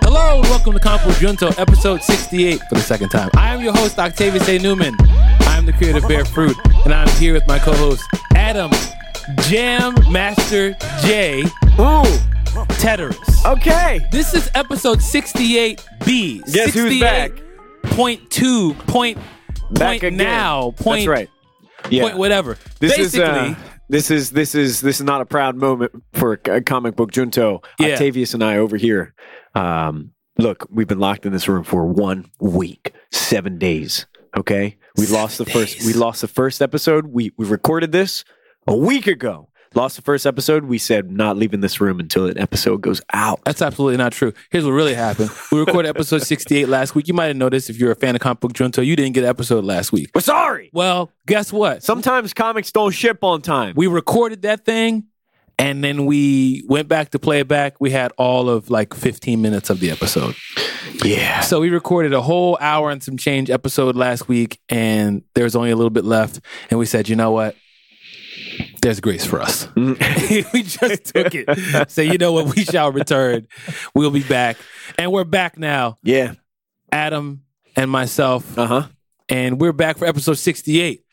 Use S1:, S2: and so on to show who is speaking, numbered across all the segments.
S1: Hello and welcome to Campo Junto, episode 68 for the second time. I am your host, Octavius A. Newman. I am the creator of Bear Fruit, and I'm here with my co host, Adam Jam Master J.
S2: Ooh,
S1: Teteris.
S2: okay.
S1: This is episode 68B.
S2: Guess who's back?
S1: Point two, point,
S2: Back
S1: point
S2: again.
S1: now, point,
S2: That's right. Yeah.
S1: point whatever.
S2: This
S1: Basically,
S2: is uh, this is this is this is not a proud moment for uh, comic book junto.
S1: Yeah.
S2: Octavius and I over here. Um, look, we've been locked in this room for one week, seven days. Okay, we lost the first.
S1: days.
S2: We lost the first episode. We we recorded this a week ago. Lost the first episode. We said not leaving this room until an episode goes out.
S1: That's absolutely not true. Here's what really happened. We recorded episode 68 last week. You might have noticed if you're a fan of Comic Book Junto, you didn't get an episode last week.
S2: We're sorry.
S1: Well, guess what?
S2: Sometimes comics don't ship on time.
S1: we recorded that thing and then we went back to play it back. We had all of like 15 minutes of the episode.
S2: yeah.
S1: So we recorded a whole hour and some change episode last week and there was only a little bit left. And we said, you know what? There's grace for us.
S2: Mm-hmm.
S1: we just took it. So, you know what? We shall return. We'll be back. And we're back now.
S2: Yeah.
S1: Adam and myself,
S2: Uh huh.
S1: and we're back for episode 68.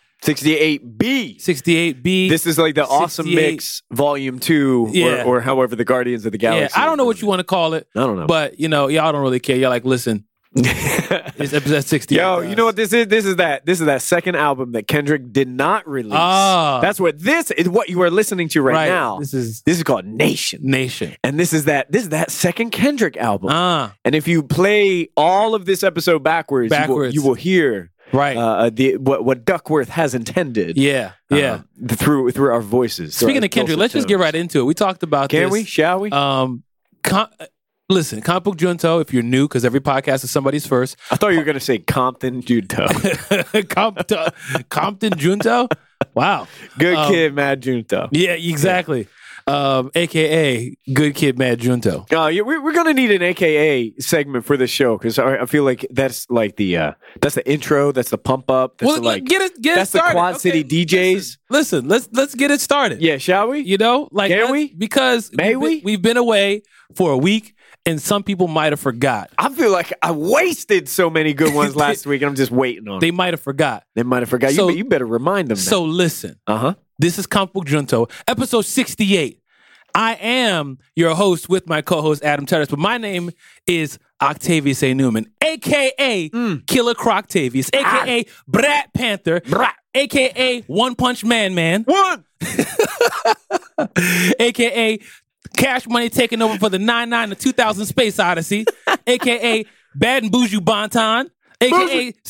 S2: 68B.
S1: 68B.
S2: This is like the awesome
S1: 68.
S2: mix, volume two,
S1: Yeah.
S2: or, or however the Guardians of the
S1: yeah,
S2: Galaxy.
S1: I don't know what you want to call it,
S2: I don't know.
S1: but you know, y'all don't really care. Y'all like, listen, it's episode 68.
S2: Yo,
S1: guys.
S2: you know what this is? This is that. This is that second album that Kendrick did not release.
S1: Ah.
S2: That's what this is. What you are listening to right,
S1: Right.
S2: now.
S1: This is
S2: This is called Nation,
S1: Nation.
S2: and this is that. This is that second Kendrick album.
S1: Ah,
S2: and if you play all of this episode backwards, you will-
S1: Backwards.
S2: You, will, hear
S1: right.
S2: uh, the what, what Duckworth has intended.
S1: yeah,
S2: um,
S1: yeah.
S2: through through our voices. through
S1: Speaking
S2: our
S1: of Kendrick,
S2: dulcet
S1: let's just get
S2: tones.
S1: right into it. We talked about
S2: Can
S1: this.
S2: we? Shall we?
S1: Um, com- uh, listen, Comic Book Junto, if you're new, because every podcast is somebody's first,
S2: I thought you were gonna say Compton Junto.
S1: Compton, Compton Junto. Wow.
S2: Good
S1: Um,
S2: kid, Mad Junto.
S1: Yeah, exactly. Um, AKA Good Kid Mad Junto.
S2: Uh, yeah, we, we're gonna need an AKA segment for this show because I, I feel like that's like the uh, that's the intro, that's the pump up, that's
S1: Well,
S2: the, like
S1: get it, get it
S2: that's the
S1: started.
S2: Quad
S1: Okay,
S2: City DJs.
S1: Listen, let's let's get it started.
S2: Yeah, shall we?
S1: you know, like
S2: Can
S1: let's-
S2: we?
S1: Because
S2: May
S1: we've
S2: we?
S1: Been, we've been away for a week, and some people might have forgot.
S2: I feel like I wasted so many good ones last week, and I'm just waiting on.
S1: They
S2: They,
S1: might have forgot.
S2: they might have forgot.
S1: So-
S2: you, be- you better remind them.
S1: So listen,
S2: uh huh.
S1: this is Comic Book Junto, episode sixty-eight. I am your host with my co-host Adam Terrace, but my name is Octavius A. Newman, aka
S2: Mm.
S1: Killer Croctavius, aka
S2: Ah.
S1: Brat Panther, aka One Punch Man Man,
S2: One.
S1: aka Cash Money taking over for the 9 9 to 2000 Space Odyssey, aka Bad and Bougie Bonton, aka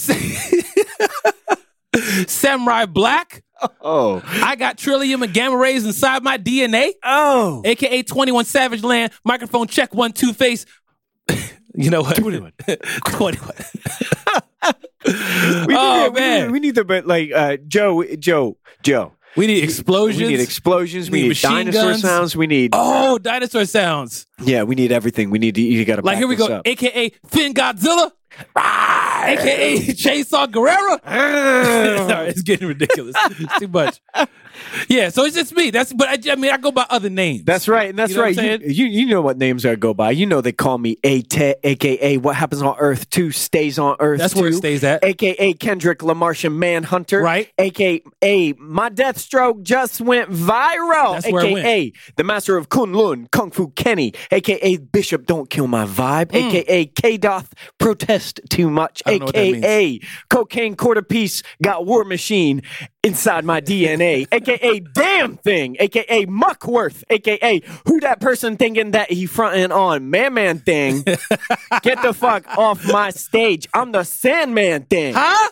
S1: Samurai Black.
S2: Oh.
S1: I got Trillium and Gamma Rays inside my DNA,
S2: Oh.
S1: aka 21 Savage Land, microphone check one, two face. You know what?
S2: 21.
S1: 21.
S2: We
S1: Oh,
S2: need, we need-
S1: man.
S2: we need the but like uh, Joe, Joe, Joe.
S1: We need explosions.
S2: We need explosions.
S1: We
S2: We
S1: need
S2: need,
S1: machine
S2: dinosaur
S1: guns.
S2: sounds. We need.
S1: oh, dinosaur sounds.
S2: Yeah, we need everything. We need. You got to.
S1: Like, here we go,
S2: Up.
S1: aka Finn Godzilla, aka Chainsaw Guerrero.
S2: Ah!
S1: Sorry, it's getting ridiculous. It's too much. Yeah, so it's just me. That's but I, I mean I go by other names.
S2: that's right. And that's
S1: You know
S2: right.
S1: what I'm
S2: You, you you know what names I go by. You know they call me A Te, aka What Happens on Earth Two Stays on Earth.
S1: That's where it
S2: 2,
S1: stays at.
S2: Aka Kendrick Lamartian Manhunter.
S1: Right.
S2: Aka My Death Stroke just went viral.
S1: That's
S2: aka
S1: where it went.
S2: The Master of Kunlun Kung Fu Kenny. Aka Bishop Don't Kill My Vibe.
S1: Hmm.
S2: Aka K Doth Protest Too Much.
S1: I don't know what that means.
S2: Aka a cocaine quarter piece got war machine inside my DNA, aka damn thing, aka muckworth, aka who that person thinking that he fronting on man man thing. Get the fuck off my stage. I'm the Sandman thing.
S1: Huh?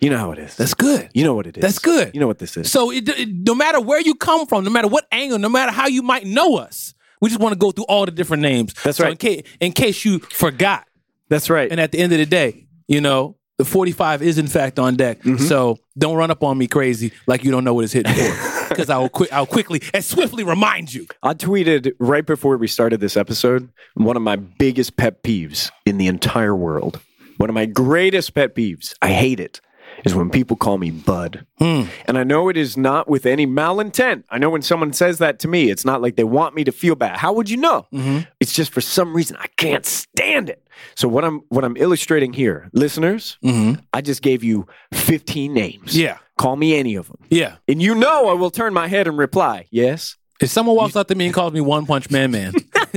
S2: You know how it is.
S1: That's good.
S2: you know what it is.
S1: That's good.
S2: You know what this is.
S1: So it, it- no matter where you come from, no matter what angle, no matter how you might know us, we just want to go through all the different names.
S2: That's
S1: So
S2: right.
S1: In case, in case you forgot,
S2: That's right.
S1: and at the end of the day, you know the forty-five is in fact on deck. So don't run up on me crazy like you don't know what it's hitting for, because I will qui- I'll quickly and swiftly remind you.
S2: I tweeted right before we started this episode one of my biggest pet peeves in the entire world. One of my greatest pet peeves. I hate it. is when people call me bud. And I know it is not with any malintent. I know when someone says that to me, it's not like they want me to feel bad. How would you know? It's just for some reason I can't stand it. So what I'm what I'm illustrating here, listeners, I just gave you 15 names.
S1: Yeah.
S2: Call me any of them.
S1: Yeah.
S2: And you know I will turn my head and reply, "Yes."
S1: If someone walks up to me and calls me One Punch Man Man,
S2: Excuse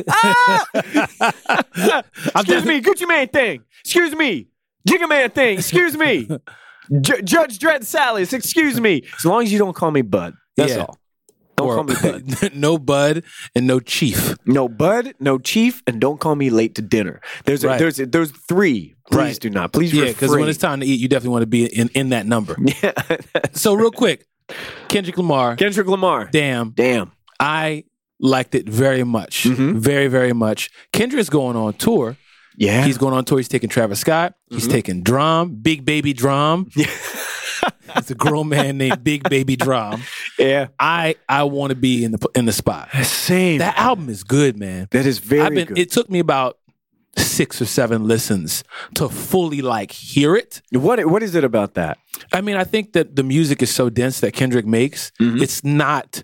S2: me, Gucci Man thing. Excuse me, Jigga Man thing. Excuse me, Ju- Judge Dredd Salas. Excuse me. As long as you don't call me Bud, that's
S1: Yeah.
S2: all. Don't
S1: or-
S2: call me Bud.
S1: no Bud and no Chief.
S2: No Bud, no Chief, and don't call me late to dinner. There's a,
S1: Right.
S2: there's a, there's three. Please
S1: Right.
S2: do not. Please
S1: Yeah,
S2: refrain.
S1: because when it's time to eat, you definitely want to be in, in that number. so real quick, Kendrick Lamar,
S2: Kendrick Lamar.
S1: damn,
S2: Damn.
S1: I liked it very much, very very much. Kendra's going on tour.
S2: Yeah.
S1: He's going on tour. He's taking Travis Scott. He's taking Drum, Big Baby Drum. it's a grown man named Big Baby Drum.
S2: yeah.
S1: I I want to be in the in the spot.
S2: Same.
S1: That album is good, man.
S2: that is very
S1: I've been.
S2: good.
S1: It took me about six or seven listens to fully like hear it.
S2: what what is it about that?
S1: I mean, I think that the music is so dense that Kendrick makes,
S2: Mm-hmm.
S1: it's not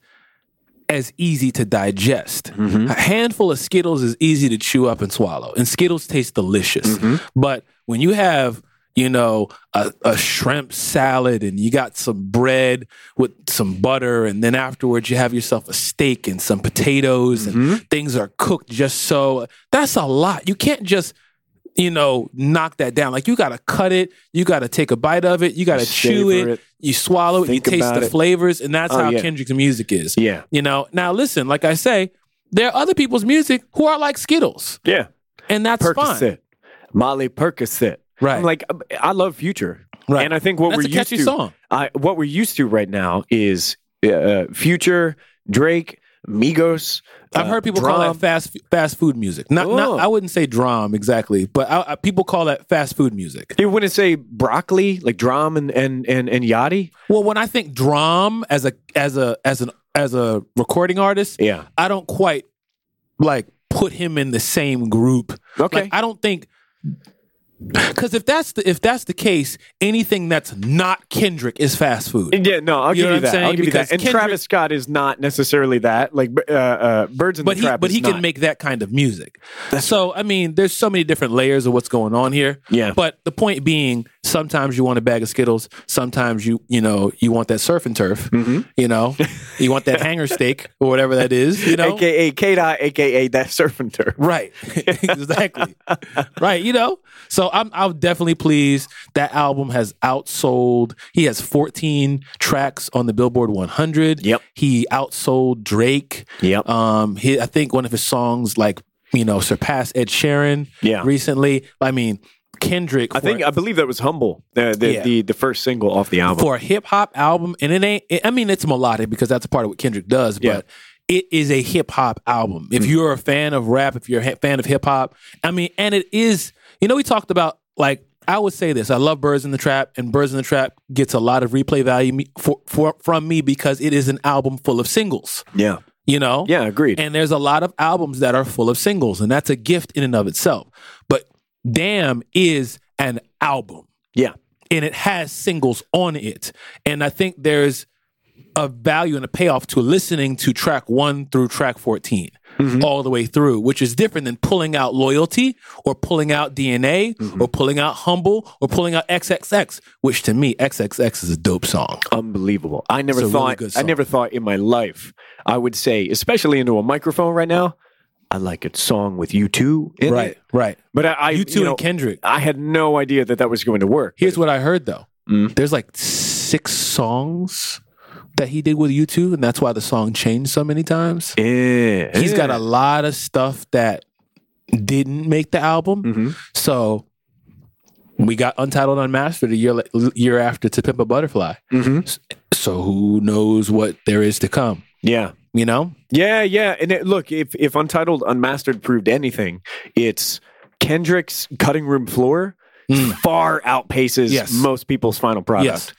S1: as easy to digest.
S2: Mm-hmm.
S1: A handful of Skittles is easy to chew up and swallow, and Skittles taste delicious.
S2: Mm-hmm.
S1: But when you have you know, a, a shrimp salad, and you got some bread with some butter, and then afterwards you have yourself a steak and some potatoes,
S2: Mm-hmm.
S1: and things are cooked just so. That's a lot. You can't just you know, knock that down. Like you gotta cut it, you gotta take a bite of it, you gotta chew it,
S2: savor it,
S1: you swallow it, you
S2: think
S1: taste
S2: about
S1: the
S2: it.
S1: flavors, and that's
S2: Oh,
S1: how
S2: yeah.
S1: Kendrick's music is.
S2: Yeah.
S1: You know, now listen, like I say, there are other people's music who are like Skittles,
S2: Yeah.
S1: and that's
S2: Percocet,
S1: fine.
S2: Molly Percocet.
S1: Right.
S2: I'm like I love Future,
S1: Right.
S2: and I think what
S1: That's
S2: we're
S1: a
S2: used
S1: catchy
S2: to,
S1: song.
S2: I, what we're used to right now is uh, Future, Drake, Migos.
S1: I've
S2: uh,
S1: heard people call that
S2: Drum.
S1: fast fast food music. Not,
S2: Oh.
S1: not I wouldn't say drum exactly, but I, I, people call that fast food music.
S2: You wouldn't say broccoli, like Drum and and and, and Yachty.
S1: Well, when I think drum as a as a as an as a recording artist,
S2: Yeah.
S1: I don't quite like put him in the same group.
S2: Okay.
S1: Like, I don't think because if that's the if that's the case, anything that's not Kendrick is fast food.
S2: Yeah, no, I'll
S1: You
S2: give
S1: know what
S2: you
S1: I'm
S2: that. I'll
S1: saying?
S2: give you
S1: Because
S2: that. And
S1: Kendrick-
S2: Travis Scott is not necessarily that. Like uh, uh, Birds in
S1: But
S2: the
S1: he
S2: Trap.
S1: but
S2: is
S1: he
S2: not.
S1: can make that kind of music. so I mean, there's so many different layers of what's going on here.
S2: Yeah.
S1: But the point being, sometimes you want a bag of Skittles. Sometimes you you know you want that surf and turf.
S2: Mm-hmm.
S1: You know, you want that hanger steak or whatever that is. You know,
S2: AKA K dot, AKA that serpenter.
S1: Right. exactly. right. You know? So I'm I'm definitely pleased. That album has outsold. He has 14 tracks on the Billboard 100.
S2: Yep.
S1: He outsold Drake.
S2: Yep.
S1: Um he I think one of his songs like, you know, surpassed Ed Sheeran
S2: Yeah.
S1: recently. I mean, Kendrick
S2: I
S1: for-
S2: think I believe that was humble. The the,
S1: Yeah.
S2: the, the first single off the album.
S1: for a hip hop album, and it ain't. I mean, it's melodic because that's a part of what Kendrick does,
S2: Yeah. Mm.
S1: but it is a hip hop album. If you're a fan of rap, if you're a ha- fan of hip hop, I mean, and it is. You know, we talked about like I would say this. I love Birds in the Trap, and Birds in the Trap gets a lot of replay value me- for, for from me because it is an album full of singles.
S2: Yeah.
S1: You know,
S2: Yeah, agreed.
S1: and there's a lot of albums that are full of singles, and that's a gift in and of itself. But Damn is an album
S2: yeah.
S1: and it has singles on it. And I think there's a value and a payoff to listening to track one through track 14
S2: Mm-hmm.
S1: all the way through, which is different than pulling out Loyalty or pulling out DNA
S2: Mm-hmm.
S1: or pulling out Humble or pulling out XXX, which to me, XXX is a dope song.
S2: Unbelievable. I never
S1: It's a really
S2: thought
S1: good
S2: I
S1: song.
S2: never thought in my life I would say, especially into a microphone right now, I like a song with you two in it.
S1: right.
S2: But I, I
S1: You two
S2: know,
S1: and Kendrick.
S2: I had no idea that that was going to work.
S1: Here's what I heard though.
S2: Mm.
S1: There's like six songs that he did with you 2 and that's why the song changed so many times.
S2: yeah.
S1: He's got a lot of stuff that didn't make the album.
S2: Mm. Mm-hmm.
S1: So we got Untitled Unmastered a year la- year after To Pimp a Butterfly.
S2: Mm-hmm.
S1: S- So who knows what there is to come?
S2: Yeah.
S1: You know,
S2: Yeah, yeah. And it, look, if if Untitled Unmastered proved anything, it's Kendrick's cutting room floor far outpaces
S1: Hmm. Yes.
S2: most people's final product.
S1: Yes.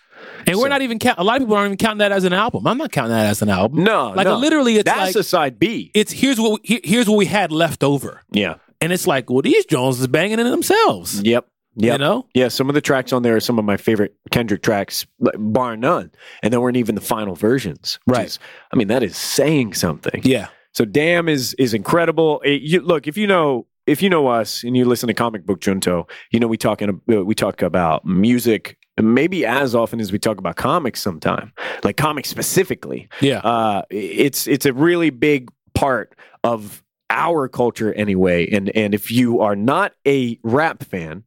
S1: and we're not even count. A lot of people aren't even counting that as an album. I'm not counting that as an album.
S2: No,
S1: like
S2: no.
S1: literally, it's
S2: that's
S1: like
S2: a side B.
S1: it's here's what we, here- here's what we had left over,
S2: yeah.
S1: and it's like, well, these Jones is banging it themselves.
S2: Yep. Yep.
S1: You know?
S2: Yeah, some of the tracks on there are some of my favorite Kendrick tracks, like, bar none. And they weren't even the final versions. which
S1: Right.
S2: is- I mean, that is saying something.
S1: Yeah.
S2: So Damn is is incredible. It- you, look, if you know if you know us and you listen to Comic Book Junto, you know we talking uh, we talk about music maybe as often as we talk about comics sometime, like comics specifically.
S1: Yeah.
S2: Uh, it's it's a really big part of our culture anyway. And and if you are not a rap fan,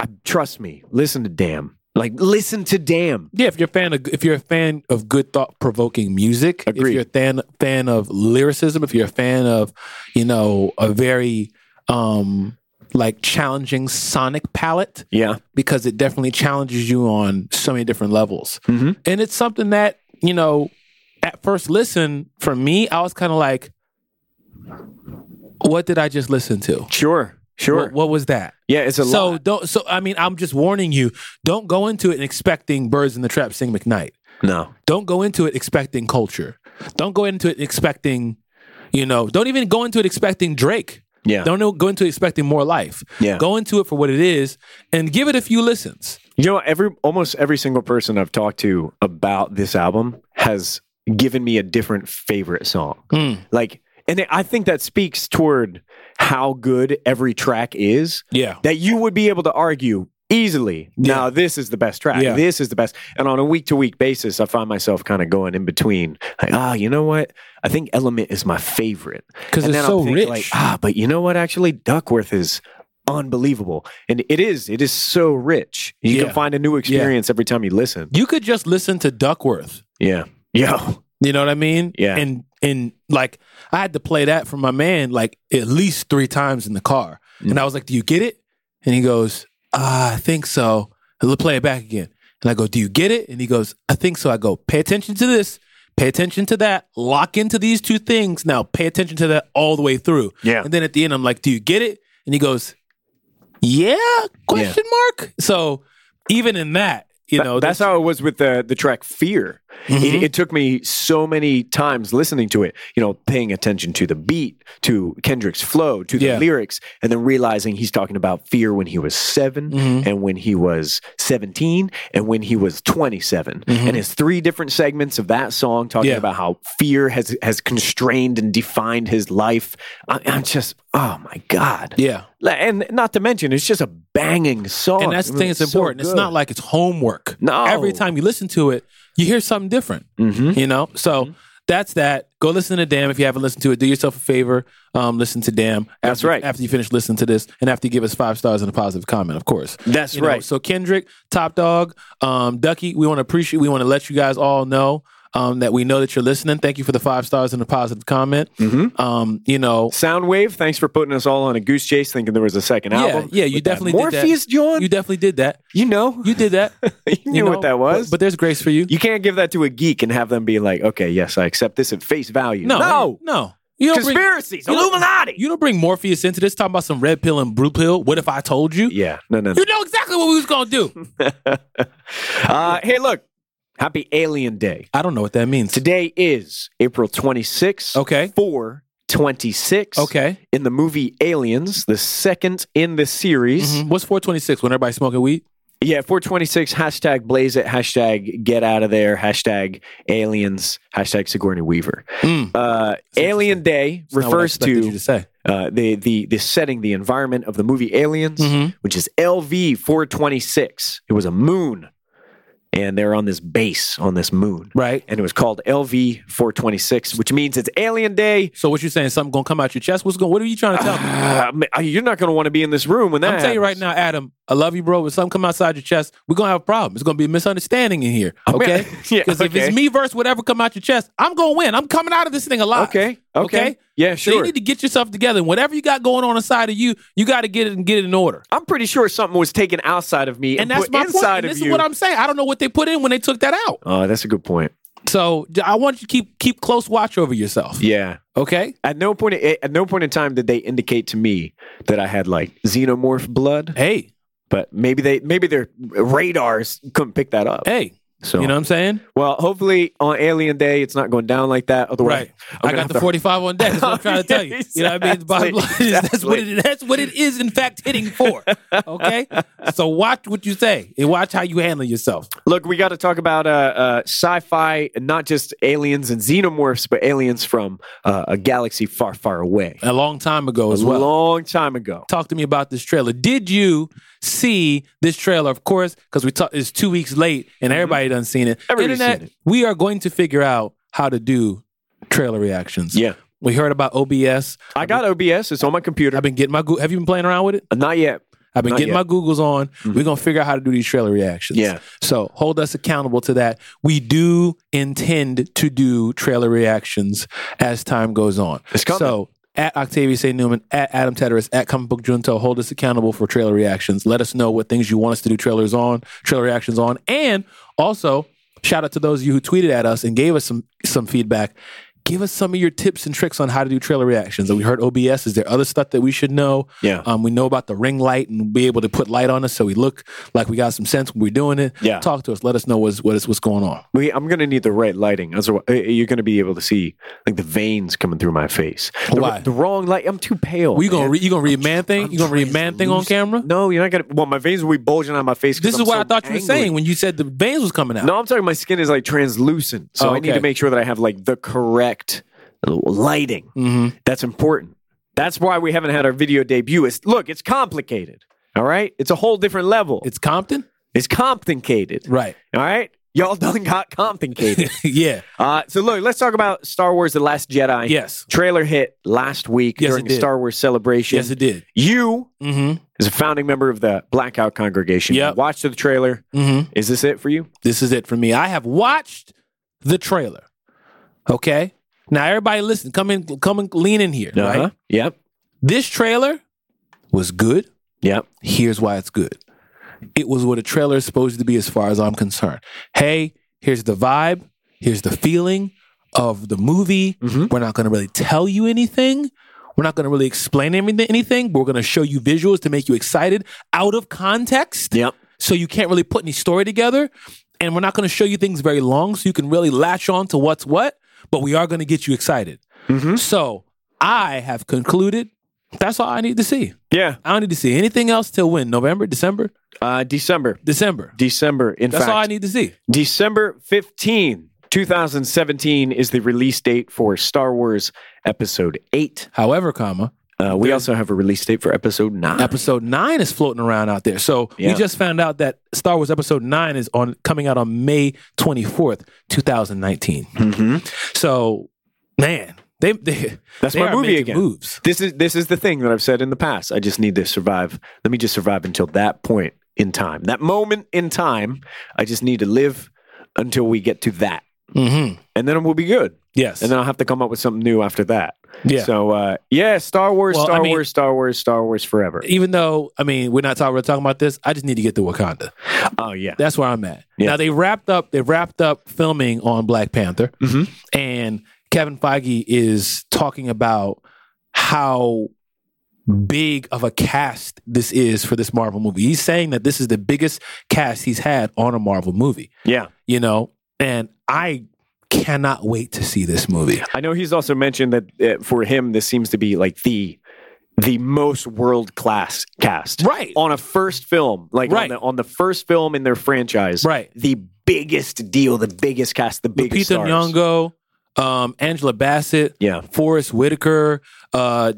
S2: I- trust me, listen to Damn. Like listen to Damn.
S1: Yeah, if you're a fan of if you're a fan of good thought provoking music,
S2: Agreed.
S1: if you're a fan fan of lyricism, if you're a fan of, you know, a very um like challenging sonic palette
S2: Yeah.
S1: because it definitely challenges you on so many different levels.
S2: Mm-hmm.
S1: And it's something that, you know, at first listen for me, I was kind of like what did I just listen to?
S2: Sure. Sure.
S1: What, what was that?
S2: yeah, it's a
S1: so
S2: lot.
S1: don't so I mean, I'm just warning you, don't go into it and expecting Birds in the Trap sing McKnight
S2: No.
S1: don't go into it expecting culture. Don't go into it expecting, you know, don't even go into it expecting Drake.
S2: Yeah.
S1: Don't go into it expecting more life.
S2: Yeah.
S1: Go into it for what it is and give it a few listens.
S2: You know, every almost every single person I've talked to about this album has given me a different favorite song. Like, and I think that speaks toward how good every track is.
S1: Yeah.
S2: That you would be able to argue easily. Now, this is the best track.
S1: Yeah.
S2: This is the best. And on a week to week basis, I find myself kind of going in between. Like, ah, you know what? I think Element is my favorite
S1: 'Cause
S2: And
S1: it's
S2: then
S1: so
S2: I'll think,
S1: rich.
S2: Like, ah, but you know what? Actually, Duckworth is unbelievable, and it is. It is so rich. You
S1: Yeah.
S2: can find a new experience every time you listen.
S1: You could just listen to Duckworth.
S2: Yeah. Yo.
S1: You know what I mean?
S2: Yeah.
S1: And and like I had to play that for my man like at least three times in the car.
S2: Mm.
S1: And I was like, Do you get it? And he goes, ah, I think so. And Let's play it back again. And I go, Do you get it? And he goes, I think so. I go, pay attention to this, pay attention to that, lock into these two things. Now pay attention to that all the way through.
S2: Yeah.
S1: And then at the end I'm like, Do you get it? And he goes, Yeah, question mark. So even in that, you know, Mm-hmm.
S2: that's how it was with the the track Fear. It, it took me so many times listening to it, you know, paying attention to the beat, to Kendrick's flow, to the
S1: Yeah.
S2: lyrics, and then realizing he's talking about fear when he was 7
S1: Mm-hmm.
S2: and when he was seventeen and when he was twenty and it's three different segments of that song talking
S1: Mm-hmm. Yeah.
S2: about how fear has has constrained and defined his life. I, I'm just, oh my god,
S1: Yeah.
S2: Like, and not to mention, it's just a banging song.
S1: And that's the thing that's important. it's not
S2: like.
S1: like it's homework.
S2: No. Mm-hmm.
S1: Every time you listen to it, you hear something different. You know? So that's that. Go listen to Damn if you haven't listened to it. Do yourself a favor. Um, listen to Damn.
S2: That's
S1: after-
S2: right.
S1: After you finish listening to this and after you give us five stars and a positive comment, of course.
S2: That's
S1: You know,
S2: right.
S1: So Kendrick, Top Dog, um, Ducky, we want to appreciate we want to let you guys all know. Um, that we know that you're listening. Thank you for the five stars and the positive comment.
S2: Mm-hmm.
S1: Um, you know,
S2: Soundwave, thanks for putting us all on a goose chase, thinking there was a second album.
S1: yeah, yeah, you
S2: with that
S1: definitely did that.
S2: Morpheus, John.
S1: you
S2: You,
S1: definitely did that.
S2: know, you,
S1: You did that.
S2: knew what that was.
S1: But, but there's grace for you.
S2: you can't give that to a geek and have them be like, "Okay, yes, I accept this at face value."
S1: No,
S2: no,
S1: no. You don't bring,
S2: conspiracies,
S1: you don't-
S2: Illuminati.
S1: you don't bring Morpheus into this talking about some red pill and blue pill. What if I told you?
S2: yeah, no, no, no.
S1: You know exactly what we was gonna do.
S2: Uh, hey, look, happy Alien Day.
S1: I don't know what that means.
S2: Today is April 26th.
S1: Okay.
S2: 4 26.
S1: Okay.
S2: In the movie Aliens, the second in the series.
S1: Mhm. What's 426 when everybody's smoking weed?
S2: Yeah, 426, hashtag blaze it, hashtag get out of there, hashtag aliens, hashtag Sigourney Weaver.
S1: Mm.
S2: Uh, Alien Day
S1: It's not what I
S2: refers
S1: expected you
S2: to
S1: to say.
S2: uh, the, the, the setting, the environment of the movie Aliens,
S1: Mhm.
S2: which is LV 426. It was a moon, and they're on this base on this moon.
S1: Right.
S2: And it was called LV 426, which means it's Alien Day.
S1: So what you saying? Something gonna come out your chest? What's going? What are you trying to tell me?
S2: Ah, man, you're not going to want to be in this room when that
S1: I'm telling you right
S2: happens.
S1: now, Adam. I love you, bro. If something come outside your chest, we're gonna have a problem. It's gonna be a misunderstanding in here. Okay.
S2: Yeah,
S1: Because if
S2: okay.
S1: it's me versus whatever come out your chest, I'm gonna win. I'm coming out of this thing alive.
S2: Okay. Okay. Yeah, sure.
S1: So you need to get yourself together. And whatever you got going on inside of you, you got to get it and get it in order.
S2: I'm pretty sure something was taken outside of me and,
S1: And that's
S2: put
S1: my point.
S2: inside
S1: And
S2: of
S1: this
S2: you.
S1: is what I'm saying. I don't know what they put in when they took that out.
S2: oh, that's a good point.
S1: So d- I want you to keep keep close watch over yourself.
S2: Yeah.
S1: Okay.
S2: At no point eh, at no point in time did they indicate to me that I had like xenomorph blood,
S1: Hey,
S2: but maybe they maybe their radars couldn't pick that up.
S1: hey,
S2: So
S1: You know what I'm saying?
S2: well, hopefully on Alien Day it's not going down like that. Otherwise,
S1: Right. I got the 45 on deck. That's what I'm trying to tell you. You know what I mean? The bottom line
S2: Exactly.
S1: is that's what it, that's what it is, in fact, hitting for. Okay? so watch what you say and watch how you handle yourself.
S2: Look, we got to talk about uh, uh, sci-fi, and not just aliens and xenomorphs, but aliens from uh, a galaxy far, far away.
S1: A long time ago
S2: A
S1: as well.
S2: long time ago.
S1: Talk to me about this trailer. Did you see this trailer? Of course, because we talked. It's two weeks late, and everybody done seen it.
S2: Mm-hmm. Everybody's
S1: Internet,
S2: seen it.
S1: we are going to figure out how to do trailer reactions.
S2: Yeah,
S1: we heard about OBS.
S2: I got OBS. It's on my computer.
S1: I've been getting my. Goo- Have you been playing around with it?
S2: Not yet.
S1: I've been
S2: Not
S1: getting
S2: yet. Mm-hmm.
S1: my Googles on. We're gonna figure out how to do these trailer reactions.
S2: Yeah.
S1: So hold us accountable to that. We do intend to do trailer reactions as time goes on.
S2: It's coming.
S1: So Oh, at Octavius A. Newman, at Adam Tedderis, at Comic Book Junto, hold us accountable for trailer reactions. Let us know what things you want us to do trailers on, trailer reactions on, and also shout out to those of you who tweeted at us and gave us some some feedback. Give us some of your tips and tricks on how to do trailer reactions. We heard OBS. Is there other stuff that we should know?
S2: Yeah.
S1: Um, we know about the ring light and be able to put light on us so we look like we got some sense when we're doing it.
S2: Yeah.
S1: Talk to us. Let us know what's what is what's going on.
S2: We, I'm going to need the right lighting. Otherwise, uh, you're going to be able to see like the veins coming through my face. The,
S1: Why?
S2: The wrong light. I'm too pale.
S1: We gonna
S2: man.
S1: re- you gonna read man thing? You gonna read man thing on camera?
S2: No, you're not going to. Well, my veins will be bulging out of my face. 'cause
S1: This is
S2: I'm
S1: what
S2: so
S1: I thought you were
S2: angry.
S1: saying when you said the veins was coming out.
S2: No, I'm talking my skin is like translucent. So
S1: Oh,
S2: I need
S1: okay.
S2: to make sure that I have like the correct lighting.
S1: Mm-hmm.
S2: That's important. That's why we haven't had our video debut. It's, look, it's complicated. All right? It's a whole different level. It's,
S1: It's Compton,
S2: complicated.
S1: right?
S2: All right? Y'all done got complicated.
S1: yeah.
S2: uh, so look, let's talk about Star Wars The Last Jedi.
S1: Yes.
S2: Trailer hit last week
S1: Yes,
S2: during
S1: it did.
S2: Star Wars Celebration.
S1: Yes, it did.
S2: you,
S1: Mm-hmm.
S2: as a founding member of the Blackout Congregation,
S1: Yep.
S2: watched the trailer.
S1: Mm-hmm.
S2: Is this it for you?
S1: This is it for me. I have watched the trailer. Okay. Now everybody, listen. Come in. Come and lean in here.
S2: Uh-huh.
S1: Right.
S2: Yep.
S1: This trailer was good.
S2: Yep.
S1: here's why it's good. It was what a trailer is supposed to be, as far as I'm concerned. Hey, here's the vibe, here's the feeling of the movie.
S2: Mhm.
S1: We're not going to really tell you anything. We're not going to really explain anything, anything, but we're going to show you visuals to make you excited out of context.
S2: Yep.
S1: So you can't really put any story together. And we're not going to show you things very long so you can really latch on to what's what, but we are going to get you excited.
S2: Mhm.
S1: So I have concluded that's all I need to see.
S2: Yeah.
S1: I don't need to see anything else till when? November, December,
S2: Uh, December.
S1: December.
S2: December. In
S1: That's
S2: fact,
S1: all I need to see.
S2: December 15, 2017 is the release date for Star Wars Episode 8.
S1: However, comma
S2: Uh, we also have a release date for Episode 9.
S1: episode nine is floating around out there. So we
S2: Yeah.
S1: just found out that Star Wars episode nine is on coming out on May twenty fourth, two thousand nineteen.
S2: Mhm.
S1: So, man, they, they
S2: That's
S1: they
S2: my
S1: are
S2: movie
S1: making
S2: again.
S1: Moves.
S2: This is this is the thing that I've said in the past. I just need to survive. Let me just survive until that point in time. That moment in time, I just need to live until we get to that.
S1: hmm
S2: And then we'll be good.
S1: Yes.
S2: And then I'll have to come up with something new after that.
S1: yeah.
S2: So uh, yeah, Star Wars,
S1: Well, I
S2: Star
S1: mean-
S2: Wars, Star Wars, Star Wars forever.
S1: Even though I mean we're not talking, we're talking about this, I just need to get to Wakanda.
S2: Oh yeah.
S1: That's where I'm at.
S2: Yeah.
S1: Now they wrapped up. They wrapped up filming on Black Panther,
S2: Mhm.
S1: and Kevin Feige is talking about how big of a cast this is for this Marvel movie. He's saying that this is the biggest cast he's had on a Marvel movie.
S2: Yeah.
S1: You know, and I cannot wait to see this movie.
S2: I know he's also mentioned that uh, for him, this seems to be like the the most world class cast,
S1: Right.
S2: On a first film, like
S1: Right.
S2: on, the, on the first film in their franchise,
S1: Right.
S2: The biggest deal, the biggest cast, the biggest
S1: Lupita
S2: stars.
S1: Nyong'o, um, Angela Bassett,
S2: Yeah,
S1: Forrest Whitaker, uh,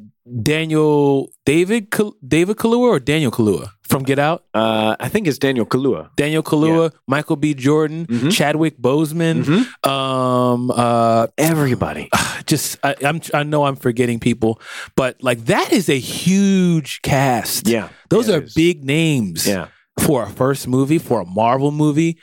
S1: Daniel David Kal- David Kalua or Daniel Kalua from Get Out.
S2: uh, I think it's Daniel Kalua.
S1: Daniel Kalua, Michael B. Jordan,
S2: Mhm.
S1: Chadwick Boseman.
S2: Mm-hmm.
S1: Um, uh,
S2: Everybody,
S1: just I, I'm I know I'm forgetting people, but like that is a huge cast.
S2: yeah,
S1: those
S2: Yeah,
S1: are
S2: it is.
S1: big names.
S2: Yeah,
S1: for a first movie for a Marvel movie,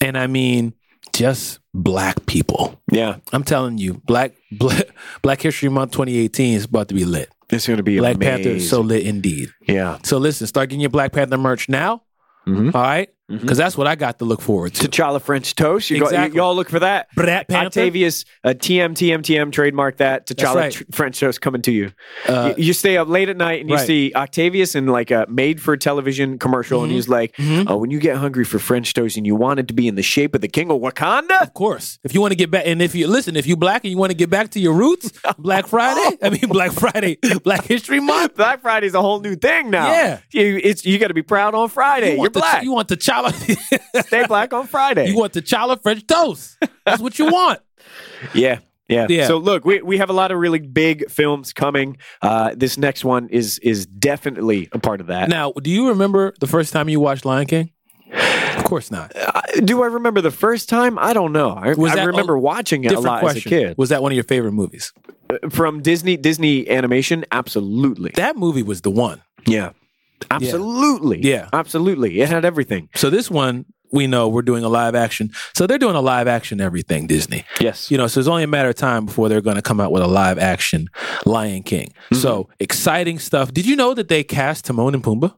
S1: and I mean just black people.
S2: yeah.
S1: I'm telling you, black black, black History Month 2018 is about to be lit.
S2: It's going to be
S1: Black
S2: amazing.
S1: Panther is so lit indeed.
S2: yeah.
S1: So listen, start getting your Black Panther merch now.
S2: Mhm.
S1: All right. because that's what I got to look forward to.
S2: T'Challa French toast. You, go-
S1: Exactly.
S2: you, all look for that.
S1: Brat Panther.
S2: Octavius, uh, TM, TM, TM, trademark that. T'Challa
S1: right.
S2: tr- French toast coming to you.
S1: Uh,
S2: you. You stay up late at night and you
S1: right.
S2: see Octavius in like a made for television commercial,
S1: Mm-hmm.
S2: and he's like, oh, when you get hungry for French toast and you want it to be in the shape of the king of Wakanda,
S1: Of course. If you want to get back, and if you listen, if you black and you want to get back to your roots, Black Friday. I mean, Black Friday, Black History Month.
S2: Black Friday's a whole new thing now.
S1: Yeah.
S2: You, it's, you got to be proud on Friday. You
S1: You
S2: are
S1: want the-
S2: black.
S1: you want the chala.
S2: Stay black on Friday.
S1: you want the chala French toast. That's what you want.
S2: Yeah. Yeah.
S1: Yeah.
S2: So look, we, we have a lot of really big films coming. Uh, this next one is is definitely a part of that.
S1: Now, do you remember the first time you watched Lion King? Of course not.
S2: Uh, do I remember the first time? I don't know. I,
S1: Was
S2: I
S1: that a
S2: remember watching it a
S1: Different
S2: lot
S1: question.
S2: as a kid.
S1: Was that one of your favorite movies?
S2: From Disney Disney animation, absolutely.
S1: That movie was the one.
S2: Yeah. Absolutely.
S1: Yeah.
S2: Absolutely. It had everything.
S1: So this one, we know we're doing a live action. So they're doing a live action everything Disney.
S2: Yes.
S1: You know, so it's only a matter of time before they're going to come out with a live action Lion King.
S2: Mm-hmm.
S1: So exciting stuff. Did you know that they cast Timon and Pumbaa?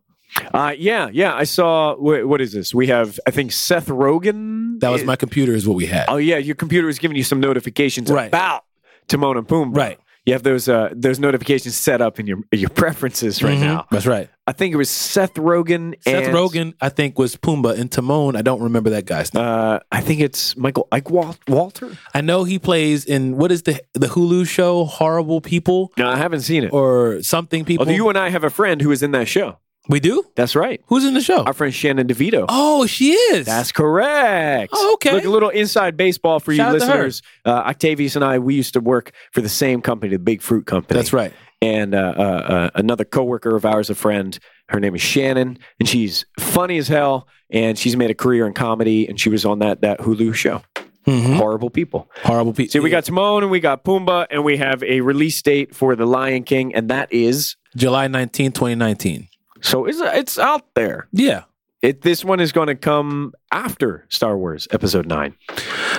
S2: Uh, yeah. Yeah. I saw. Wh- what is this? We have, I think, Seth Rogen.
S1: That was
S2: It-
S1: my computer, is what we had.
S2: Oh yeah, your computer was giving you some notifications
S1: Right.
S2: about Timon and Pumbaa.
S1: Right.
S2: You have those uh, those notifications set up in your your preferences right
S1: Mhm.
S2: now.
S1: That's right.
S2: I think it was Seth Rogen.
S1: Seth
S2: and,
S1: Rogen, I think, was Pumbaa, and Timon. I don't remember that guy's name.
S2: Uh, I think it's Michael Ike Wal- Walter.
S1: I know he plays in what is the the Hulu show Horrible People
S2: No, I haven't seen it.
S1: or something people.
S2: Although Oh, you and I have a friend who is in that show.
S1: we do.
S2: That's right.
S1: Who's in the show?
S2: Our friend Shannon DeVito.
S1: oh, she is.
S2: That's correct.
S1: Oh, okay.
S2: Look, a little inside baseball for
S1: Shout out
S2: you
S1: to her.
S2: listeners. Uh, Octavius and I, we used to work for the same company, the Big Fruit Company.
S1: That's right.
S2: and uh, uh, uh, another coworker of ours, a friend. Her name is Shannon, and she's funny as hell. And she's made a career in comedy, and she was on that that Hulu show,
S1: Mhm.
S2: Horrible People.
S1: Horrible People.
S2: So we got Timon, and we got Pumbaa, and we have a release date for The Lion King, and that is
S1: July 19, 2019.
S2: so it's uh, it's out there.
S1: Yeah.
S2: It this one is going to come after Star Wars Episode Nine.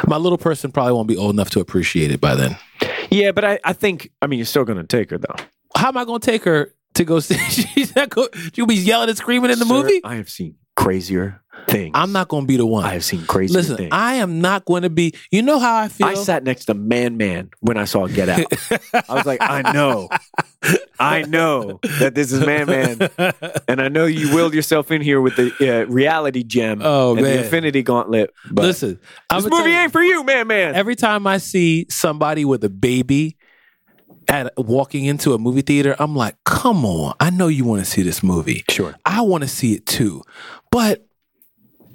S1: My little person probably won't be old enough to appreciate it by then.
S2: Yeah, but I, I think I mean you're still going to take her though.
S1: How am I going to take her to go see? She's not go, she'll be yelling and screaming in the
S2: Sir,
S1: movie.
S2: I have seen crazier things.
S1: I'm not going to be the one.
S2: I have seen crazier
S1: Listen,
S2: things.
S1: I am not going to be. You know how I feel.
S2: I sat next to Man Man when I saw Get Out. I was like, I know, I know that this is Man Man, and I know you willed yourself in here with the uh, reality gem
S1: Oh, man.
S2: and the Infinity Gauntlet. But
S1: Listen, I'm
S2: this movie ain't for you, Man Man.
S1: every time I see somebody with a baby at walking into a movie theater, I'm like, come on! I know you want to see this movie.
S2: sure,
S1: I want to see it too, but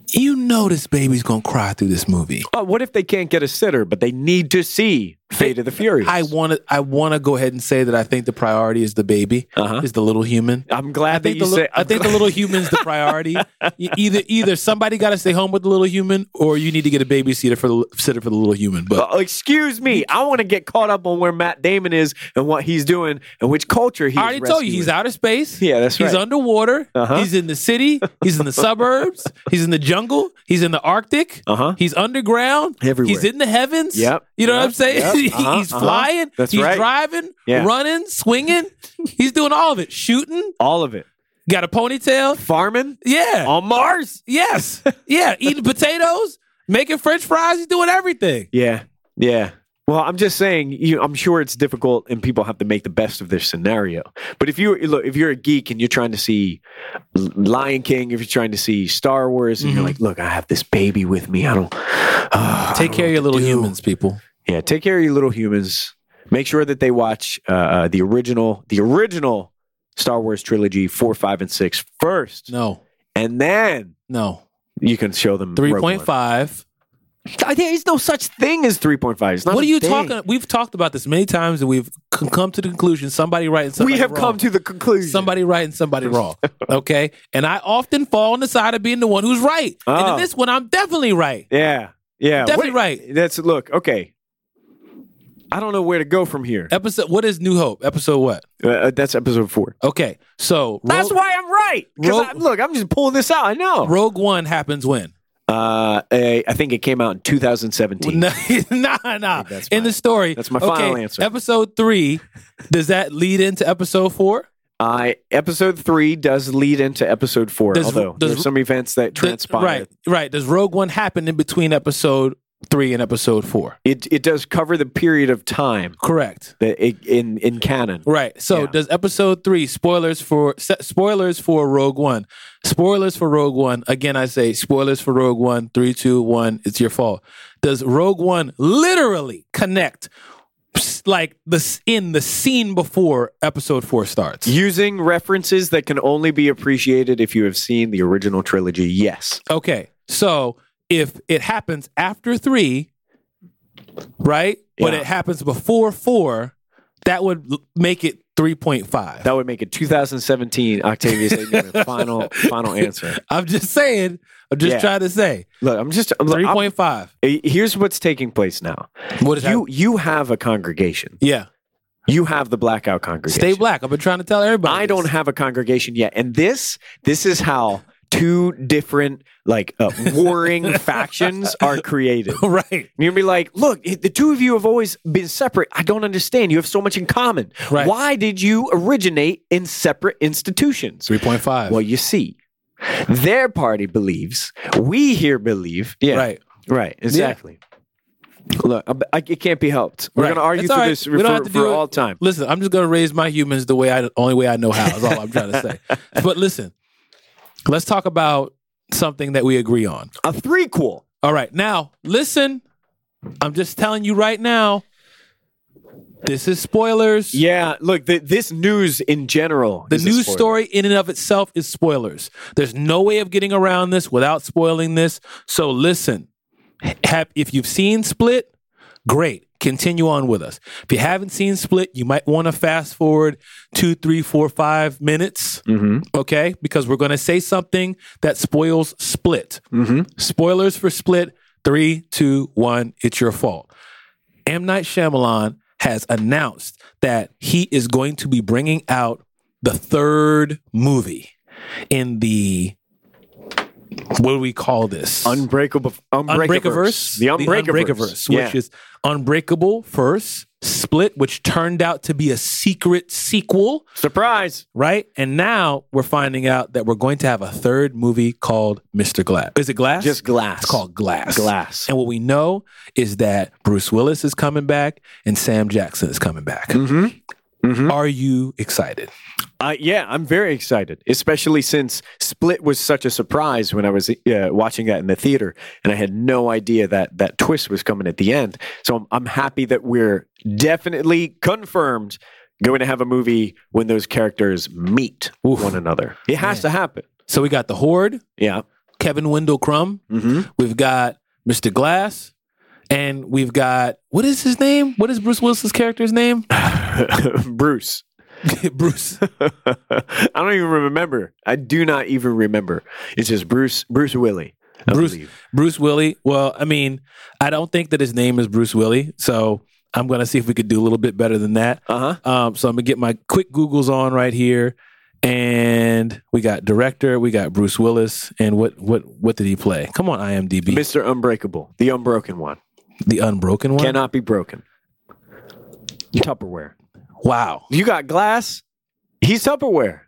S1: you know this baby's gonna cry through this movie.
S2: but what if they can't get a sitter, but they need to see Fate of the Furious?
S1: I want to. I want to go ahead and say that I think the priority is the baby,
S2: Uh-huh.
S1: is the little human.
S2: I'm glad
S1: I
S2: that
S1: think,
S2: you
S1: the, li-
S2: said.
S1: I think the little human's the priority. E- either either somebody got to stay home with the little human, or you need to get a babysitter for the sitter for the little human. But
S2: Uh, excuse me. I want to get caught up on where Matt Damon is and what he's doing and which culture he's.
S1: I already told you he's outer space.
S2: Yeah, that's
S1: He's
S2: right.
S1: underwater.
S2: Uh-huh.
S1: He's in the city. He's in the suburbs. He's in the jungle. He's in the Arctic.
S2: Uh-huh.
S1: He's underground.
S2: Everywhere.
S1: He's in the heavens.
S2: Yep.
S1: You know
S2: Yep.
S1: what I'm saying?
S2: Yep.
S1: He-
S2: Uh-huh.
S1: he's
S2: Uh-huh.
S1: flying.
S2: That's
S1: he's
S2: right.
S1: driving,
S2: Yeah.
S1: running, swinging. he's doing all of it. Shooting.
S2: all of it.
S1: Got a ponytail.
S2: Farming
S1: Yeah.
S2: on Mars.
S1: yes. Yeah. Eating potatoes. Making French fries. He's doing everything.
S2: Yeah, yeah. Well, I'm just saying. You, I'm sure it's difficult, and people have to make the best of their scenario. But if you look, if you're a geek and you're trying to see L- Lion King, if you're trying to see Star Wars, and
S1: Mm-hmm.
S2: you're like, look, I have this baby with me. I don't ah, I
S1: Take
S2: don't
S1: care
S2: know
S1: of your
S2: what to
S1: little
S2: do."
S1: humans, people.
S2: Yeah, take care of your little humans. Make sure that they watch uh, uh, the original, the original Star Wars trilogy four, five, and six first,
S1: No.
S2: and then
S1: No.
S2: you can show them Rogue One.
S1: 3.5.
S2: I- There is no such thing as three point five.
S1: What are you talking? We've talked about this many times, and we've c- come to the conclusion somebody right and somebody
S2: we have
S1: wrong.
S2: come to the conclusion.
S1: somebody right and somebody wrong. Okay, and I often fall on the side of being the one who's right, and
S2: Oh.
S1: in this one, I'm definitely right.
S2: Yeah, yeah,
S1: Definitely right.
S2: That's look. Okay, I don't know where to go from here.
S1: Episode. What is New Hope? Episode what?
S2: Uh, Uh, that's episode four.
S1: Okay, so
S2: That's
S1: Rogue,
S2: why I'm right. 'Cause
S1: Rogue-
S2: I- look, I'm just pulling this out. I know.
S1: Rogue One happens when?
S2: Uh, I, I think it came out in 2017.
S1: nah, nah. nah.
S2: that's
S1: in
S2: my-
S1: the story,
S2: that's my
S1: okay,
S2: final answer.
S1: Episode three. Does that lead into episode four?
S2: I episode three does lead into episode four,
S1: Does-
S2: although
S1: does-
S2: there's some events
S1: Th-
S2: that transpire.
S1: Right, right. Does Rogue One happen in between episode three and episode four?
S2: It it does cover the period of time
S1: Correct.
S2: that it, in in canon.
S1: Right. So
S2: Yeah.
S1: does episode three spoilers for se- spoilers for Rogue One? Spoilers for Rogue One. Again, I say spoilers for Rogue One. Three, two, one. It's your fault. Does Rogue One literally connect pss, like the s- in the scene before episode four starts?
S2: Using references that can only be appreciated if you have seen the original trilogy. Yes.
S1: Okay. So if it happens after three, right? But
S2: Yeah.
S1: it happens before four, that would l- make it 3.5.
S2: That would make it 2017 Octavius A. Newman. final final answer.
S1: I'm just saying. I'm just
S2: Yeah.
S1: trying to say
S2: Look, I'm just I'm, I'm- eh,
S1: 3.5.
S2: here's what's taking place now.
S1: What is
S2: You you have a congregation.
S1: Yeah.
S2: You have the blackout congregation.
S1: Stay black. I've been trying to tell everybody.
S2: I don't
S1: this.
S2: have a congregation yet, and this this is how two different like uh, warring factions are created.
S1: right.
S2: And you'll be like, look, it- the two of you have always been separate. I don't understand. You have so much in common.
S1: Right.
S2: Why did you originate in separate institutions?
S1: 3.5.
S2: Well, you see, their party believes, we here believe. Yeah.
S1: Right.
S2: Right. Exactly. Look, I, I- it can't be helped. We're
S1: Right.
S2: going to argue
S1: It's all
S2: through
S1: right.
S2: this
S1: We don't have
S2: for,
S1: to do
S2: for
S1: it.
S2: all time.
S1: Listen, I'm just gonna raise my humans the way I only way I know how. Is all I'm trying to say. But listen, let's talk about something that we agree on.
S2: A threequel.
S1: All right. Now, listen. I'm just telling you right now. This is spoilers.
S2: Yeah, look, th this news in general.
S1: The
S2: is a
S1: news
S2: spoiler.
S1: story in and of itself is spoilers. There's no way of getting around this without spoiling this. So listen. Have, if you've seen Split, great. Continue on with us. If you haven't seen Split, you might want to fast forward two, three, four, five minutes.
S2: Mm-hmm.
S1: Okay, because we're going to say something that spoils Split. Spoilers for Split. Three, two, one. It's your fault. M. Night Shyamalan has announced that he is going to be bringing out the third movie in the what do we call this?
S2: Unbreakable, Unbreakaverse.
S1: Unbreakaverse,
S2: The Unbreakaverse.
S1: Unbreakaverse,
S2: yeah.
S1: which is Unbreakable first, Split, which turned out to be a secret sequel,
S2: Surprise.
S1: right? And now we're finding out that we're going to have a third movie called Mr. Glass. Is it Glass?
S2: Just glass.
S1: It's called Glass.
S2: glass.
S1: And what we know is that Bruce Willis is coming back and Sam Jackson is coming back. Are you excited?
S2: Uh, yeah, I'm very excited, especially since Split was such a surprise when I was uh, watching that in the theater, and I had no idea that that twist was coming at the end. So I'm, I'm happy that we're definitely confirmed going to have a movie when those characters meet one another. It has to happen.
S1: So we got The Horde,
S2: Yeah.
S1: Kevin Wendell Crumb. We've got Mr. Glass. And we've got, what is his name? What is Bruce Willis's character's name?
S2: Bruce.
S1: Bruce.
S2: I don't even remember. I do not even remember. It's just Bruce Bruce Willie. I
S1: Bruce.
S2: believe.
S1: Bruce Willie. Well, I mean, I don't think that his name is Bruce Willie. So I'm going to see if we could do a little bit better than that.
S2: Uh-huh.
S1: Um, so I'm going to get my quick Googles on right here. And we got director, we got Bruce Willis. And what what what did he play? Come on, IMDb.
S2: Mr. Unbreakable, the unbroken one.
S1: the Unbroken One.
S2: Cannot be broken. Tupperware.
S1: wow.
S2: You got glass? He's Tupperware.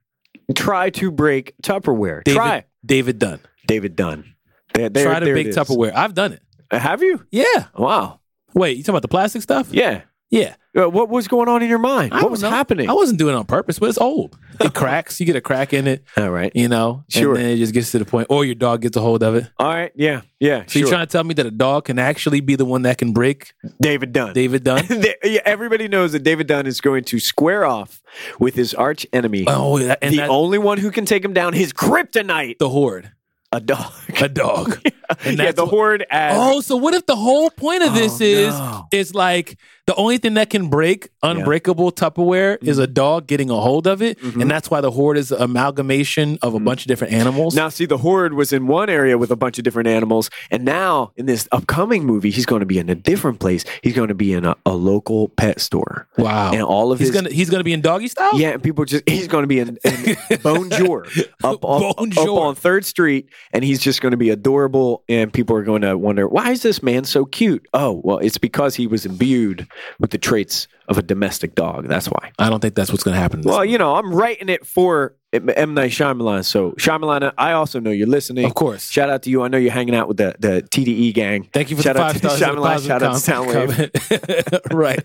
S2: Try to break Tupperware.
S1: David,
S2: Try.
S1: David Dunn.
S2: David Dunn. There, there,
S1: Try to
S2: there
S1: bake
S2: it is.
S1: Tupperware. I've done it.
S2: Uh, Have you?
S1: Yeah.
S2: Wow.
S1: Wait, you talking about the plastic stuff?
S2: Yeah.
S1: Yeah.
S2: Uh, What was going on in your mind?
S1: I
S2: what
S1: don't
S2: was
S1: know.
S2: happening?
S1: I wasn't doing it on purpose, but it's old. It cracks. You get a crack in it,
S2: All right.
S1: you know,
S2: Sure.
S1: and then it just gets to the point, or your dog gets a hold of it.
S2: All right. Yeah. Yeah.
S1: So you're
S2: sure.
S1: trying to tell me that a dog can actually be the one that can break
S2: David Dunn.
S1: David Dunn?
S2: They- yeah, Everybody knows that David Dunn is going to square off with his arch enemy,
S1: oh, yeah, and
S2: the
S1: that,
S2: only one who can take him down, his kryptonite,
S1: the horde,
S2: a dog.
S1: a dog. And
S2: yeah,
S1: that's
S2: the
S1: what-
S2: horde as
S1: Oh, so what if the whole point of this
S2: Oh,
S1: is
S2: no.
S1: is like the only thing that can break unbreakable Tupperware is
S2: Mm-hmm.
S1: a dog getting a hold of it, and that's why the horde is an amalgamation of a
S2: Mm-hmm.
S1: bunch of different animals.
S2: Now, see, the horde was in one area with a bunch of different animals, and now in this upcoming movie, he's going to be in a different place. He's going to be in a, a local pet store.
S1: wow,
S2: And all of
S1: he's
S2: his
S1: gonna he's gonna be in doggy style.
S2: yeah, and people just—he's going to be in, in Bonjour up on up
S1: Bonjour.
S2: on Third Street, and he's just going to be adorable, and people are going to wonder why is this man so cute? Oh, well, it's because he was imbued with the traits of a domestic dog. That's why.
S1: I don't think that's what's going to happen.
S2: Well, you know, I'm writing it for M. M. Night Shyamalan. So, Shyamalan, I also know you're listening.
S1: of course.
S2: Shout out to you. I know you're hanging out with the, the TDE gang.
S1: Thank you for
S2: shout
S1: the
S2: out
S1: five
S2: to
S1: stars. and the
S2: Shyamalan,
S1: positive
S2: shout out to
S1: comment- comment.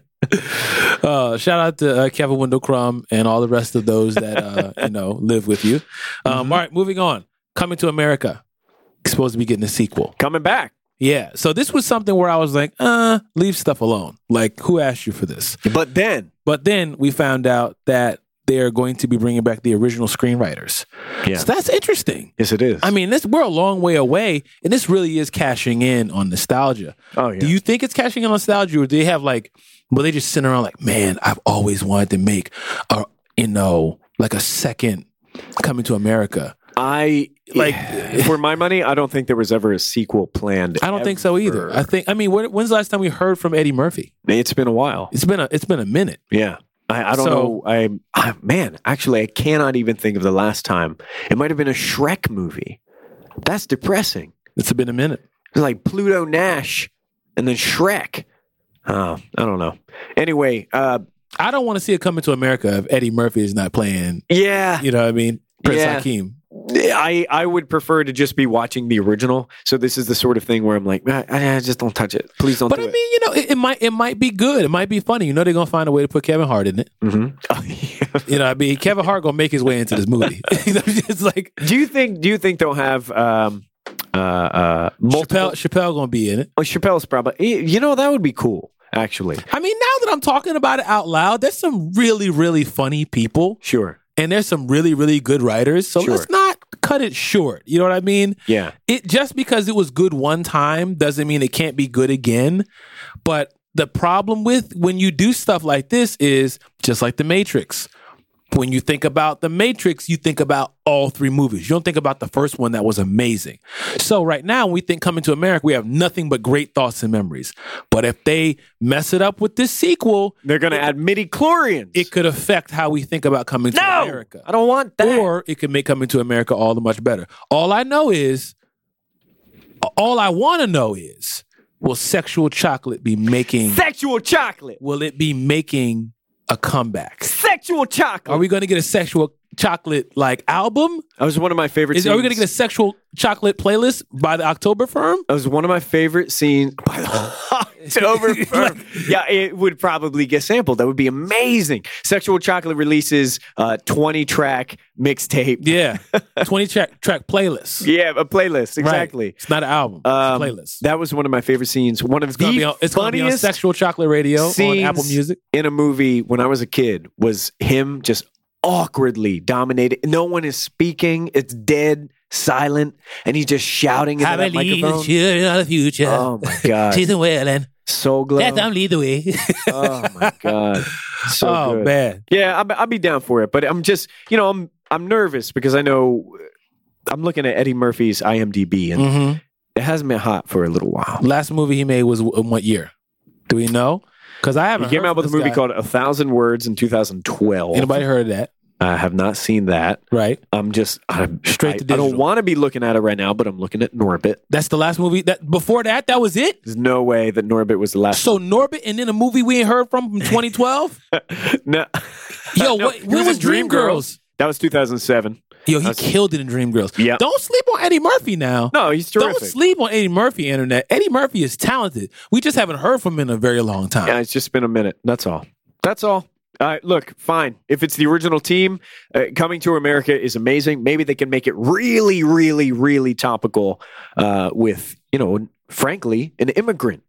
S1: right. Uh, shout out to uh, Kevin Windlecrum and all the rest of those that uh, you know live with you. Um,
S2: Mm-hmm.
S1: all right, moving on. Coming to America, supposed to be getting a sequel.
S2: Coming back.
S1: Yeah. So this was something where I was like, uh, leave stuff alone. Like, who asked you for this?
S2: But then,
S1: But then we found out that they're going to be bringing back the original screenwriters.
S2: Yeah.
S1: So that's interesting.
S2: yes, it is.
S1: I mean, this we're a long way away, and this really is cashing in on nostalgia.
S2: oh, yeah.
S1: Do you think it's cashing in on nostalgia, or do they have like, well, they just sit around like, man, I've always wanted to make a, you know, like a second coming to America.
S2: I
S1: Like-
S2: like for my money. I don't think there was ever a sequel planned.
S1: I don't think so either.
S2: ever.
S1: I think, I mean, when, when's the last time we heard from Eddie Murphy?
S2: it's been a while.
S1: It's been a, it's been a minute.
S2: Yeah, I, I don't
S1: So-
S2: know. I, I man, actually, I cannot even think of the last time. It might have been a Shrek movie. That's depressing.
S1: It's been a minute.
S2: It was like Pluto Nash and then Shrek. Oh, I don't know. Anyway, uh,
S1: I don't want to see it coming to America if Eddie Murphy is not playing.
S2: yeah,
S1: You know what I mean? Prince
S2: Yeah.
S1: Hakeem.
S2: I I would prefer to just be watching the original. So this is the sort of thing where I'm like, I, I just don't touch it. Please don't.
S1: But
S2: do
S1: I mean, you know, it, it might it might be good. It might be funny. You know, they're gonna find a way to put Kevin Hart in it.
S2: it. hmm
S1: You know, what I mean, Kevin Hart gonna make his way into this movie. You know, it's like
S2: Do you think? Do you think they'll have um, uh, uh,
S1: Chappelle
S2: multiple?
S1: Chappelle gonna be in it.
S2: Oh, Chappelle's probably. y- You know that would be cool, actually.
S1: I mean, now that I'm talking about it out loud, there's some really really funny people,
S2: Sure.
S1: and there's some really really good writers. So
S2: Sure.
S1: let's not cut it short. You know what I mean?
S2: Yeah.
S1: it just because it was good one time doesn't mean it can't be good again. But the problem with when you do stuff like this is just like the Matrix. When you think about the Matrix, you think about all three movies. You don't think about the first one that was amazing. So right now, when we think coming to America, we have nothing but great thoughts and memories. But if they mess it up with this sequel,
S2: They're going to add midi chlorians.
S1: it could affect how we think about coming to America.
S2: I don't want that.
S1: Or it could make coming to America all the much better. All I know is, all I want to know is, will sexual chocolate be making?
S2: sexual chocolate.
S1: Will it be making a comeback?
S2: Sexual chocolate.
S1: Are we going to get a sexual chocolate like album?
S2: that was one of my favorite
S1: Is
S2: scenes.
S1: are we going to get a sexual chocolate playlist by the October firm?
S2: that was one of my favorite scenes by the October firm. yeah, it would probably get sampled. That would be amazing. Sexual Chocolate releases uh, 20 track mixtape.
S1: Yeah, twenty track track playlist.
S2: Yeah, a
S1: Right.
S2: playlist. Exactly.
S1: It's not an album.
S2: Um,
S1: it's a playlist.
S2: That was one of my favorite scenes. One of
S1: It's gonna
S2: the
S1: be on, it's gonna be on
S2: funniest
S1: sexual chocolate radio on
S2: scenes
S1: Apple Music.
S2: in a movie when I was a kid was him just awkwardly dominated. No one is speaking. It's dead, silent, and he's just shouting into that microphone.
S1: children of the future.
S2: Oh my god,
S1: a wailing.
S2: so glow.
S1: lead the way.
S2: Oh my god, so
S1: eh? oh
S2: good.
S1: man,
S2: Yeah, I'm, I'd be down for it, but I'm just you know I'm I'm nervous because I know. I'm looking at Eddie Murphy's IMDb,
S1: Mm.
S2: and it hasn't been hot for a little while.
S1: Last movie he made was w- in what year? Do we know? Because I
S2: He
S1: haven't.
S2: came
S1: heard
S2: out with a
S1: from this
S2: movie
S1: guy.
S2: called A Thousand Words in 2012.
S1: Anybody heard of that?
S2: I have not seen that.
S1: Right.
S2: I'm just I'm
S1: Straight
S2: I,
S1: to
S2: I don't
S1: digital.
S2: want to be looking at it right now, but I'm looking at Norbit.
S1: That's the last movie. That before that, that was it.
S2: There's no way that Norbit was the last.
S1: So Norbit, and then a movie we ain't heard from from 2012.
S2: no,
S1: Yo,
S2: No,
S1: what,
S2: he
S1: when
S2: was
S1: was
S2: in Dreamgirls.
S1: Dreamgirls?
S2: that was 2007.
S1: Yo, he
S2: That's-
S1: killed it in Dreamgirls.
S2: Yeah.
S1: Don't sleep on Eddie Murphy now.
S2: No, he's terrific.
S1: Don't sleep on Eddie Murphy internet. Eddie Murphy is talented. We just haven't heard from him in a very long time.
S2: Yeah, it's just been a minute. That's all. That's all. All right, look, fine. If it's the original team, uh, coming to America is amazing. Maybe they can make it really, really, really topical uh, with, you know, frankly, an immigrant,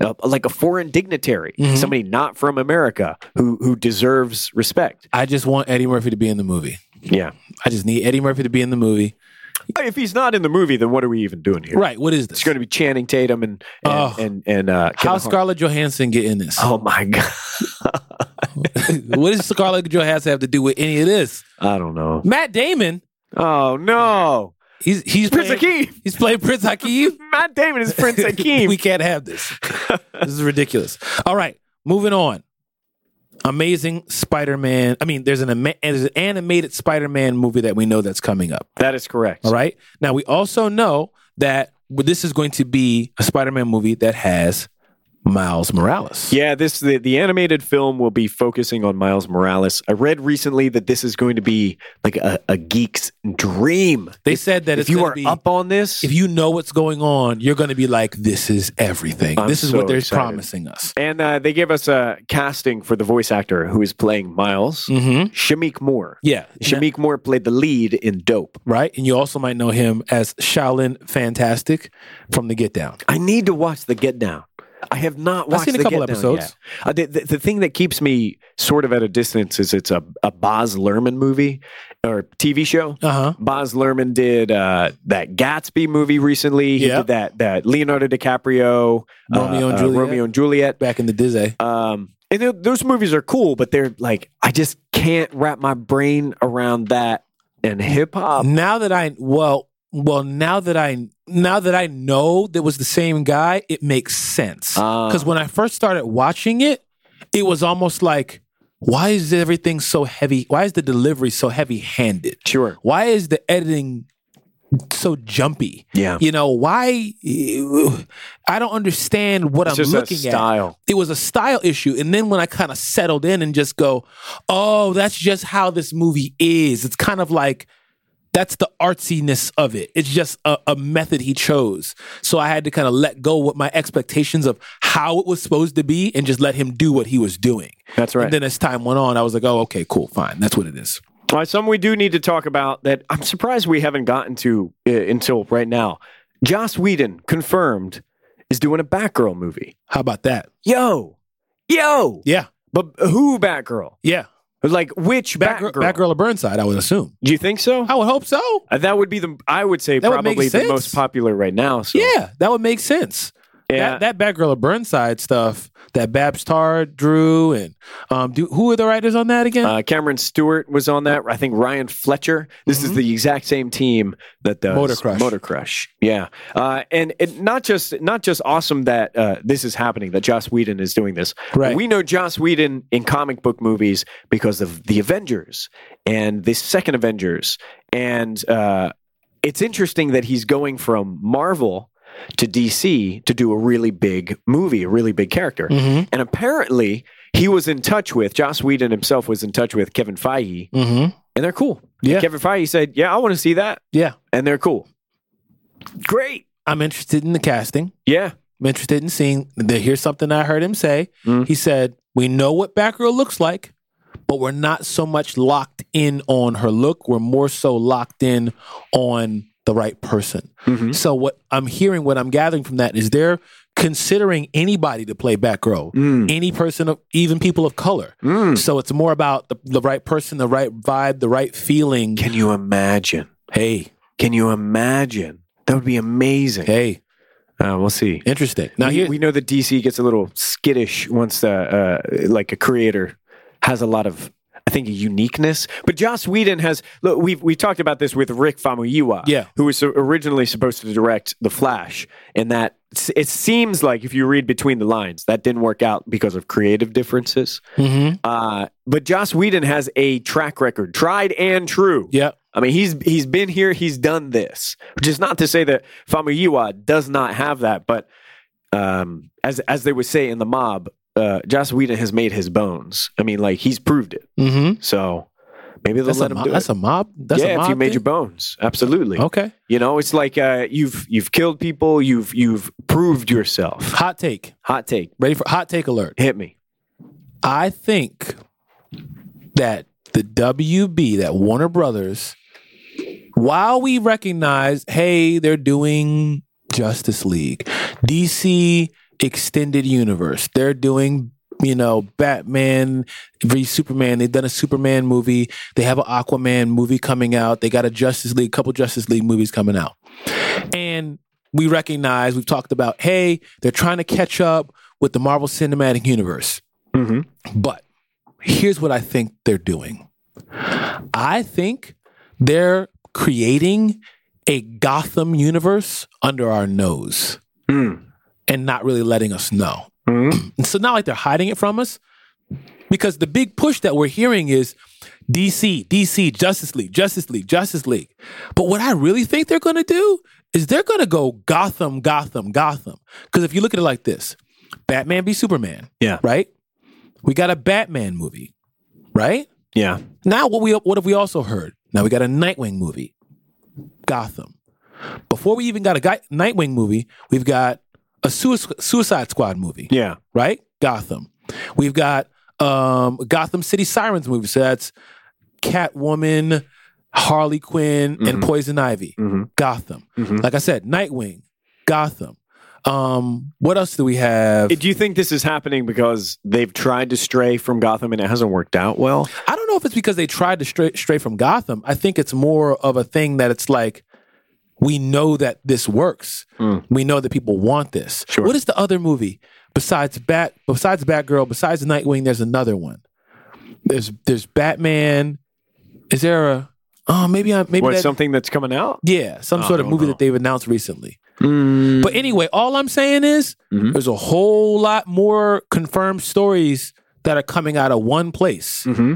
S2: uh, like a foreign dignitary,
S1: Mhm.
S2: somebody not from America who who deserves respect.
S1: I just want Eddie Murphy to be in the movie.
S2: Yeah.
S1: I just need Eddie Murphy to be in the movie.
S2: If he's not in the movie, then what are we even doing here?
S1: Right. What is
S2: It's
S1: this?
S2: going to be Channing Tatum and and
S1: Oh.
S2: and, and uh, Kevin
S1: How
S2: Hart.
S1: Scarlett Johansson get in this?
S2: Oh my god!
S1: what does Scarlett Johansson have to do with any of this?
S2: I don't know.
S1: Matt Damon,
S2: Oh no!
S1: he's he's
S2: Prince
S1: playing,
S2: Akeem.
S1: He's playing Prince Hakeem.
S2: Matt Damon is Prince Akeem.
S1: we can't have this. This is ridiculous. All right, moving on. Amazing Spider-Man. I mean, there's an ama- there's an animated Spider-Man movie that we know that's coming up.
S2: that is correct.
S1: All right. Now we also know that this is going to be a Spider-Man movie that has Miles Morales.
S2: Yeah, this the, the animated film will be focusing on Miles Morales. I read recently that this is going to be like a, a geek's dream.
S1: They said that
S2: If
S1: it's
S2: you
S1: gonna
S2: are
S1: be,
S2: up on this,
S1: if you know what's going on, you're going to be like, this is everything.
S2: I'm
S1: this is
S2: so
S1: what they're
S2: excited.
S1: promising us.
S2: and uh, they gave us a casting for the voice actor who is playing Miles,
S1: Mm-hmm.
S2: Shamik Moore.
S1: Yeah.
S2: Shamik Moore played the lead in Dope.
S1: Right? And you also might know him as Shaolin Fantastic from the Get Down.
S2: I need to watch The Get Down. I have not watched
S1: seen a
S2: The
S1: couple
S2: Get Down
S1: episodes.
S2: yet. Uh, the, the, the thing that keeps me sort of at a distance is it's a, a Boz Lerman movie or TV show.
S1: Uh huh.
S2: Boz Lerman did uh, that Gatsby movie recently. He
S1: Yeah.
S2: did that that Leonardo DiCaprio uh,
S1: Romeo and
S2: uh,
S1: Juliet.
S2: Romeo and Juliet.
S1: Back in the Dizzy.
S2: Um, and th- those movies are cool, but they're like I just can't wrap my brain around that and hip hop.
S1: now that I well well now that I now that I know that was the same guy, it makes sense.
S2: Ah.
S1: Because when I first started watching it, it was almost like, why is everything so heavy? Why is the delivery so heavy handed?
S2: Sure.
S1: Why is the editing so jumpy?
S2: Yeah.
S1: You know why? I don't understand what
S2: It's
S1: I'm
S2: just a
S1: looking at
S2: style.
S1: it was a style issue. And then when I kind of settled in and just go, oh, that's just how this movie is. It's kind of like that's the artsiness of it. It's just a, a method he chose. So I had to kind of let go what my expectations of how it was supposed to be and just let him do what he was doing.
S2: That's right.
S1: And then as time went on, I was like, oh, okay, cool, fine. That's what it is.
S2: All right, some we do need to talk about that I'm surprised we haven't gotten to uh, until right now. Joss Whedon confirmed is doing a Batgirl movie.
S1: How about that?
S2: Yo, yo,
S1: Yeah.
S2: but who Batgirl?
S1: Yeah.
S2: Like which
S1: Batgirl,
S2: Batgirl?
S1: Batgirl of Burnside, I would assume.
S2: Do you think so?
S1: I would hope so.
S2: Uh, that would be the I would say
S1: That would make
S2: probably the
S1: sense.
S2: most popular right now. So.
S1: Yeah, that would make sense.
S2: Yeah.
S1: That, that Batgirl of Burnside stuff that Babs Tarr drew and um, do, who are the writers on that again?
S2: Uh, Cameron Stewart was on that. I think Ryan Fletcher. This is the exact same team that does
S1: Mm-hmm. Motor Crush.
S2: Motor Crush. Yeah, uh, and it, not just not just awesome that uh, this is happening. That Joss Whedon is doing this.
S1: Right.
S2: We know Joss Whedon in comic book movies because of the Avengers and the second Avengers. And uh, it's interesting that he's going from Marvel to DC to do a really big movie, a really big character.
S1: mm-hmm.
S2: And apparently, he was in touch with Joss Whedon himself was in touch with Kevin Feige,
S1: Mm-hmm.
S2: and they're cool.
S1: Yeah.
S2: Kevin Feige said, "Yeah, I want to see that,"
S1: Yeah.
S2: and they're cool. Great.
S1: I'm interested in the casting.
S2: Yeah.
S1: I'm interested in seeing. The, here's something I heard him say.
S2: Mm.
S1: He said, We know what Batgirl looks like, but we're not so much locked in on her look. We're more so locked in on the right person.
S2: Mhm.
S1: So, what I'm hearing, what I'm gathering from that is they're considering anybody to play Batgirl,
S2: Mm.
S1: any person, of, even people of color.
S2: Mm.
S1: So it's more about the, the right person, the right vibe, the right feeling.
S2: Can you imagine?
S1: Hey,
S2: Can you imagine? That would be amazing.
S1: hey,
S2: Uh, we'll see.
S1: interesting. Now
S2: we,
S1: here,
S2: we know that DC gets a little skittish once uh, uh, like a creator has a lot of I think uniqueness. But Joss Whedon has look we've we talked about this with Rick Famuyiwa,
S1: Yeah.
S2: who was originally supposed to direct The Flash, and that it seems like if you read between the lines that didn't work out because of creative differences.
S1: Mhm.
S2: Uh, but Joss Whedon has a track record, tried and true.
S1: yeah,
S2: I mean, he's he's been here, he's done this, which is not to say that Famuyiwa does not have that, but um, as as they would say in the mob, uh, Joss Whedon has made his bones. I mean, like he's proved it.
S1: hmm
S2: So maybe they'll
S1: that's
S2: let
S1: a
S2: him
S1: mob,
S2: do
S1: that's
S2: it.
S1: a mob. That's
S2: yeah,
S1: a mob
S2: if you made
S1: thing?
S2: your bones, absolutely.
S1: okay.
S2: You know, it's like uh, you've you've killed people, you've you've proved yourself.
S1: Hot take.
S2: Hot take,
S1: Ready for hot take alert?
S2: hit me.
S1: I think that the WB, that Warner Brothers, while we recognize, hey, they're doing Justice League, DC Extended Universe, they're doing, you know, Batman v Superman, they've done a Superman movie, they have an Aquaman movie coming out, they got a Justice League, couple Justice League movies coming out. And we recognize, we've talked about, hey, they're trying to catch up with the Marvel Cinematic Universe. Mm-hmm.
S2: hmm
S1: But here's what I think they're doing I think they're creating a Gotham universe under our nose Mm-hmm. and not really letting us know. And so, not like they're hiding it from us, because the big push that we're hearing is DC, DC, Justice League, Justice League, Justice League. But what I really think they're going to do is they're going to go Gotham, Gotham, Gotham. Because if you look at it like this, Batman be Superman.
S2: Yeah.
S1: Right? We got a Batman movie, right?
S2: Yeah.
S1: Now what we what have we also heard? Now we got a Nightwing movie, Gotham. Before we even got a guy, Nightwing movie, we've got a Suic- Suicide Squad movie,
S2: Yeah.
S1: right? Gotham. We've got um, Gotham City Sirens movie. So that's Catwoman, Harley Quinn, and Poison Ivy.
S2: Mhm.
S1: Gotham.
S2: Mhm.
S1: Like I said, Nightwing, Gotham. Um, what else do we have?
S2: Do you think this is happening because they've tried to stray from Gotham and it hasn't worked out well?
S1: I don't know if it's because they tried to stray, stray from Gotham. I think it's more of a thing that it's like we know that this works. We know that people want this.
S2: Hmm. Sure.
S1: What is the other movie besides Bat besides Batgirl besides Nightwing? There's another one. There's there's Batman. Is there a oh maybe I maybe
S2: What,
S1: that,
S2: something that's coming out?
S1: yeah some sort of
S2: don't
S1: movie
S2: know. Hmm.
S1: that they've announced recently. But anyway, all I'm saying is
S2: Mm-hmm.
S1: there's a whole lot more confirmed stories that are coming out of one place.
S2: Mm-hmm.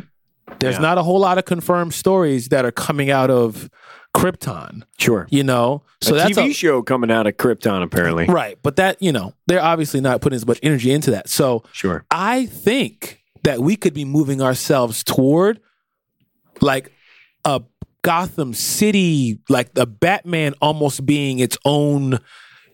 S1: There's
S2: Yeah.
S1: not a whole lot of confirmed stories that are coming out of Krypton,
S2: Sure.
S1: you know. So
S2: a
S1: that's
S2: TV
S1: a-
S2: show coming out of Krypton, apparently.
S1: right, but that you know they're obviously not putting as much energy into that. So
S2: Sure.
S1: I think that we could be moving ourselves toward like a Gotham City, like the Batman almost being its own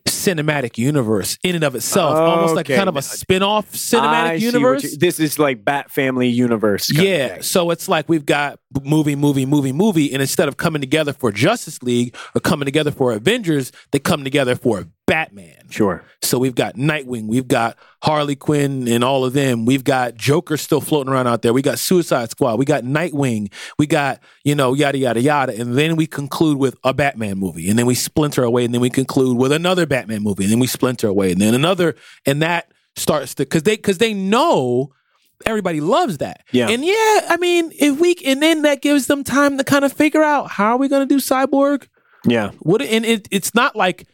S1: cinematic universe in and of itself, almost like
S2: Okay.
S1: kind of a spin-off cinematic
S2: I see what
S1: universe.
S2: you- this is like Bat Family universe. kind of
S1: Yeah.
S2: thing.
S1: So it's like we've got b- movie, movie, movie, movie, and instead of coming together for Justice League or coming together for Avengers, they come together for Batman.
S2: Sure.
S1: So we've got Nightwing, we've got Harley Quinn and all of them. We've got Joker still floating around out there. We got Suicide Squad. We got Nightwing. We got, you know, yada, yada, yada. And then we conclude with a Batman movie. And then we splinter away. And then we conclude with another Batman movie. And then we splinter away. And then another. And that starts to, cause they, cause they know everybody loves that.
S2: Yeah.
S1: And yeah, I mean, if we, and then that gives them time to kind of figure out how are we going to do Cyborg?
S2: Yeah.
S1: What and it, it's not like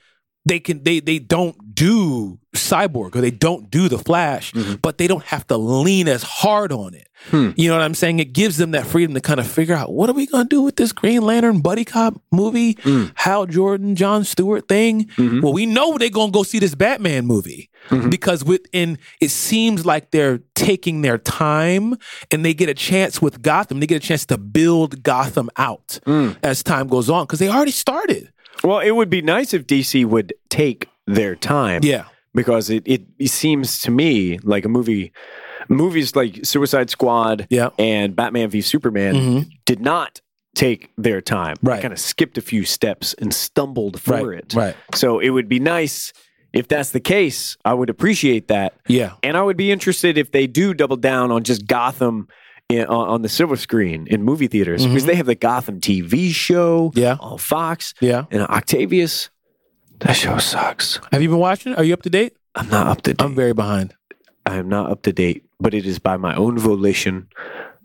S1: they can they they don't do cyborg or they don't do the flash, but they don't have to lean as hard on it. You know what I'm saying? It gives them that freedom to kind of figure out what are we gonna do with this Green Lantern buddy cop movie, Hal Jordan, John Stewart thing. Well, we know they're gonna go see this Batman movie because within it seems like they're taking their time and they get a chance with Gotham. They get a chance to build Gotham out as time goes on because they already started.
S2: Well, it would be nice if DC would take their time.
S1: Yeah.
S2: Because it, it, it seems to me like a movie, movies like Suicide Squad
S1: Yeah. Mm-hmm.
S2: and Batman v Superman did not take their time.
S1: Right.
S2: Kind of skipped a few steps and stumbled for
S1: Right,
S2: it.
S1: right.
S2: So it would be nice if that's the case. I would appreciate that.
S1: Yeah.
S2: And I would be interested if they do double down on just Gotham in, on, on the silver screen in movie theaters because they have the Gotham TV show
S1: Mm-hmm. Yeah.
S2: on Fox
S1: Yeah.
S2: and Octavius. That show sucks.
S1: Have you been watching? Are you up to date?
S2: I'm not up to date.
S1: I'm very behind.
S2: I am not up to date, but it is by my own volition.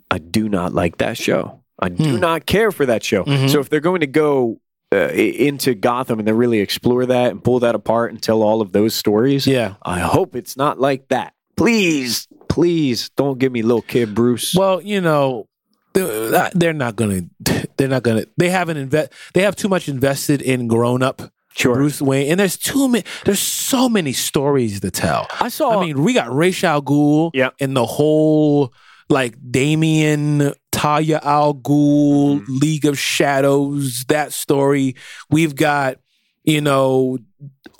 S2: I do not like that show. I do
S1: Hmm.
S2: not care for that show.
S1: Mm-hmm.
S2: So if they're going to go uh, i- into Gotham and they really explore that and pull that apart and tell all of those stories,
S1: Yeah.
S2: I hope it's not like that. Please, please don't give me little kid Bruce.
S1: Well, you know, they're they're not gonna. They're not gonna. They haven't invest. They have too much invested in grown up.
S2: Sure.
S1: Bruce Wayne, and there's too many. There's so many stories to tell.
S2: I saw-
S1: I mean, we got Ra's al Ghul.
S2: Yep.
S1: And the whole like Damien, Talia al Ghul,
S2: Mm-hmm.
S1: League of Shadows. That story. We've got you know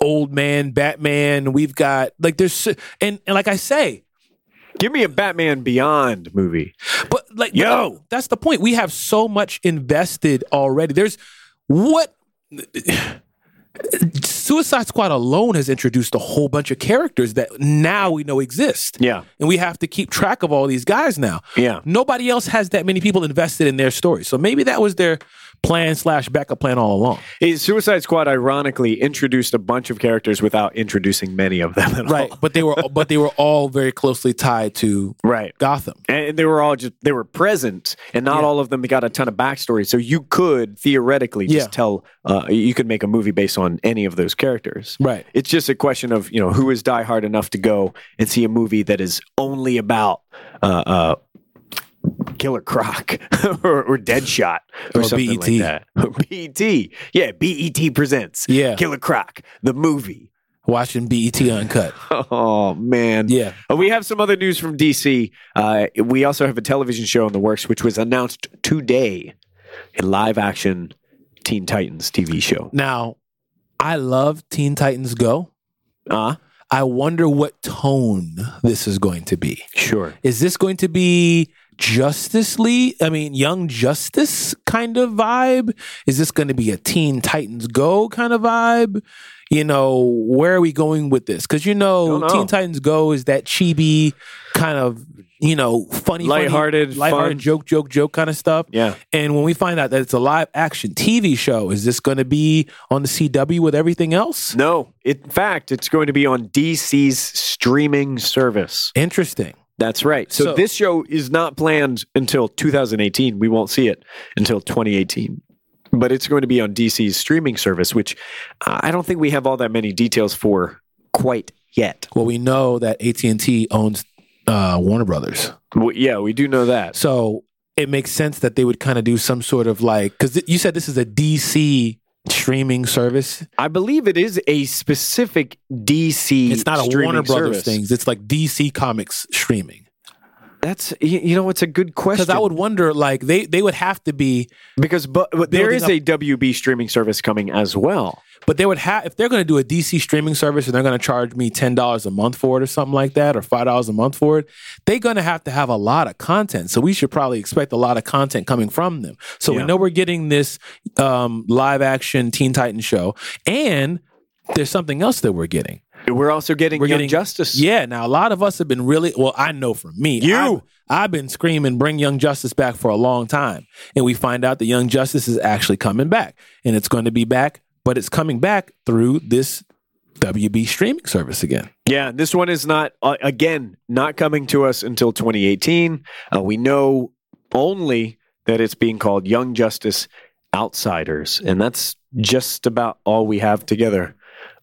S1: old man Batman. We've got like there's so- and and like I say,
S2: give me a Batman Beyond movie.
S1: But like,
S2: Yo!
S1: but that's the point. We have so much invested already. There's what Suicide Squad alone has introduced a whole bunch of characters that now we know exist.
S2: Yeah.
S1: and we have to keep track of all these guys now.
S2: Yeah.
S1: nobody else has that many people invested in their story. So maybe that was their plan slash backup plan all along.
S2: Is Suicide Squad ironically introduced a bunch of characters without introducing many of them at
S1: Right,
S2: all?
S1: but they were but they were all very closely tied to
S2: Right.
S1: Gotham.
S2: and they were all just they were present and not all of them got a ton of backstory so you could theoretically just
S1: Yeah.
S2: tell uh, you could make a movie based on any of those characters
S1: Right.
S2: it's just a question of you know who is diehard enough to go and see a movie that is only about uh, uh, Killer Croc or, or Deadshot or,
S1: Or E
S2: something
S1: BET.
S2: E like that. Or BET, yeah, BET E presents
S1: Yeah.
S2: Killer Croc the movie.
S1: watching BET Uncut.
S2: Oh man.
S1: Yeah.
S2: Uh, We have some other news from DC. Uh, we also have a television show in the works, which was announced today, a live-action Teen Titans TV show.
S1: Now, I love Teen Titans Go.
S2: Uh
S1: I wonder what tone this is going to be.
S2: sure.
S1: Is this going to be Justice League? I mean, Young Justice kind of vibe? Is this going to be a Teen Titans Go kind of vibe? You know, where are we going with this? Because you know,
S2: Don't know.
S1: Teen Titans Go is that chibi kind of you know funny,
S2: Lighthearted,
S1: funny, lighthearted
S2: fun.
S1: joke, joke, joke kind of stuff.
S2: Yeah.
S1: And when we find out that it's a live action TV show, is this going to be on the CW with everything else?
S2: No. In fact, it's going to be on DC's streaming service.
S1: Interesting.
S2: That's right. So,
S1: So-
S2: this show is not planned until 2018. We won't see it until 2018. But it's going to be on DC's streaming service, which uh, I don't think we have all that many details for quite yet.
S1: Well, we know that AT and T owns uh, Warner Brothers.
S2: W yeah, we do know that.
S1: So it makes sense that they would kind of do some sort of like because th- you said this is a DC streaming service.
S2: I believe it is a specific DC.
S1: It's not a
S2: streaming
S1: Warner Brothers
S2: service.
S1: things. It's like DC Comics streaming.
S2: That's y- you know, it's a good
S1: Because
S2: question.
S1: I would wonder, like they they would have to be,
S2: because but, but there
S1: Building
S2: is
S1: up-
S2: a WB streaming service coming as well.
S1: but they would have if they're going to do a DC streaming service and they're going to charge me ten dollars a month for it or something like that, or five dollars a month for it. They're going to have to have a lot of content, so we should probably expect a lot of content coming from them. So
S2: Yeah.
S1: we know we're getting this um, live action Teen Titan show, and there's something else that we're getting.
S2: We're also getting
S1: We're
S2: Young
S1: getting-
S2: Justice.
S1: Yeah, now a lot of us have been really well. I know for me,
S2: You.
S1: I've, I've been screaming, "Bring Young Justice back" for a long time, and we find out that Young Justice is actually coming back, and it's going to be back, but it's coming back through this WB streaming service again.
S2: Yeah, this one is not uh, again not coming to us until 2018. Uh, we know only that it's being called Young Justice Outsiders, and that's just about all we have together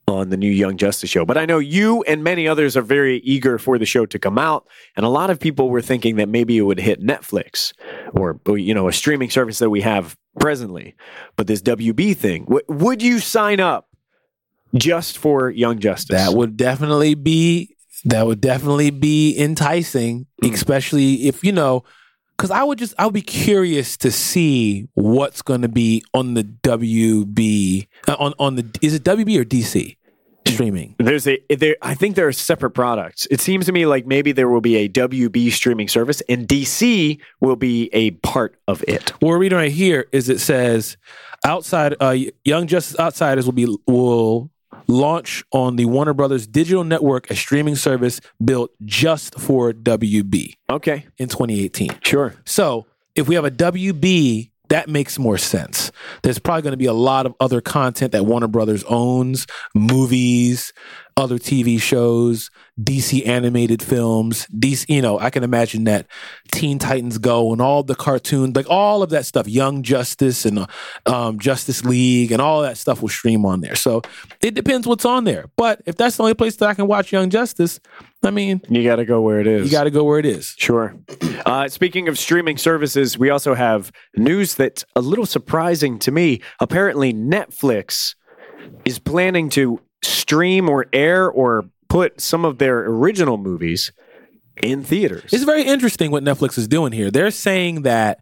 S2: on the new Young Justice show. But I know you and many others are very eager for the show to come out, and a lot of people were thinking that maybe it would hit Netflix or or, you know a streaming service that we have presently. But this WB thing, w- would you sign up just for Young Justice?
S1: That would definitely be that would definitely be enticing, especially if you know. Cause I would just I would be curious to see what's going to be on the WB uh, on on the is it WB or DC streaming?
S2: There's a there. I think there are separate products. It seems to me like maybe there will be a WB streaming service, and DC will be a part of it.
S1: What we're reading right here is it says outside uh, Young Justice Outsiders will be will launch on the Warner Brothers digital network, a streaming service built just for WB
S2: Okay,
S1: in 2018.
S2: sure.
S1: So if we have a WB, that makes more sense. There's probably going to be a lot of other content that Warner Brothers owns, movies, other TV shows, DC animated films, DC, you know, I can imagine that Teen Titans Go and all the cartoons, like all of that stuff, Young Justice and uh, um, Justice League and all that stuff will stream on there. So it depends what's on there. But if that's the only place that I can watch Young Justice, I mean,
S2: You got to go where it is.
S1: you got to go where it is.
S2: Sure. Uh, speaking of streaming services, we also have news that's a little surprising to me. Apparently, Netflix is planning to stream or air or put some of their original movies in theaters.
S1: It's very interesting what Netflix is doing here. They're saying that.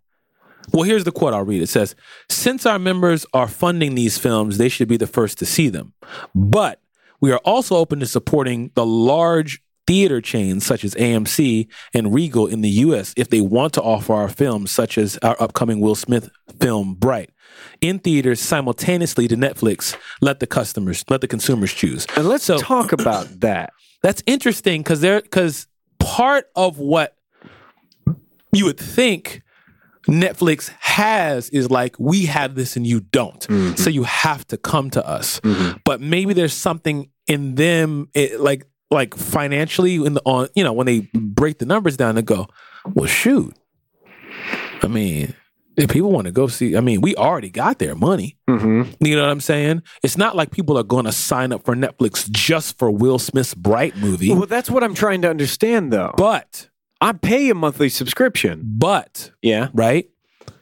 S1: Well, here's the quote I'll read. It says, "Since our members are funding these films, they should be the first to see them. But we are also open to supporting the large theater chains such as AMC and Regal in the US if they want to offer our films such as our upcoming Will Smith film Bright in theaters simultaneously to Netflix. Let the customers, let the consumers choose."
S2: and let's
S1: So-
S2: talk about that.
S1: That's interesting because they're because part of what you would think Netflix has is like we have this and you don't, so you have to come to us.
S2: Mm-hmm.
S1: But maybe there's something in them, it, like like financially in the on you know when they break the numbers down and go, well shoot, I mean if people want to go see, I mean we already got their money.
S2: Mm-hmm.
S1: You know what I'm saying? It's not like people are going to sign up for Netflix just for Will Smith's Bright movie.
S2: Well, that's what I'm trying to understand, though.
S1: But,
S2: I pay a monthly subscription.
S1: but,
S2: Yeah.
S1: right?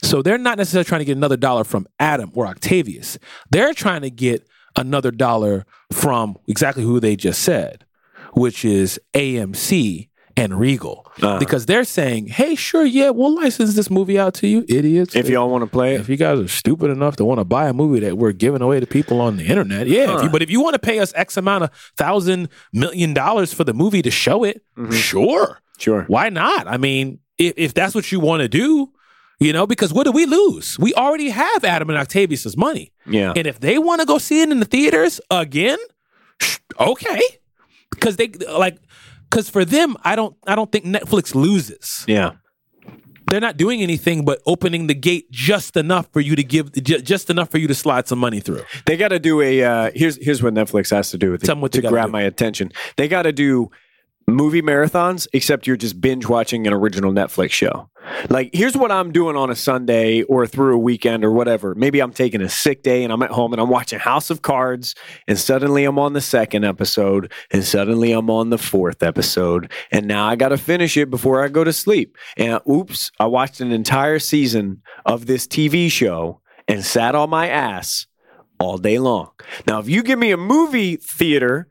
S1: So they're not necessarily trying to get another dollar from Adam or Octavius. They're trying to get another dollar from exactly who they just said, which is AMC and Regal,
S2: Uh-huh.
S1: because they're saying, "Hey, sure, yeah, we'll license this movie out to you, idiots.
S2: If y'all want to play it,
S1: if you guys are stupid enough to want to buy a movie that we're giving away to people on the internet, yeah.
S2: Uh-huh.
S1: if you- but if you want to pay us X amount of thousand million dollars for the movie to show it,
S2: Mm-hmm.
S1: sure,
S2: sure.
S1: why not? I mean, if, if that's what you want to do, you know, because what do we lose? We already have Adam and Octavius's money.
S2: Yeah.
S1: And if they want to go see it in the theaters again, sh- okay. Because they like because for them, I don't I don't think Netflix loses.
S2: Yeah.
S1: They're not doing anything but opening the gate just enough for you to give ju- just enough for you to slide some money through.
S2: They got to do a uh, here's here's what Netflix has to do with
S1: Tell 'em what you
S2: to
S1: gotta
S2: grab
S1: do.
S2: my attention. They got to do movie marathons, except you're just binge watching an original Netflix show. Like here's what I'm doing on a Sunday or through a weekend or whatever. Maybe I'm taking a sick day and I'm at home and I'm watching House of Cards, and suddenly I'm on the second episode, and suddenly I'm on the fourth episode, and now I got to finish it before I go to sleep. And oops, I watched an entire season of this TV show and sat on my ass all day long. Now, if you give me a movie theater,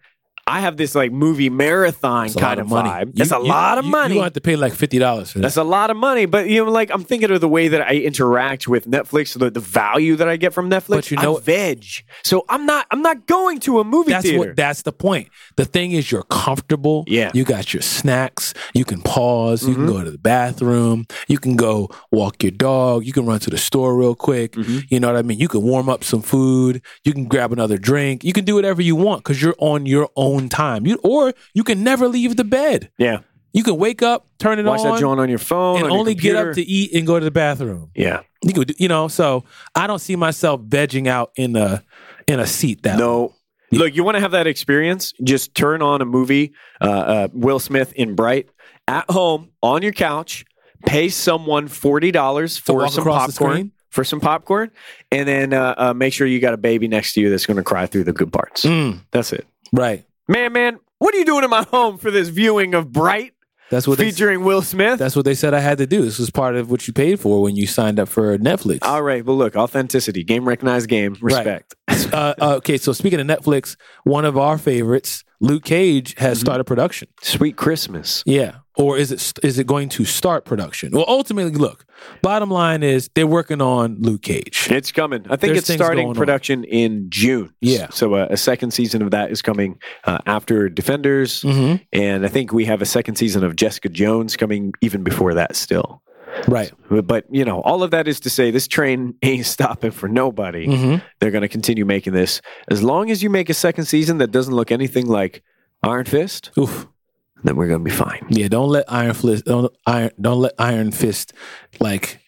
S2: I have this like movie marathon
S1: It's a lot
S2: kind of, vibe. That's a lot of
S1: you-
S2: money.
S1: You don't have to pay like fifty dollars for that.
S2: That's a lot of money, but you know, like I'm thinking of the way that I interact with Netflix, the, the value that I get from Netflix.
S1: But you know-
S2: I'm veg, so I'm not. I'm not going to a movie
S1: that's
S2: theater.
S1: what that's the point the thing is you're comfortable
S2: Yeah. Mm-hmm.
S1: you got your snacks you can pause you can go to the bathroom you can go walk your dog you can run to the store real quick
S2: Mm-hmm.
S1: you know what i mean you can warm up some food you can grab another drink you can do whatever you want because you're on your own time you or you can never leave the bed
S2: yeah,
S1: you can wake up turn it
S2: watch
S1: on
S2: that joint on your phone
S1: and
S2: on your
S1: only get up to
S2: computer.
S1: eat and go to the bathroom
S2: Yeah,
S1: you could do- you know so i don't see myself vegging out in a in a seat that
S2: No. Look, you want to have that experience? Just turn on a movie, uh, uh, Will Smith in Bright, at home on your couch. Pay someone forty dollars for
S1: walk
S2: some
S1: across the
S2: popcorn,
S1: screen?
S2: for some popcorn, and then uh, uh, make sure you got a baby next to you that's going to cry through the good parts.
S1: Mm,
S2: That's it,
S1: right
S2: man. Man, what are you doing in my home for this viewing of Bright
S1: that's what they
S2: featuring Will Smith?
S1: That's what they said I had to do. This was part of what you paid for when you signed up for Netflix.
S2: All right, well, look, authenticity, game recognized game, respect.
S1: Uh, uh, okay, so speaking of Netflix, one of our favorites, Luke Cage, has started production.
S2: Sweet Christmas.
S1: Yeah, or is it is it going to start production? Well, ultimately, look. Bottom line is they're working on Luke Cage.
S2: It's coming. I think
S1: There's
S2: it's
S1: things
S2: starting
S1: going on.
S2: production in June.
S1: Yeah.
S2: So uh, a second season of that is coming uh, after Defenders,
S1: Mhm.
S2: and I think we have a second season of Jessica Jones coming even before that still.
S1: Right.
S2: But you know, all of that is to say, this train ain't stopping for nobody.
S1: Mhm.
S2: They're going to continue making this as long as you make a second season that doesn't look anything like Iron Fist.
S1: Oof.
S2: Then we're going to be fine.
S1: Yeah. Don't let Iron Fist. Don't Iron. Don't let Iron Fist like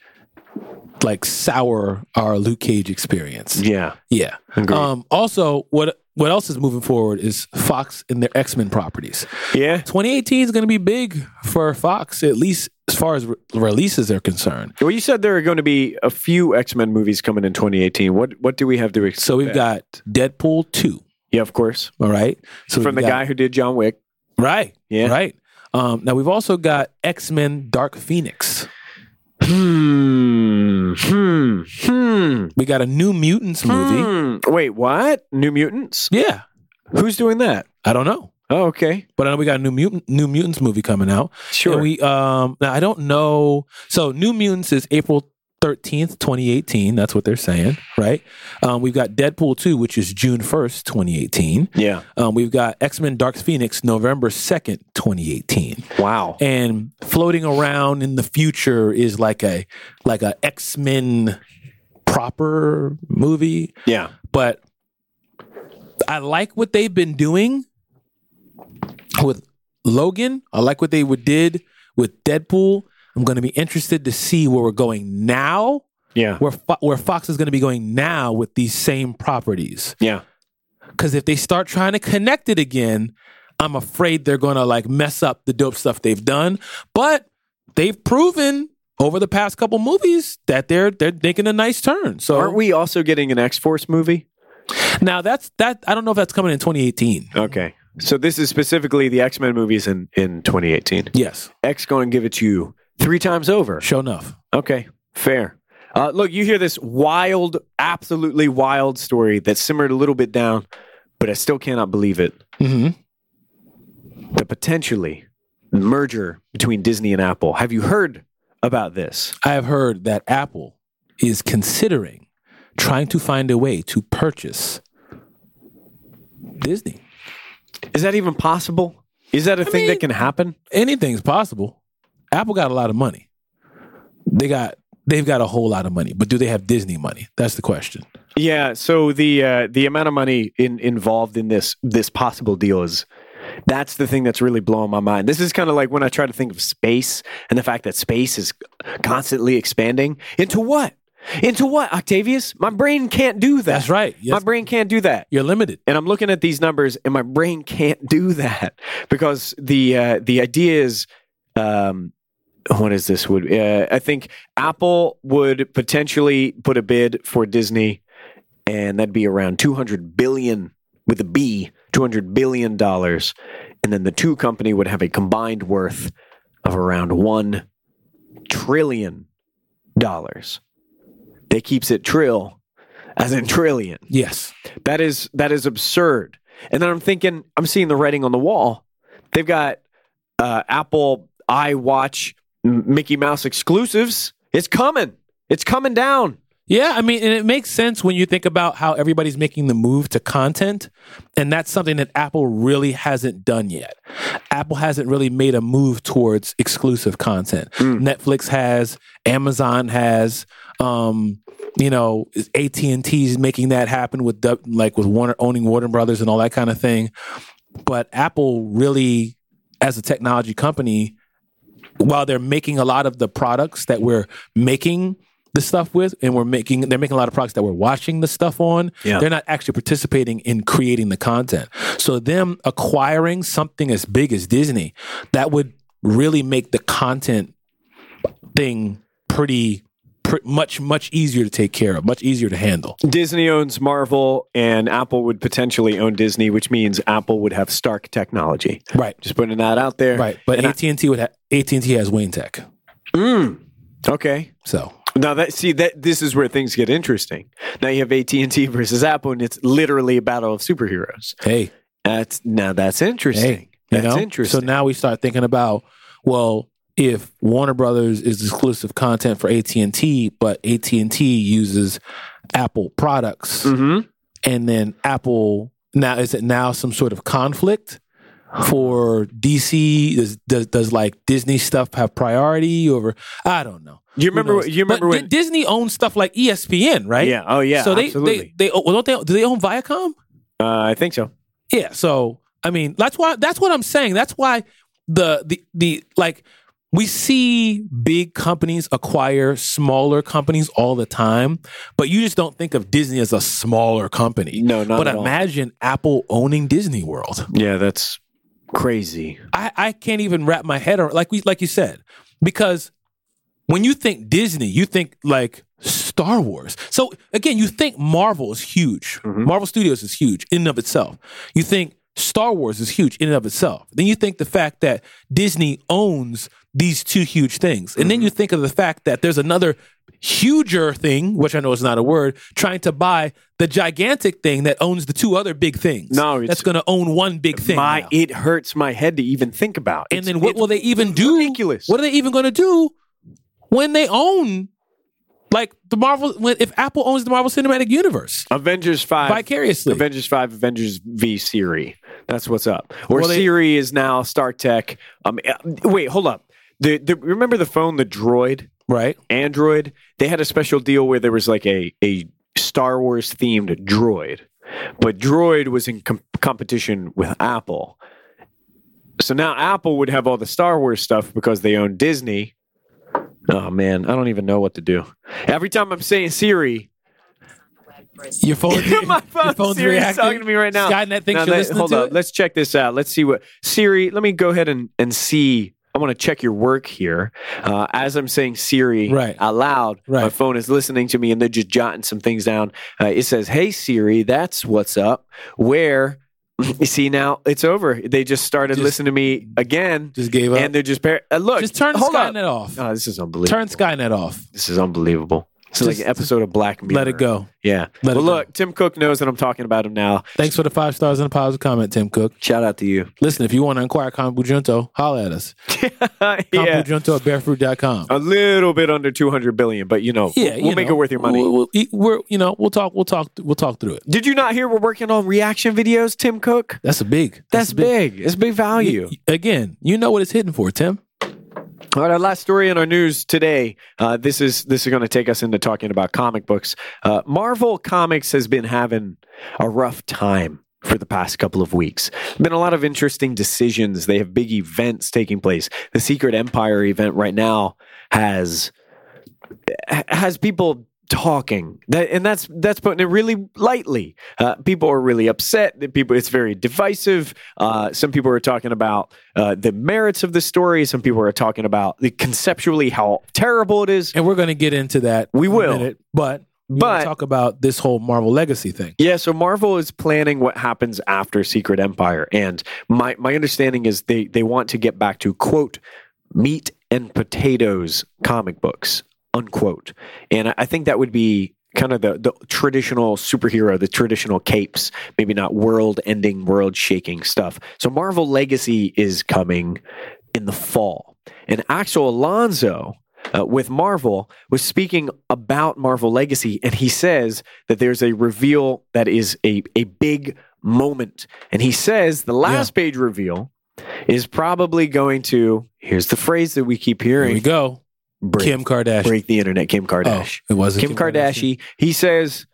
S1: like sour our Luke Cage experience.
S2: Yeah.
S1: Yeah.
S2: Agreed.
S1: Um, also, what what else is moving forward is Fox and their X Men properties.
S2: Yeah.
S1: 2018 is going to be big for Fox, at least as far as re- releases are concerned.
S2: Well, you said there are going to be a few X Men movies coming in 2018. What What do we have to expect?
S1: So we've got Deadpool 2.
S2: yeah, of course.
S1: All right. So
S2: from the
S1: we've
S2: guy
S1: got-
S2: who did John Wick.
S1: right?
S2: Yeah.
S1: right. Um, now we've also got X Men Dark Phoenix.
S2: Hmm. Hmm. Hmm.
S1: We got a New Mutants movie.
S2: Wait, what? New Mutants?
S1: Yeah,
S2: Who's doing that?
S1: I don't know,
S2: Oh, okay.
S1: but I know we got a New Mutant New Mutants movie coming out.
S2: Sure.
S1: And we um now I don't know. So New Mutants is April 13th, 2018. That's what they're saying, right? Um, we've got Deadpool 2, which is June 1st, 2018.
S2: yeah.
S1: Um, we've got X-Men Dark Phoenix, November 2nd, 2018.
S2: Wow.
S1: And floating around in the future is like a like a X-Men proper movie,
S2: yeah.
S1: but I like what they've been doing with Logan. I like what they would did with Deadpool. I'm going to be interested to see where we're going now,
S2: Yeah.
S1: where Fo- where Fox is going to be going now with these same properties.
S2: Yeah.
S1: Because if they start trying to connect it again, I'm afraid they're going to like mess up the dope stuff they've done. But they've proven over the past couple movies that they're they're taking a nice turn. So
S2: Aren't we also getting an X Force movie?
S1: now that's that. I don't know if that's coming in 2018.
S2: Okay. So this is specifically the X Men movies in, in 2018.
S1: Yes,
S2: X going to give it to you three times over.
S1: sure enough.
S2: Okay. Fair. Uh, look, you hear this wild, absolutely wild story that simmered a little bit down, but I still cannot believe it.
S1: Mm-hmm.
S2: The potentially merger between Disney and Apple. Have you heard about this?
S1: I have heard that Apple is considering trying to find a way to purchase Disney.
S2: Is that even possible? Is that a thing
S1: mean-
S2: that can happen?
S1: Anything's possible. Apple got a lot of money. They got they've got a whole lot of money, but do they have Disney money? That's the question.
S2: Yeah. So the uh, the amount of money in, involved in this this possible deal is that's the thing that's really blowing my mind. This is kind of like when I try to think of space and the fact that space is constantly expanding into what? Into what, Octavius? My brain can't do that.
S1: That's right.
S2: My
S1: Yes,
S2: brain can't do that.
S1: you're limited.
S2: And I'm looking at these numbers, and my brain can't do that because the uh, the idea is, um, what is this? Would uh, I think Apple would potentially put a bid for Disney, and that'd be around 200 billion with a B, 200 billion dollars, and then the two company would have a combined worth of around one trillion dollars. They keeps it trill, as in trillion.
S1: Yes.
S2: That is that is absurd. And then I'm thinking, I'm seeing the writing on the wall. They've got uh, Apple iWatch M- Mickey Mouse exclusives. It's coming. It's coming down.
S1: Yeah, I mean, and it makes sense when you think about how everybody's making the move to content. And that's something that Apple really hasn't done yet. Apple hasn't really made a move towards exclusive content. Netflix has, Amazon has, um, you know, AT&T's making that happen with du- like with Warner owning Warner Brothers and all that kind of thing. But Apple really as a technology company while they're making a lot of the products that we're making the stuff with and we're making they're making a lot of products that we're watching the stuff on
S2: Yeah.
S1: they're not actually participating in creating the content so them acquiring something as big as disney that would really make the content thing pretty, pretty much much easier to take care of much easier to handle
S2: Disney owns Marvel, and Apple would potentially own Disney, which means Apple would have Stark technology.
S1: right
S2: Just putting that out there.
S1: right but
S2: And I-
S1: at&t would ha- at&t has wayne tech
S2: Mm. okay.
S1: so
S2: Now that see that this is where things get interesting. Now you have AT and T versus Apple, and it's literally a battle of superheroes.
S1: hey
S2: That's now that's interesting.
S1: Hey, you
S2: that's
S1: know?
S2: interesting.
S1: So now we start thinking about well, if Warner Brothers is exclusive content for AT and T, but AT and T uses Apple products,
S2: Mm-hmm.
S1: and then Apple now is it now some sort of conflict for DC? Does does, does like Disney stuff have priority over? I don't know.
S2: You
S1: Who
S2: remember?
S1: knows?
S2: You remember
S1: but
S2: when?
S1: Di- Disney owns stuff like E ESPN, right?
S2: yeah. Oh yeah.
S1: So they
S2: absolutely.
S1: they they well, don't they do they own Viacom?
S2: uh, I think so.
S1: Yeah. So I mean, that's why that's what I'm saying. That's why the the the like we see big companies acquire smaller companies all the time, but you just don't think of Disney as a smaller company.
S2: No, not
S1: but
S2: at all.
S1: imagine Apple owning Disney World.
S2: Yeah, that's crazy.
S1: I, I can't even wrap my head around like we like you said because when you think Disney, you think like Star Wars. So again, you think Marvel is huge.
S2: Mm-hmm.
S1: Marvel Studios is huge in and of itself. You think Star Wars is huge in and of itself. Then you think the fact that Disney owns these two huge things. And then
S2: Mm-hmm.
S1: you think of the fact that there's another huger thing, which I know is not a word, trying to buy the gigantic thing that owns the two other big things.
S2: No, it's-
S1: that's going to own one big thing.
S2: My
S1: now.
S2: it hurts my head to even think about.
S1: And
S2: It's-
S1: then what
S2: it's
S1: will they even do?
S2: Ridiculous.
S1: What are they even going to do when they own, like the Marvel? When, if Apple owns the Marvel Cinematic Universe
S2: Avengers Five.
S1: vicariously,
S2: Avengers Five, Avengers V Siri. That's what's up. Or
S1: Well, they-
S2: Siri is now Star Tech. Um, uh, wait, hold up. The, the remember the phone, the Droid,
S1: right?
S2: Android. They had a special deal where there was like a a Star Wars themed Droid, but Droid was in com- competition with Apple. So now Apple would have all the Star Wars stuff because they own Disney. Oh man, I don't even know what to do. Every time I'm saying Siri,
S1: Your phone,
S2: my phone,
S1: your phone's
S2: Siri's
S1: reacting.
S2: talking to me right now.
S1: Skynet thinks
S2: Now,
S1: you're
S2: let-
S1: listening
S2: hold
S1: to
S2: on.
S1: it.
S2: Let's check this out. Let's see what Siri. Let me go ahead and and see. I want to check your work here. Uh, as I'm saying Siri
S1: Right.
S2: out loud, my
S1: Right.
S2: phone is listening to me and they're just jotting some things down. Uh, it says, "Hey Siri, that's what's up." Where you see now it's over. They just started
S1: Just-
S2: listening to me again,
S1: Just gave up.
S2: and they're just par- uh, look.
S1: Just turn
S2: hold
S1: Skynet
S2: up.
S1: off.
S2: Oh, this is unbelievable.
S1: Turn Skynet off.
S2: This is unbelievable. It's like an episode of Black Mirror.
S1: Let it go.
S2: Yeah.
S1: Let
S2: But
S1: it go.
S2: look, Tim Cook knows that I'm talking about him now.
S1: Thanks for the five stars and a positive comment, Tim Cook.
S2: Shout out to you.
S1: Listen, if you want to inquire Con Bujunto, holla at us.
S2: yeah.
S1: Conbujunto at barefruit.com.
S2: A little bit under 200 billion, but you know,
S1: yeah,
S2: we'll
S1: you
S2: make
S1: know,
S2: it worth your money.
S1: We'll, we'll- we're, you know, we'll talk, we'll talk, we'll talk through it.
S2: Did you not hear we're working on reaction videos, Tim Cook?
S1: That's a big.
S2: That's, big. It's big value.
S1: Again, you know what it's hitting for, Tim.
S2: All right, our last story in our news today. Uh, this is this is going to take us into talking about comic books. Uh, Marvel Comics has been having a rough time for the past couple of weeks. Been a lot of interesting decisions. They have big events taking place. The Secret Empire event right now has has people talking that and that's that's putting it really lightly uh, people are really upset that people it's very divisive uh, some people are talking about uh, the merits of the story some people are talking about the conceptually how terrible it is
S1: And we're going to get into that.
S2: We
S1: in a
S2: will.
S1: minute, but we
S2: But-
S1: wanna talk about this whole Marvel legacy thing.
S2: yeah so marvel is planning what happens after secret empire and my my understanding is they they want to get back to quote meat and potatoes comic books unquote and I- i think that would be kind of the, the traditional superhero the traditional capes maybe not world ending world shaking stuff so marvel legacy is coming in the fall and axel alonso uh, with marvel was speaking about marvel legacy and he says that there's a reveal that is a, a big moment and he says the last page reveal is probably going to here's the phrase that we keep
S1: Here
S2: hearing
S1: we go.
S2: break,
S1: Kim Kardashian.
S2: break the internet kim
S1: Oh,
S2: kardashian
S1: it wasn't
S2: kim, kardashian he says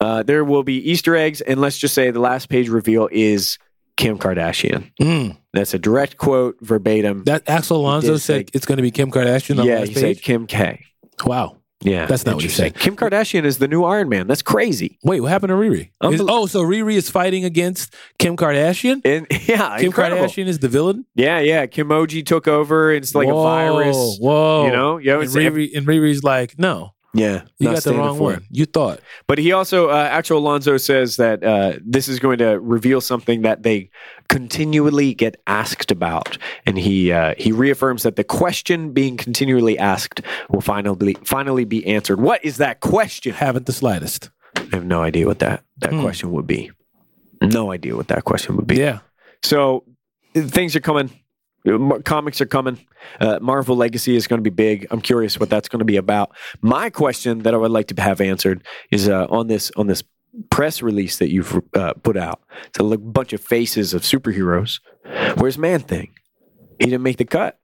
S2: uh, there will be easter eggs and let's just say the last page reveal is kim kardashian
S1: Mm.
S2: that's a direct quote verbatim
S1: That Axel Alonso
S2: did say-
S1: said it's going to be Kim Kardashian on
S2: yeah
S1: the last
S2: he said
S1: page.
S2: kim k
S1: wow.
S2: yeah
S1: That's not what he
S2: interesting.
S1: said.
S2: kim kardashian is the new iron man that's crazy
S1: Wait, what happened to Riri?
S2: Unbel-
S1: Is- oh, so Riri is fighting against Kim Kardashian?
S2: and yeah
S1: Kim
S2: incredible.
S1: Kardashian is the villain?
S2: yeah yeah kimoji took over and it's like
S1: Whoa,
S2: a virus
S1: Whoa.
S2: you know yeah
S1: and, Riri, and Riri's like, no,
S2: yeah
S1: you
S2: not
S1: got the
S2: standing
S1: wrong
S2: for it.
S1: one. You thought.
S2: But he also, uh, actual Alonso says that uh, this is going to reveal something that they continually get asked about, and he uh, he reaffirms that the question being continually asked will finally finally be answered. What is that question?
S1: Haven't the slightest.
S2: I have no idea what that that
S1: Hmm.
S2: question would be. No idea what that question would be.
S1: Yeah.
S2: So things are coming. Uh, mar- Comics are coming. Uh, Marvel Legacy is going to be big. I'm curious what that's going to be about. My question that I would like to have answered is uh, on this on this press release that you've uh, put out. It's a li- bunch of faces of superheroes. Where's Man Thing? He didn't make the cut.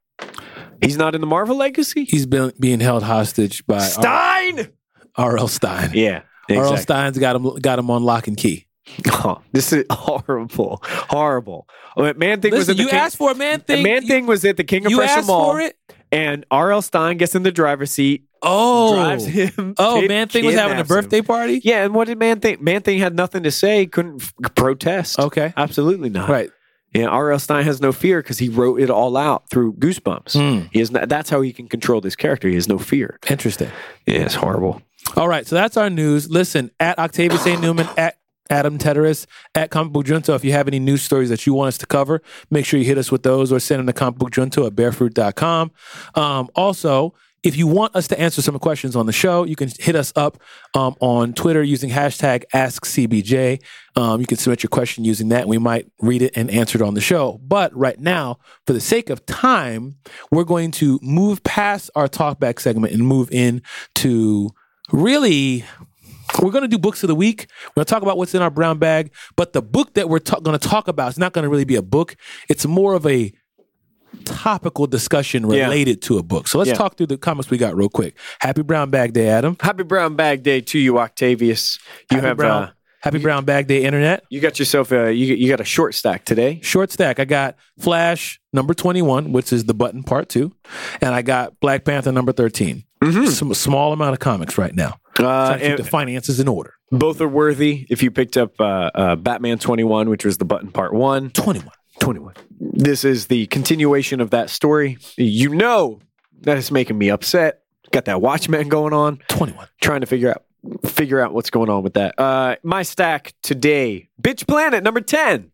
S2: He's not in the Marvel Legacy.
S1: He's been being held hostage by R-
S2: Stein.
S1: R.L. Stein.
S2: Yeah.
S1: R.L.
S2: Exactly.
S1: Stein's got him got him on lock and key.
S2: Oh, this is horrible. Horrible. Uh, Man Thing was
S1: Listen,
S2: at the
S1: you
S2: King-
S1: asked for a man thing.
S2: Man
S1: you,
S2: Thing was at the King of
S1: you
S2: Prussia
S1: asked
S2: Mall.
S1: for it.
S2: and R.L. Stein gets in the driver's seat,
S1: Oh,
S2: drives him.
S1: oh,
S2: kid-
S1: man thing was having a
S2: kidnaps him.
S1: birthday party.
S2: Yeah, and what did Man Thing? Man Thing had nothing to say, couldn't f- protest.
S1: Okay,
S2: Absolutely not.
S1: right.
S2: Yeah, R.L. Stein has no fear because he wrote it all out through goosebumps.
S1: Hmm.
S2: He is not, that's how he can control this character. He has no fear.
S1: Interesting.
S2: Yeah, it's horrible.
S1: All right, so that's our news. Listen, at Octavius A. Newman, at Adam Teteris, at Comic Book Junto, if you have any news stories that you want us to cover, make sure you hit us with those or send them to comicbookjunto at barefruit.com. Um, also, if you want us to answer some questions on the show, you can hit us up um, on Twitter using hashtag AskCBJ. Um, you can submit your question using that. We might read it and answer it on the show. But right now, for the sake of time, we're going to move past our talkback segment and move in to really we're going to do books of the week we're going to talk about what's in our brown bag but the book that we're ta- going to talk about is not going to really be a book it's more of a topical discussion
S2: Yeah.
S1: related to a book so let's
S2: Yeah.
S1: talk through the comments we got real quick happy brown bag day adam
S2: Happy Brown Bag Day to you, Octavius. You
S1: happy
S2: have
S1: brown,
S2: uh,
S1: happy brown bag day internet
S2: you got yourself a you you got a short stack today.
S1: short stack i got flash number 21 which is the button part two and i got black panther number 13 some small amount of comics right now
S2: Mm-hmm. Uh,
S1: trying to keep
S2: and-
S1: the finances in order
S2: both are worthy. If you picked up uh, uh, Batman twenty one, which was the button part one,
S1: 21
S2: 21. This is the continuation of that story. You know that it's making me upset. Got that Watchmen going on,
S1: 21
S2: trying to figure out figure out what's going on with that. Uh, my stack today, Bitch Planet number 10.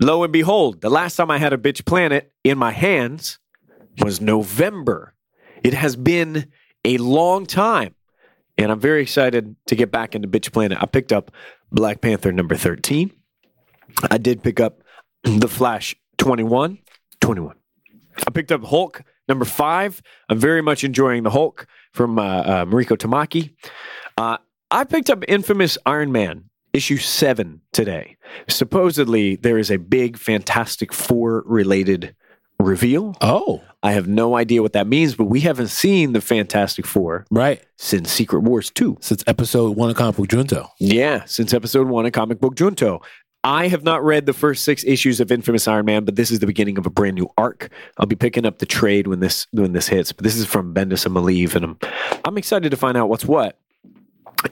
S2: Lo and behold, the last time I had a Bitch Planet in my hands was November. It has been a long time. And I'm very excited to get back into Bitch Planet. I picked up Black Panther number 13. I did pick up The Flash 21. 21. I picked up Hulk number five. I'm very much enjoying the Hulk from uh, uh, Mariko Tamaki. Uh, I picked up Infamous Iron Man issue seven today. Supposedly, there is a big Fantastic Four related reveal.
S1: Oh,
S2: I have no idea what that means, but we haven't seen the Fantastic Four
S1: right.
S2: since Secret Wars 2.
S1: Since episode one of Comic Book Junto.
S2: Yeah, since episode one of Comic Book Junto. I have not read the first six issues of Infamous Iron Man, but this is the beginning of a brand new arc. I'll be picking up the trade when this when this hits. But this is from Bendis and Malieve, and I'm I'm excited to find out what's what.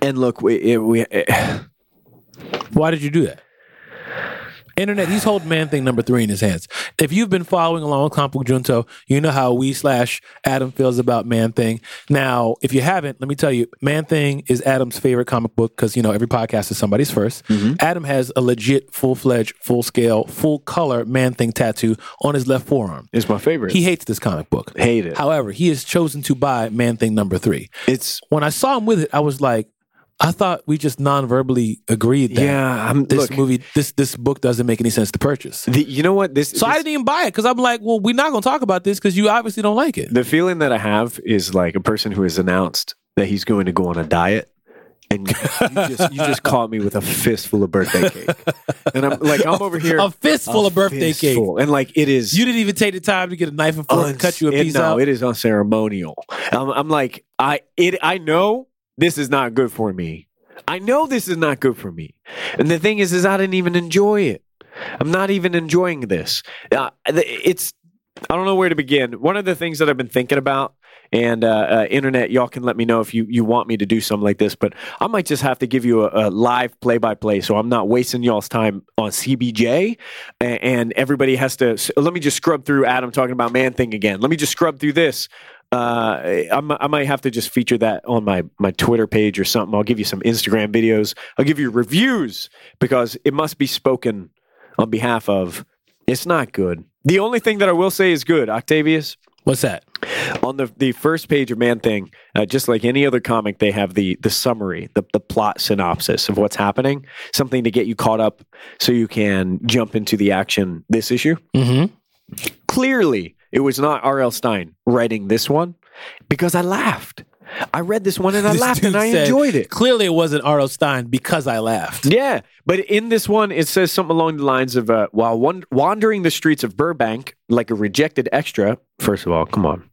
S2: And look, we it, we
S1: Why did you do that? Internet, he's holding man thing number three in his hands. If you've been following along with Comic Book Junto, you know how we slash Adam feels about man thing. Now, if you haven't, let me tell you, man thing is Adam's favorite comic book because, you know, every podcast is somebody's 1st
S2: Mm-hmm.
S1: Adam has a legit, full fledged, full scale, full color man thing tattoo on his left forearm.
S2: is my favorite.
S1: He hates this comic book.
S2: Hate it.
S1: However, he has chosen to buy man thing number three.
S2: it's
S1: when I saw him with it, I was like, I thought we just non-verbally agreed that
S2: yeah. I'm
S1: this
S2: look,
S1: movie, this this book doesn't make any sense to purchase.
S2: the, you know what this.
S1: So I
S2: this-
S1: didn't even buy it because I'm like, well, we're not going to talk about this because you obviously don't like it.
S2: The feeling that I have is like a person who has announced that he's going to go on a diet. And you just you just caught me with a fistful of birthday cake, and I'm like I'm over here
S1: A fistful of birthday cake.
S2: and like it is
S1: You didn't even take the time to get a knife and fork and
S2: uns-
S1: cut you a
S2: it-
S1: piece
S2: no,
S1: out.
S2: it is unceremonial. I'm, I'm like I it I know this is not good for me. I know this is not good for me. And the thing is, is I didn't even enjoy it. I'm not even enjoying this. Uh, th- it's I don't know where to begin. One of the things that I've been thinking about, and uh, uh, internet, y'all can let me know if you, you want me to do something like this. But I might just have to give you a, a live play by play, so I'm not wasting y'all's time on CBJ, a- and, everybody has to. s- Let me just scrub through Adam talking about man thing again. Let me just scrub through this. Uh, I, mi- I might have to just feature that on my my Twitter page or something. I'll give you some Instagram videos. I'll give you reviews because it must be spoken on behalf of. It's not good. The only thing that I will say is good, Octavius.
S1: What's that?
S2: On the the first page of Man Thing, uh, just like any other comic, they have the the summary, the the plot synopsis of what's happening, something to get you caught up so you can jump into the action this issue
S1: Mm-hmm.
S2: clearly it was not R.L. Stein writing this one because I laughed. I read this one and I laughed and I enjoyed it.
S1: Clearly, it wasn't R.L. Stein because I laughed.
S2: Yeah, but in this one, it says something along the lines of uh, while wand- wandering the streets of Burbank like a rejected extra. First of all, come on.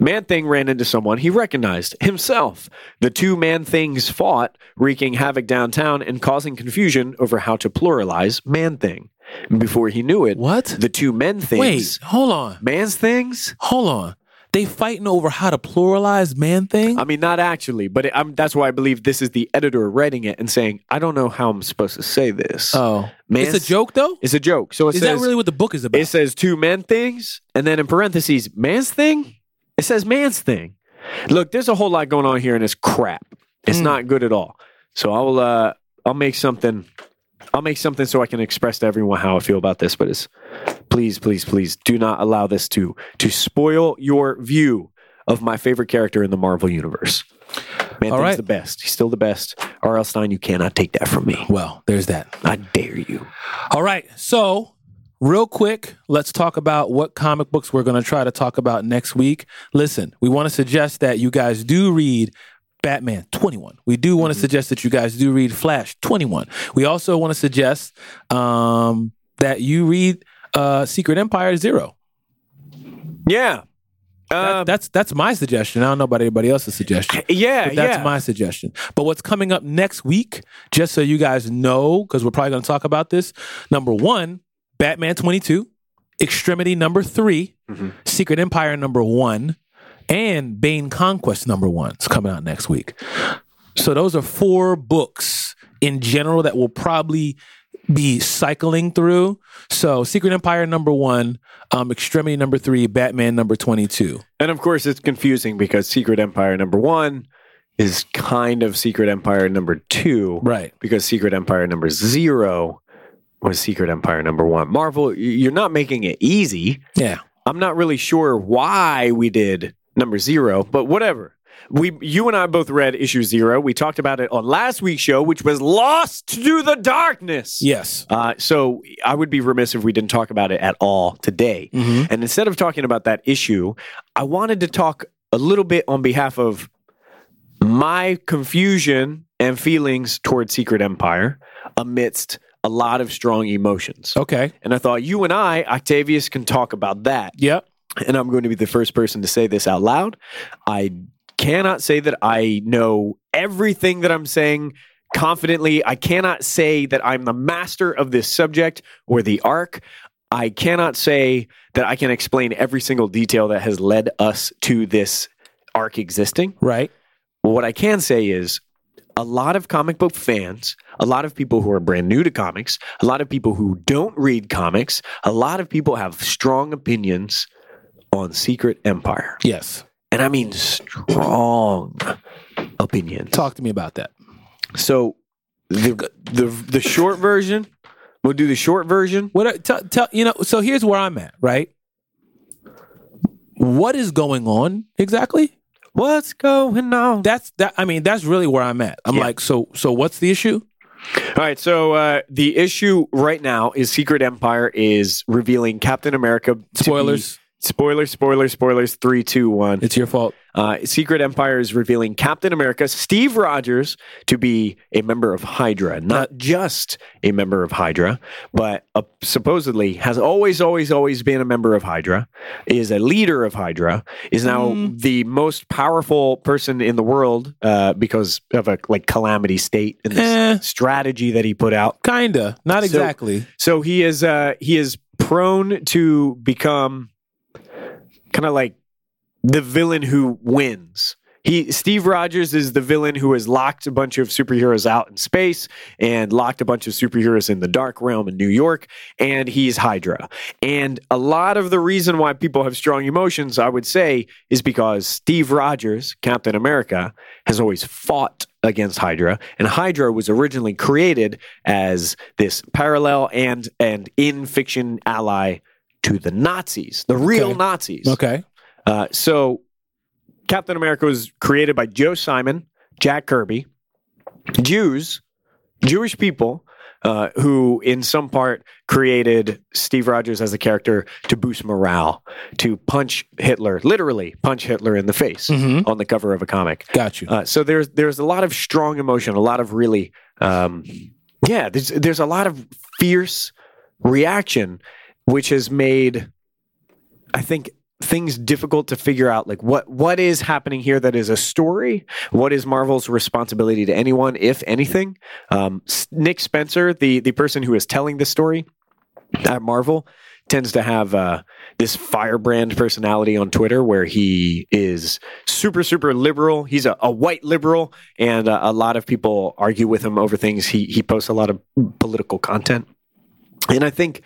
S2: Man Thing ran into someone he recognized himself. The two Man Things fought, wreaking havoc downtown and causing confusion over how to pluralize Man Thing. Before he knew it,
S1: What?
S2: the two Men
S1: Wait,
S2: Things,
S1: hold on.
S2: Man's Things,
S1: Hold on. They fighting over how to pluralize man thing?
S2: I mean, not actually, but it, i that's why I believe this is the editor writing it and saying, I don't know how I'm supposed to say this.
S1: oh.
S2: man-
S1: it's a joke, though?
S2: it's a joke. So it
S1: Is
S2: says
S1: that really what the book is about?
S2: it says two men things, and then in parentheses, man's thing. It says man's thing. Look, there's a whole lot going on here, and it's crap. It's
S1: Hmm.
S2: not good at all. So I'll uh, I'll make something. I'll make something so I can express to everyone how I feel about this. But it's please, please, please do not allow this to to spoil your view of my favorite character in the Marvel universe. Man,
S1: All
S2: Thing's
S1: right.
S2: the best. He's still the best. R.L. Stein, you cannot take that from me.
S1: well, there's that.
S2: I dare you.
S1: All right. So, real quick, let's talk about what comic books we're going to try to talk about next week. Listen, we want to suggest that you guys do read Batman 21. We do want to suggest that you guys do read Flash 21. We also want to suggest um, that you read uh, Secret Empire Zero.
S2: Yeah.
S1: That-
S2: Uh,
S1: that's that's my suggestion. I don't know about anybody else's suggestion.
S2: yeah.
S1: But that's
S2: yeah.
S1: my suggestion. But what's coming up next week, just so you guys know, because we're probably going to talk about this. Number one, Batman 22, Extremity number 3 Secret Empire number one, and Bane Conquest number one is coming out next week. So those are four books in general that will probably be cycling through. So Secret Empire number one, um, Extremity number three, Batman number 22.
S2: And of course, it's confusing because Secret Empire number one is kind of Secret Empire number two,
S1: Right.
S2: because Secret Empire number zero was Secret Empire number one. Marvel, y- you're not making it easy.
S1: Yeah.
S2: I'm not really sure why we did number zero, but whatever. We, you and I both read issue zero. We talked about it on last week's show, which was lost to the darkness.
S1: Yes.
S2: Uh, so I would be remiss if we didn't talk about it at all today.
S1: Mm-hmm.
S2: And instead of talking about that issue, I wanted to talk a little bit on behalf of my confusion and feelings toward Secret Empire amidst a lot of strong emotions.
S1: Okay.
S2: And I thought you and I, Octavius, can talk about that.
S1: Yep.
S2: And I'm going to be the first person to say this out loud. I cannot say that I know everything that I'm saying confidently. I cannot say that I'm the master of this subject or the arc. I cannot say that I can explain every single detail that has led us to this arc existing.
S1: Right.
S2: What I can say is a lot of comic book fans, a lot of people who are brand new to comics, a lot of people who don't read comics, a lot of people have strong opinions on Secret Empire.
S1: Yes.
S2: And I mean strong opinions.
S1: Talk to me about that.
S2: So the the the short version, we'll do the short version.
S1: What tell, tell you know? So here's where I'm at. Right. What is going on exactly?
S2: What's going on?
S1: That's that. I mean, that's really where I'm at. I'm
S2: Yeah.
S1: like, so so what's the issue?
S2: All right, so uh, the issue right now is Secret Empire is revealing Captain America. to be-
S1: Spoilers.
S2: Spoilers, spoilers, spoilers. Three, two, one.
S1: It's your fault.
S2: Uh, Secret Empire is revealing Captain America, Steve Rogers, to be a member of Hydra. Not just a member of Hydra, but uh supposedly has always, always, always been a member of Hydra, is a leader of Hydra, is now the most powerful person in the world uh, because of a like calamity state and this
S1: Eh.
S2: strategy that he put out.
S1: Kinda. Not
S2: So-
S1: exactly.
S2: So he is uh he is prone to become kind of like the villain who wins. He Steve Rogers is the villain who has locked a bunch of superheroes out in space and locked a bunch of superheroes in the dark realm in New York and he's Hydra. And a lot of the reason why people have strong emotions I would say is because Steve Rogers, Captain America, has always fought against Hydra and Hydra was originally created as this parallel and and in fiction ally to the Nazis, the real
S1: Okay.
S2: Nazis.
S1: Okay.
S2: Uh, so Captain America was created by Joe Simon, Jack Kirby, Jews, Jewish people, uh, who in some part created Steve Rogers as a character to boost morale, to punch Hitler, literally punch Hitler in the face
S1: Mhm.
S2: on the cover of a comic.
S1: Got you.
S2: Uh, so there's there's a lot of strong emotion, a lot of really, um, yeah. There's there's a lot of fierce reaction, which has made, I think, things difficult to figure out. Like what what is happening here? That is a story. What is Marvel's responsibility to anyone, if anything? Um, S- Nick Spencer, the the person who is telling the story at Marvel. Tends to have uh, this firebrand personality on Twitter where he is super super liberal. He's a, a white liberal, and uh, a lot of people argue with him over things. He he posts a lot of political content, and I think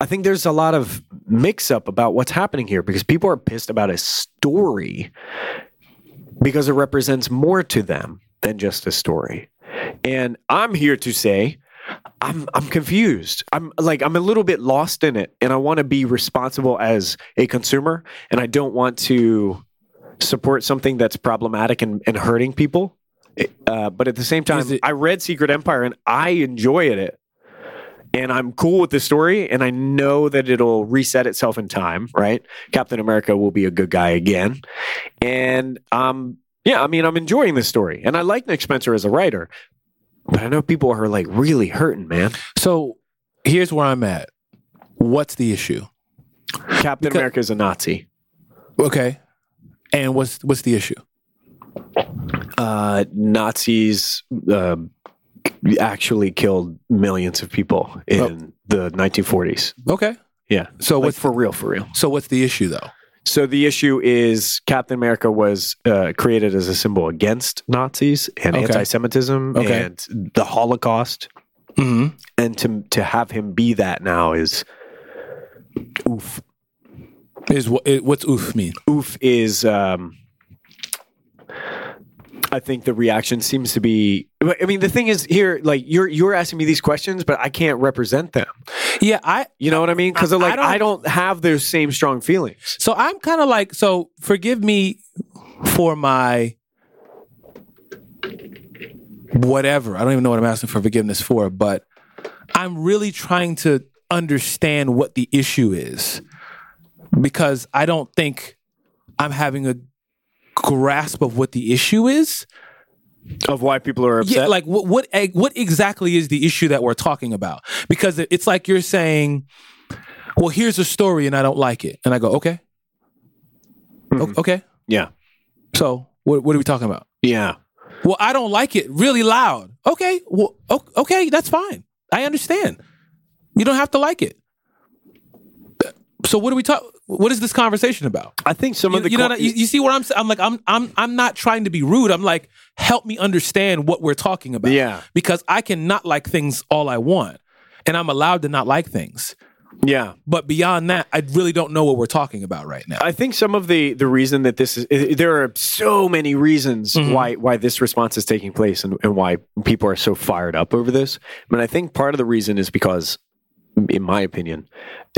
S2: I think there's a lot of mix up about what's happening here because people are pissed about a story because it represents more to them than just a story. And I'm here to say. I'm I'm confused. I'm like I'm a little bit lost in it and I want to be responsible as a consumer and I don't want to support something that's problematic and, and hurting people. It- uh, but at the same time,
S1: Is it-
S2: I read Secret Empire and I enjoy it. And I'm cool with the story, and I know that it'll reset itself in time, right? Captain America will be a good guy again. And um, yeah, I mean, I'm enjoying this story, and I like Nick Spencer as a writer, but I know people are like really hurting, man.
S1: So here's where I'm at. What's the issue?
S2: Captain
S1: Because-
S2: America is a Nazi.
S1: Okay. And what's what's the issue?
S2: Uh, Nazis uh, actually killed millions of people in the 1940s.
S1: Okay.
S2: Yeah.
S1: So
S2: Like,
S1: what's
S2: for real, for real.
S1: so what's the issue though?
S2: So the issue is Captain America was uh, created as a symbol against Nazis and
S1: Okay.
S2: anti-Semitism
S1: Okay.
S2: and the Holocaust,
S1: Mm-hmm.
S2: and to to have him be that now is oof.
S1: Is what it, what's oof mean?
S2: oof is um I think the reaction seems to be I mean the thing is here like you're you're asking me these questions but I can't represent them.
S1: Yeah, I
S2: You know what I mean? Cuz
S1: I- I
S2: like I
S1: don't-
S2: don't, have those same strong feelings.
S1: so I'm kind of like so forgive me for my whatever. I don't even know what I'm asking for forgiveness for, but I'm really trying to understand what the issue is because I don't think I'm having a grasp of what the issue is.
S2: Of why people are upset.
S1: Yeah, like what what eg- what exactly is the issue that we're talking about? Because it- it's like you're saying, "Well, here's a story and I don't like it," and I go, "Okay, O- okay."
S2: yeah.
S1: So what what are we talking about?
S2: Yeah.
S1: Well, I don't like it really loud. Okay, well, o- okay, that's fine. I understand. You don't have to like it. So what are we talk? What is this conversation about?
S2: I think some
S1: You,
S2: of the
S1: you know,
S2: co-
S1: what I- you, you see what I'm saying? I'm like, I'm, I'm, I'm not trying to be rude. I'm like, help me understand what we're talking about.
S2: Yeah.
S1: Because I can not like things all I want, and I'm allowed to not like things.
S2: yeah.
S1: But beyond that, I really don't know what we're talking about right now.
S2: I think some of the the reason that this is eh, there are so many reasons why why this response is taking place and, and why people are so fired up over this. But I think part of the reason is because in my opinion,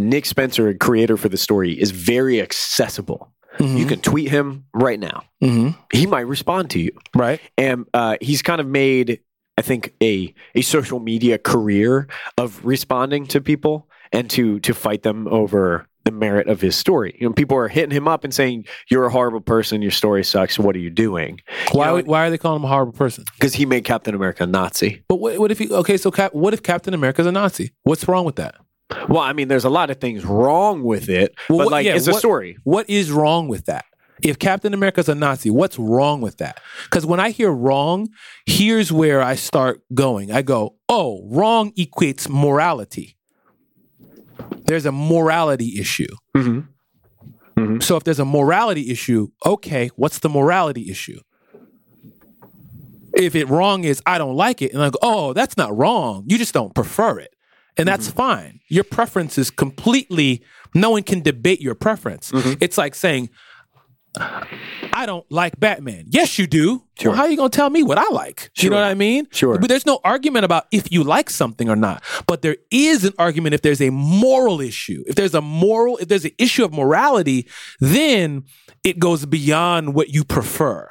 S2: Nick Spencer, creator for the story, is very accessible. You can tweet him right now.
S1: Mm-hmm.
S2: He might respond to you.
S1: Right?
S2: and uh, he's kind of made I think a a social media career of responding to people and to to fight them over the merit of his story. You know, people are hitting him up and saying you're a horrible person, your story sucks. What are you doing?
S1: Why, why are they calling him a horrible person?
S2: Because he made Captain America a Nazi.
S1: But what, what if he? Okay, so Cap, what if Captain America's a Nazi? What's wrong with that?
S2: Well, I mean, there's a lot of things wrong with it,
S1: Well,
S2: but
S1: what-
S2: like
S1: yeah,
S2: it's a
S1: what-
S2: story.
S1: What is wrong with that? If Captain America's a Nazi, what's wrong with that? Because when I hear wrong, here's where I start going. I go, oh, wrong equates morality. There's a morality issue.
S2: Mhm. Mm-hmm.
S1: So if there's a morality issue, okay, what's the morality issue? If it wrong is I don't like it, and I go, oh, that's not wrong. You just don't prefer it. And that's
S2: Mm-hmm.
S1: fine. Your preference is completely, no one can debate your preference.
S2: Mm-hmm.
S1: It's like saying, I don't like Batman. Yes, you do.
S2: Sure.
S1: Well, how are you going to tell me what I like? You know
S2: Sure.
S1: what I mean?
S2: Sure.
S1: But there's no argument about if you like something or not. But there is an argument if there's a moral issue. If there's a moral, if there's an issue of morality, then it goes beyond what you prefer.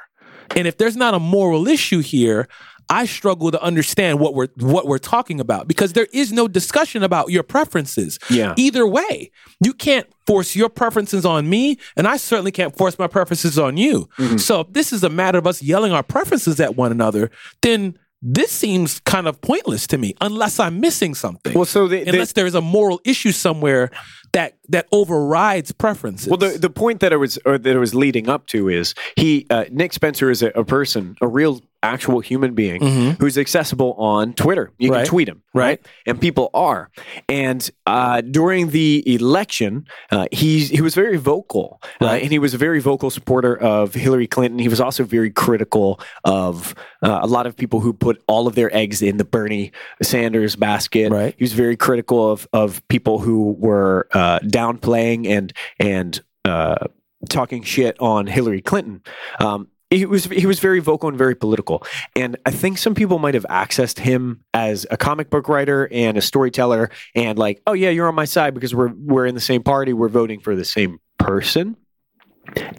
S1: And if there's not a moral issue here, I struggle to understand what we're what we're talking about because there is no discussion about your preferences.
S2: Yeah.
S1: Either way, you can't force your preferences on me, and I certainly can't force my preferences on you.
S2: Mm-hmm.
S1: So if this is a matter of us yelling our preferences at one another, then this seems kind of pointless to me, unless I'm missing something.
S2: Well, so the, the-
S1: unless there is a moral issue somewhere that that overrides preferences.
S2: Well, the, the point that I was or that I was leading up to is he uh, Nick Spencer is a, a person, a real actual human being who's accessible on Twitter. You
S1: Mm-hmm. Right.
S2: can tweet him,
S1: Right.
S2: And people are. And uh, during the election, uh, he he was very vocal, uh, and he was a very vocal supporter of Hillary Clinton. He was also very critical of uh, a lot of people who put all of their eggs in the Bernie Sanders basket.
S1: Right.
S2: He was very critical of of people who were uh, downplaying and and uh, talking shit on Hillary Clinton. Um, he was he was very vocal and very political, and I think some people might have accessed him as a comic book writer and a storyteller, and like, oh yeah, you're on my side because we're we're in the same party, we're voting for the same person,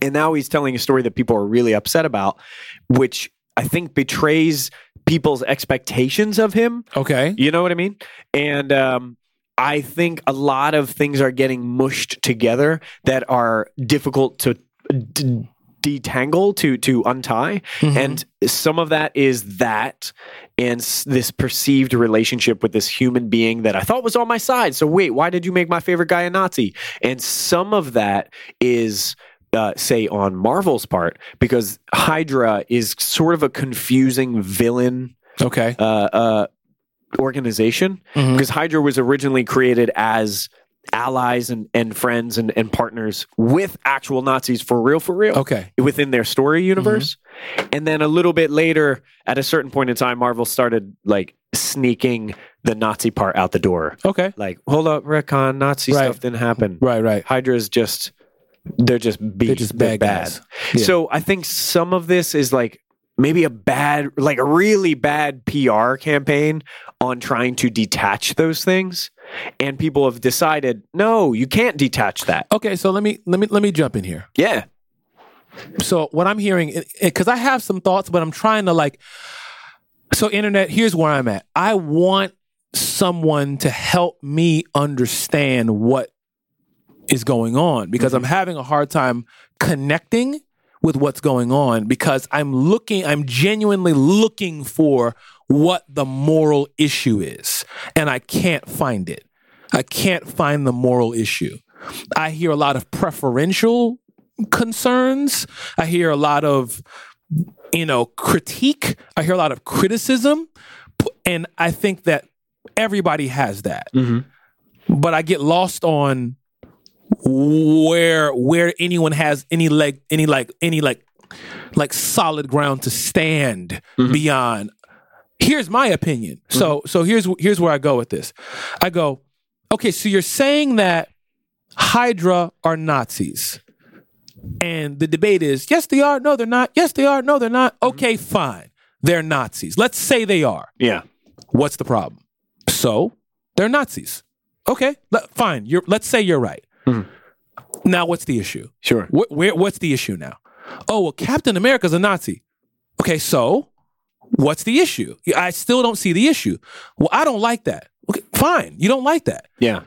S2: and now he's telling a story that people are really upset about, which I think betrays people's expectations of him.
S1: okay.
S2: You know what I mean? And um, I think a lot of things are getting mushed together that are difficult to d- detangle, to to untie, and some of that is that, and s- this perceived relationship with this human being that I thought was on my side. So wait, why did you make my favorite guy a Nazi? And some of that is uh, say on Marvel's part because Hydra is sort of a confusing villain
S1: Okay.
S2: uh, uh, organization
S1: Mm-hmm.
S2: because Hydra was originally created as allies and, and friends and, and partners with actual Nazis for real, for real.
S1: Okay. Mm-hmm.
S2: Within their story universe. And then a little bit later, at a certain point in time, Marvel started like sneaking the Nazi part out the door.
S1: Okay.
S2: Like, hold up, retcon, Nazi
S1: Right.
S2: stuff didn't happen.
S1: Right, right.
S2: Hydra is just they're just beast.
S1: They're just bad guys. Yeah.
S2: So I think some of this is like maybe a bad, like a really bad PR campaign on trying to detach those things, and people have decided no, you can't detach that.
S1: Okay, so let me let me let me jump in here.
S2: Yeah,
S1: So what I'm hearing, because I have some thoughts, but I'm trying to like, So, internet, here's where I'm at. I want someone to help me understand what is going on because I'm having a hard time connecting with what's going on because I'm looking, I'm genuinely looking for what the moral issue is and I can't find it. I can't find the moral issue. I hear a lot of preferential concerns. I hear a lot of, you know, critique. I hear a lot of criticism. P- And I think that everybody has that. But I get lost on where where anyone has any like any like any like like solid ground to stand beyond here's my opinion so so here's here's where i go with this i go okay so you're saying that hydra are nazis and the debate is yes they are no they're not yes they are no they're not
S2: Mm-hmm.
S1: okay fine they're nazis let's say they are
S2: Yeah.
S1: What's the problem? So they're Nazis. Okay, le- fine. You're, let's say you're right.
S2: Mm-hmm.
S1: Now, what's the issue?
S2: Sure.
S1: Wh- where, what's the issue now? Oh, well, Captain America's a Nazi. Okay, so what's the issue? I still don't see the issue. Well, I don't like that. Okay, fine. You don't like that.
S2: Yeah.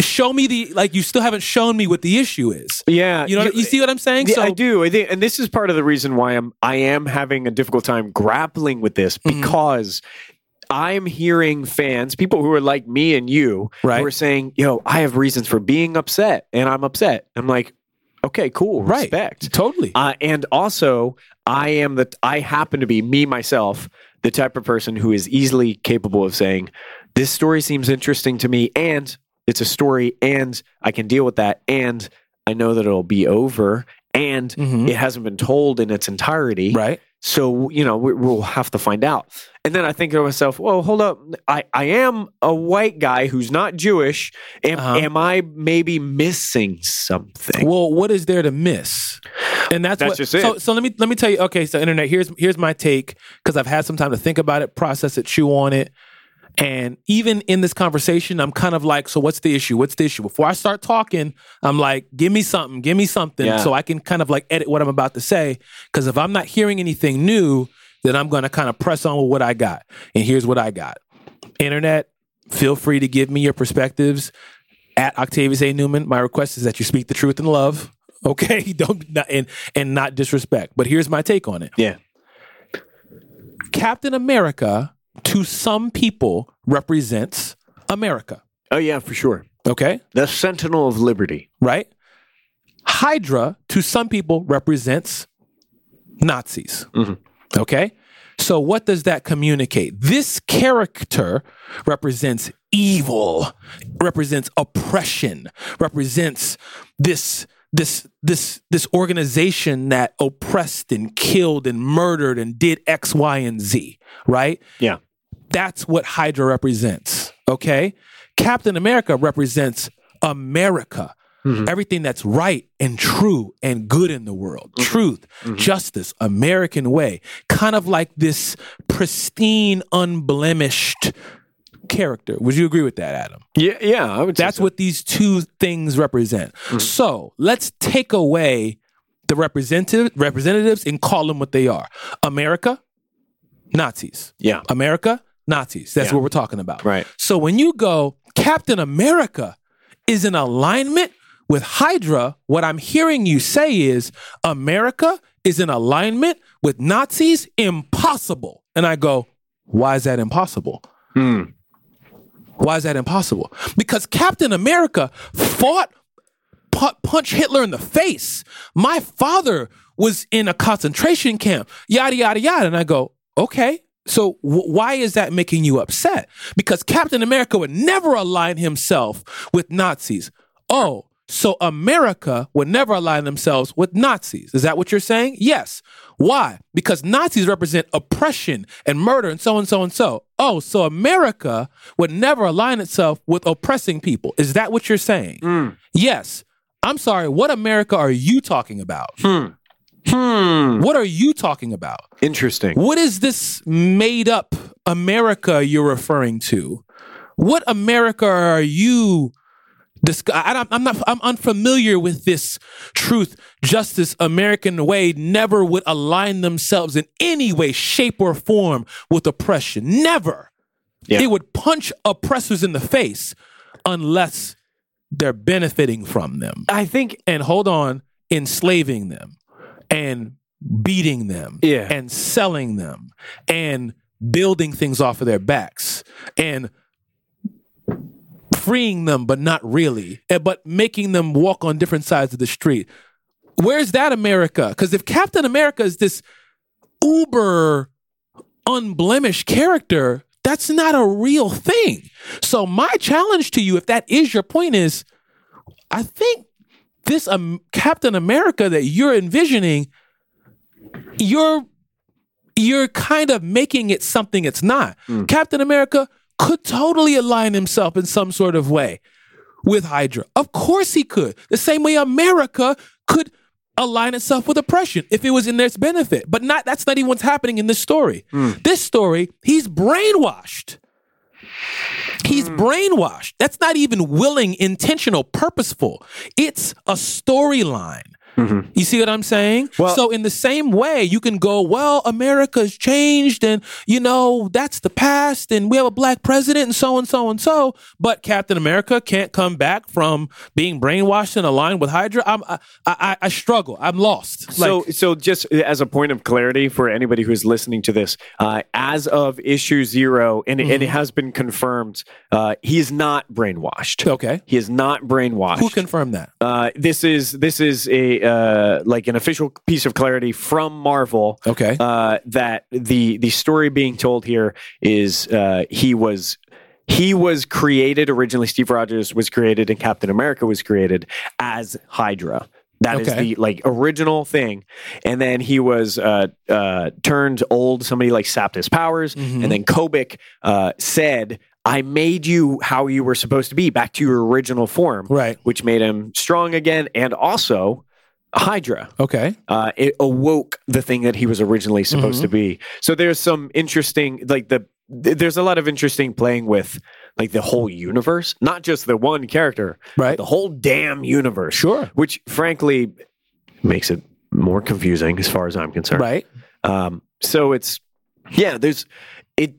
S1: Show me the, like, you still haven't shown me what the issue is.
S2: Yeah.
S1: You know, you, see what I'm saying?
S2: Uh, Yeah, I do. I think, and this is part of the reason why I'm I am having a difficult time grappling with this
S1: Mm-hmm.
S2: because I'm hearing fans, people who are like me and you,
S1: Right.
S2: who are saying, "Yo, I have reasons for being upset, and I'm upset." I'm like, "Okay, cool,
S1: Right.
S2: respect."
S1: totally.
S2: Uh, and also, I am the I happen to be me myself, the type of person who is easily capable of saying, "This story seems interesting to me, and it's a story, and I can deal with that, and I know that it'll be over, and
S1: Mhm.
S2: it hasn't been told in its entirety,
S1: Right?
S2: so you know we, we'll have to find out." And then I think to myself, "Well, hold up, I I am a white guy who's not Jewish. Am
S1: Uh-huh.
S2: am I maybe missing something?"
S1: Well, what is there to miss? And that's,
S2: That's
S1: what,
S2: just it.
S1: So, so let me let me tell you. Okay, so internet. Here's here's my take because I've had some time to think about it, process it, chew on it, and even in this conversation, I'm kind of like, so what's the issue? What's the issue? Before I start talking, I'm like, give me something, give me something,
S2: Yeah.
S1: so I can kind of like edit what I'm about to say. Because if I'm not hearing anything new, then I'm going to kind of press on with what I got. And here's what I got. Internet, feel free to give me your perspectives at Octavius A. Newman. My request is that you speak the truth in love. Okay, don't not, and and not disrespect. But here's my take on it.
S2: yeah.
S1: Captain America to some people represents America.
S2: Oh yeah, for sure.
S1: Okay,
S2: The Sentinel of Liberty.
S1: right? Hydra to some people represents Nazis. Okay, so what does that communicate? This character represents evil, represents oppression, represents this this this this organization that oppressed and killed and murdered and did X, Y, and Z. Right?
S2: Yeah.
S1: That's what Hydra represents. Okay? Captain America represents America. Everything that's right and true and good in the world. Truth, justice, American way. Kind of like this pristine, unblemished character. Would you agree with that, Adam?
S2: Yeah, yeah. I would. say
S1: That's
S2: so.
S1: what these two things represent. So let's take away the representative representatives and call them what they are: America, Nazis.
S2: Yeah.
S1: America, Nazis. That's
S2: Yeah.
S1: what we're talking about.
S2: Right.
S1: So when you go, Captain America is in alignment with Hydra. What I'm hearing you say is America is in alignment with Nazis. Impossible. And I go, why is that impossible?
S2: Hmm.
S1: Why is that impossible? Because Captain America fought pu- punch Hitler in the face. My father was in a concentration camp. Yada yada yada. And I go, okay. So wh- why is that making you upset? Because Captain America would never align himself with Nazis. Oh, so America would never align themselves with Nazis. Is that what you're saying? Yes. Why? Because Nazis represent oppression and murder and so and so and so. Oh, so America would never align itself with oppressing people. Is that what you're saying? Yes. I'm sorry. What America are you talking about?
S2: Hmm.
S1: What are you talking about?
S2: Interesting.
S1: What is this made up America you're referring to? What America are you Disc- I, I'm- I'm not. I'm unfamiliar with this truth. Justice, American way, never would align themselves in any way, shape, or form with oppression. Never.
S2: Yeah.
S1: They would punch oppressors in the face unless they're benefiting from them.
S2: I think
S1: And hold on, enslaving them and beating them
S2: Yeah.
S1: and selling them and building things off of their backs and freeing them, but not really, eh, but making them walk on different sides of the street. Where's that America? Because if Captain America is this uber unblemished character, that's not a real thing. So, my challenge to you, if that is your point, is I think this um, Captain America that you're envisioning, you're you're kind of making it something it's not. Captain America could totally align himself in some sort of way with Hydra. Of course he could. The same way America could align itself with oppression if it was in their benefit. But not that's not even what's happening in this story. This story, he's brainwashed. He's
S2: Hmm.
S1: brainwashed. That's not even willing, intentional, purposeful. It's a storyline. You see what I'm saying?
S2: Mm-hmm. Well-
S1: so in the same way, you can go, well, America's changed and you know, that's the past and we have a black president and so and so and so, but Captain America can't come back from being brainwashed and aligned with Hydra. I'm I I, I struggle. I'm lost. Like,
S2: so, so just as a point of clarity for anybody who's listening to this, uh, as of issue zero, and, and it has been confirmed, uh, he is not brainwashed.
S1: Okay.
S2: he is not brainwashed.
S1: who confirmed that?
S2: uh, this is this is a uh, like an official piece of clarity from Marvel.
S1: Okay.
S2: uh, that the the story being told here is uh, he was. He was created originally. Steve Rogers was created, and Captain America was created as Hydra. That is
S1: Okay.
S2: the like original thing, and then he was uh, uh, turned old. Somebody like sapped his powers, and then Kobik uh, said, "I made you how you were supposed to be, back to your original form."
S1: Right.
S2: which made him strong again, and also Hydra.
S1: Okay.
S2: Uh, it awoke the thing that he was originally supposed to be. So there's some interesting, like the th- there's a lot of interesting playing with like the whole universe, not just the one character, but
S1: Right.
S2: The whole damn universe.
S1: Sure.
S2: Which frankly makes it more confusing as far as I'm concerned.
S1: Right.
S2: Um, so it's yeah, there's it.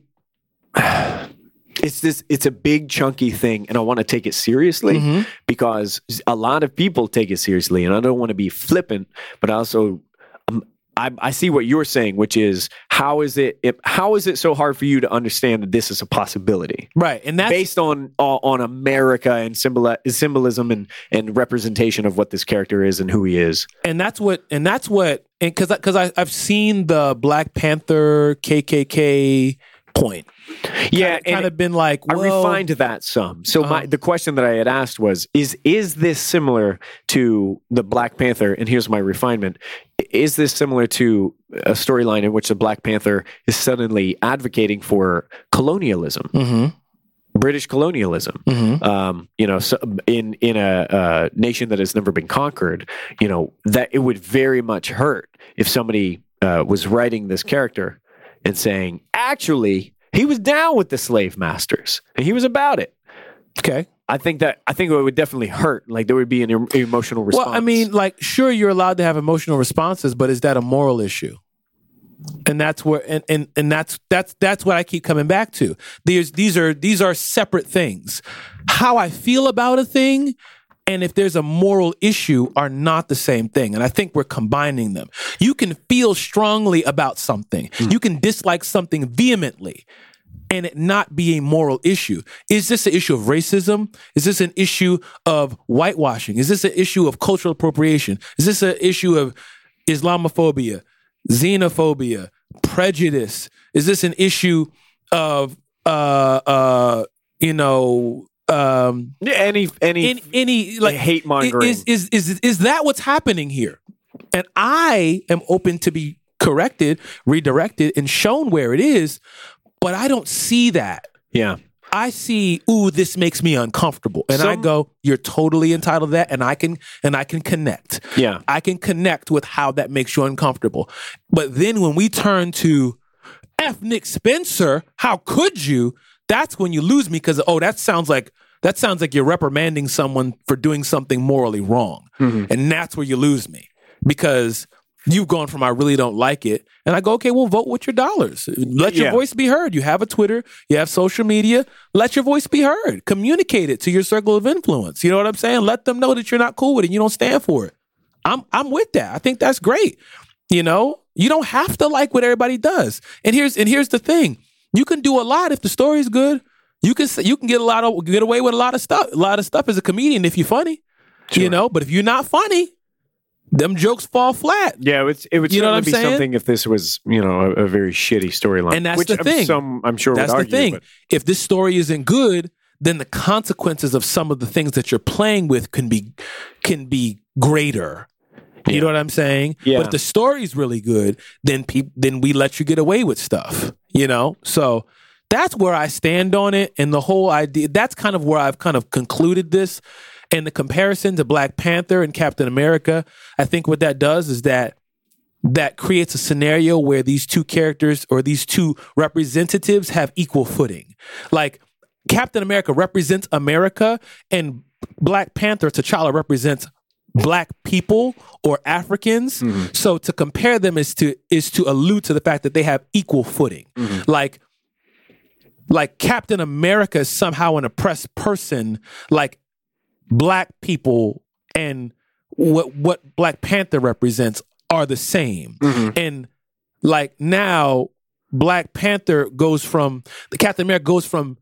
S2: It's this. It's a big chunky thing, and I want to take it seriously because a lot of people take it seriously, and I don't want to be flippant, but I also. Um, I, I see what you're saying, which is how is it, it how is it so hard for you to understand that this is a possibility
S1: Right. And that's
S2: based on on on America and symbol, symbolism and and representation of what this character is and who he is.
S1: and that's what and that's what and because because I I've seen the Black Panther KKK point.
S2: Yeah, and-
S1: Kind of been like,
S2: I
S1: well,
S2: refined that some. So my the question that I had asked was is is this similar to the Black Panther? And here's my refinement. Is this similar to a storyline in which the Black Panther is suddenly advocating for colonialism? British colonialism,
S1: Mm-hmm.
S2: um, you know, so in in a uh, nation that has never been conquered, you know, that it would very much hurt if somebody uh, was writing this character and saying, actually, he was down with the slave masters and he was about it.
S1: okay.
S2: I think that I think it would definitely hurt. Like there would be an em- emotional response.
S1: Well, I mean, like, sure, you're allowed to have emotional responses, but is that a moral issue? And that's where, and, and, and that's that's that's what I keep coming back to. These these are these are separate things. How I feel about a thing, and if there's a moral issue, are not the same thing. And I think we're combining them. You can feel strongly about something. You can dislike something vehemently and it not be a moral issue? Is this an issue of racism? Is this an issue of whitewashing? Is this an issue of cultural appropriation? Is this an issue of Islamophobia, xenophobia, prejudice? Is this an issue of uh uh you know um
S2: any any
S1: in any like
S2: hate mongering.
S1: Is, is is is that what's happening here? And I am open to be corrected, redirected, and shown where it is, but I don't see that.
S2: yeah.
S1: I see, ooh, this makes me uncomfortable. And I
S2: Some-
S1: go, you're totally entitled to that. And I can, and I can connect.
S2: Yeah.
S1: I can connect with how that makes you uncomfortable. But then when we turn to F Nick Spencer, how could you? That's when you lose me because, oh, that sounds like, that sounds like you're reprimanding someone for doing something morally wrong.
S2: Mm-hmm.
S1: And that's where you lose me because you've gone from I really don't like it. And I go, okay, well, vote with your dollars. Let your
S2: Yeah.
S1: voice be heard. You have a Twitter, you have social media. Let your voice be heard. Communicate it to your circle of influence. You know what I'm saying? Let them know that you're not cool with it. You don't stand for it. I'm I'm with that. I think that's great. You know, you don't have to like what everybody does. And here's and here's the thing: you can do a lot if the story's good. You can s- you can get a lot of get away with a lot of stuff. A lot of stuff as a comedian if you're funny. You know, but if you're not funny, them jokes fall flat.
S2: Yeah, it's, it would
S1: You know what
S2: certainly
S1: I'm
S2: be
S1: saying?
S2: something if this was, you know, a, a very shitty storyline.
S1: And that's
S2: which
S1: the
S2: I'm-
S1: thing.
S2: Some, I'm sure,
S1: That's
S2: would
S1: the
S2: argue,
S1: thing.
S2: but-
S1: If this story isn't good, then the consequences of some of the things that you're playing with can be can be greater. You
S2: Yeah.
S1: know what I'm saying?
S2: Yeah.
S1: But if the story's really good, then peop then we let you get away with stuff. You know, so that's where I stand on it, and the whole idea. That's kind of where I've kind of concluded this, and the comparison to Black Panther and Captain America. I think what that does is that that creates a scenario where these two characters or these two representatives have equal footing. Like Captain America represents America and Black Panther T'Challa represents black people or Africans. So to compare them is to is to allude to the fact that they have equal footing. Like like Captain America is somehow an oppressed person, like black people and what what Black Panther represents are the same.
S2: Mm-hmm.
S1: And like now Black Panther goes from the Captain America goes from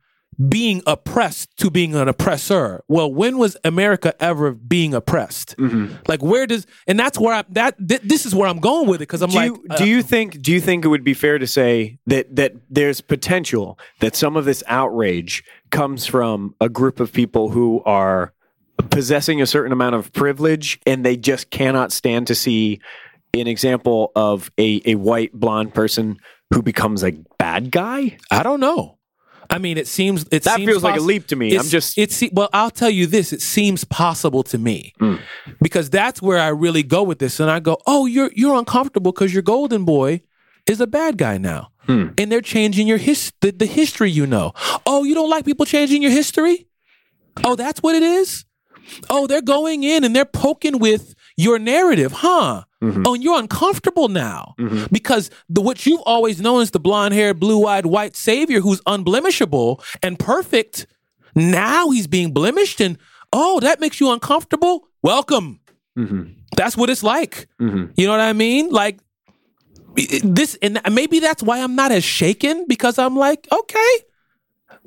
S1: being oppressed to being an oppressor. Well, when was America ever being oppressed?
S2: Mm-hmm.
S1: Like where does and that's where I that th- this is where I'm going with it because I'm
S2: do
S1: like
S2: you,
S1: uh,
S2: do you think do you think it would be fair to say that that there's potential that some of this outrage comes from a group of people who are possessing a certain amount of privilege and they just cannot stand to see an example of a, a white blonde person who becomes a bad guy
S1: I don't know. I mean, it seems it
S2: that
S1: seems
S2: feels like a
S1: possi-
S2: leap to me i'm
S1: It's-
S2: just
S1: it's well. I'll tell you this: it seems possible to me
S2: Hmm.
S1: because that's where I really go with this, and I go, "Oh, you're you're uncomfortable because your golden boy is a bad guy now,
S2: Hmm.
S1: and they're changing your his the, the history you know. Oh, you don't like people changing your history? Oh, that's what it is. Oh, they're going in and they're poking with your narrative, huh? Oh, and you're uncomfortable now because the what you've always known is the blonde-haired, blue-eyed, white savior who's unblemishable and perfect. Now he's being blemished, and oh, that makes you uncomfortable. Welcome. That's what it's like. You know what I mean? Like it- this, and maybe that's why I'm not as shaken because I'm like, okay,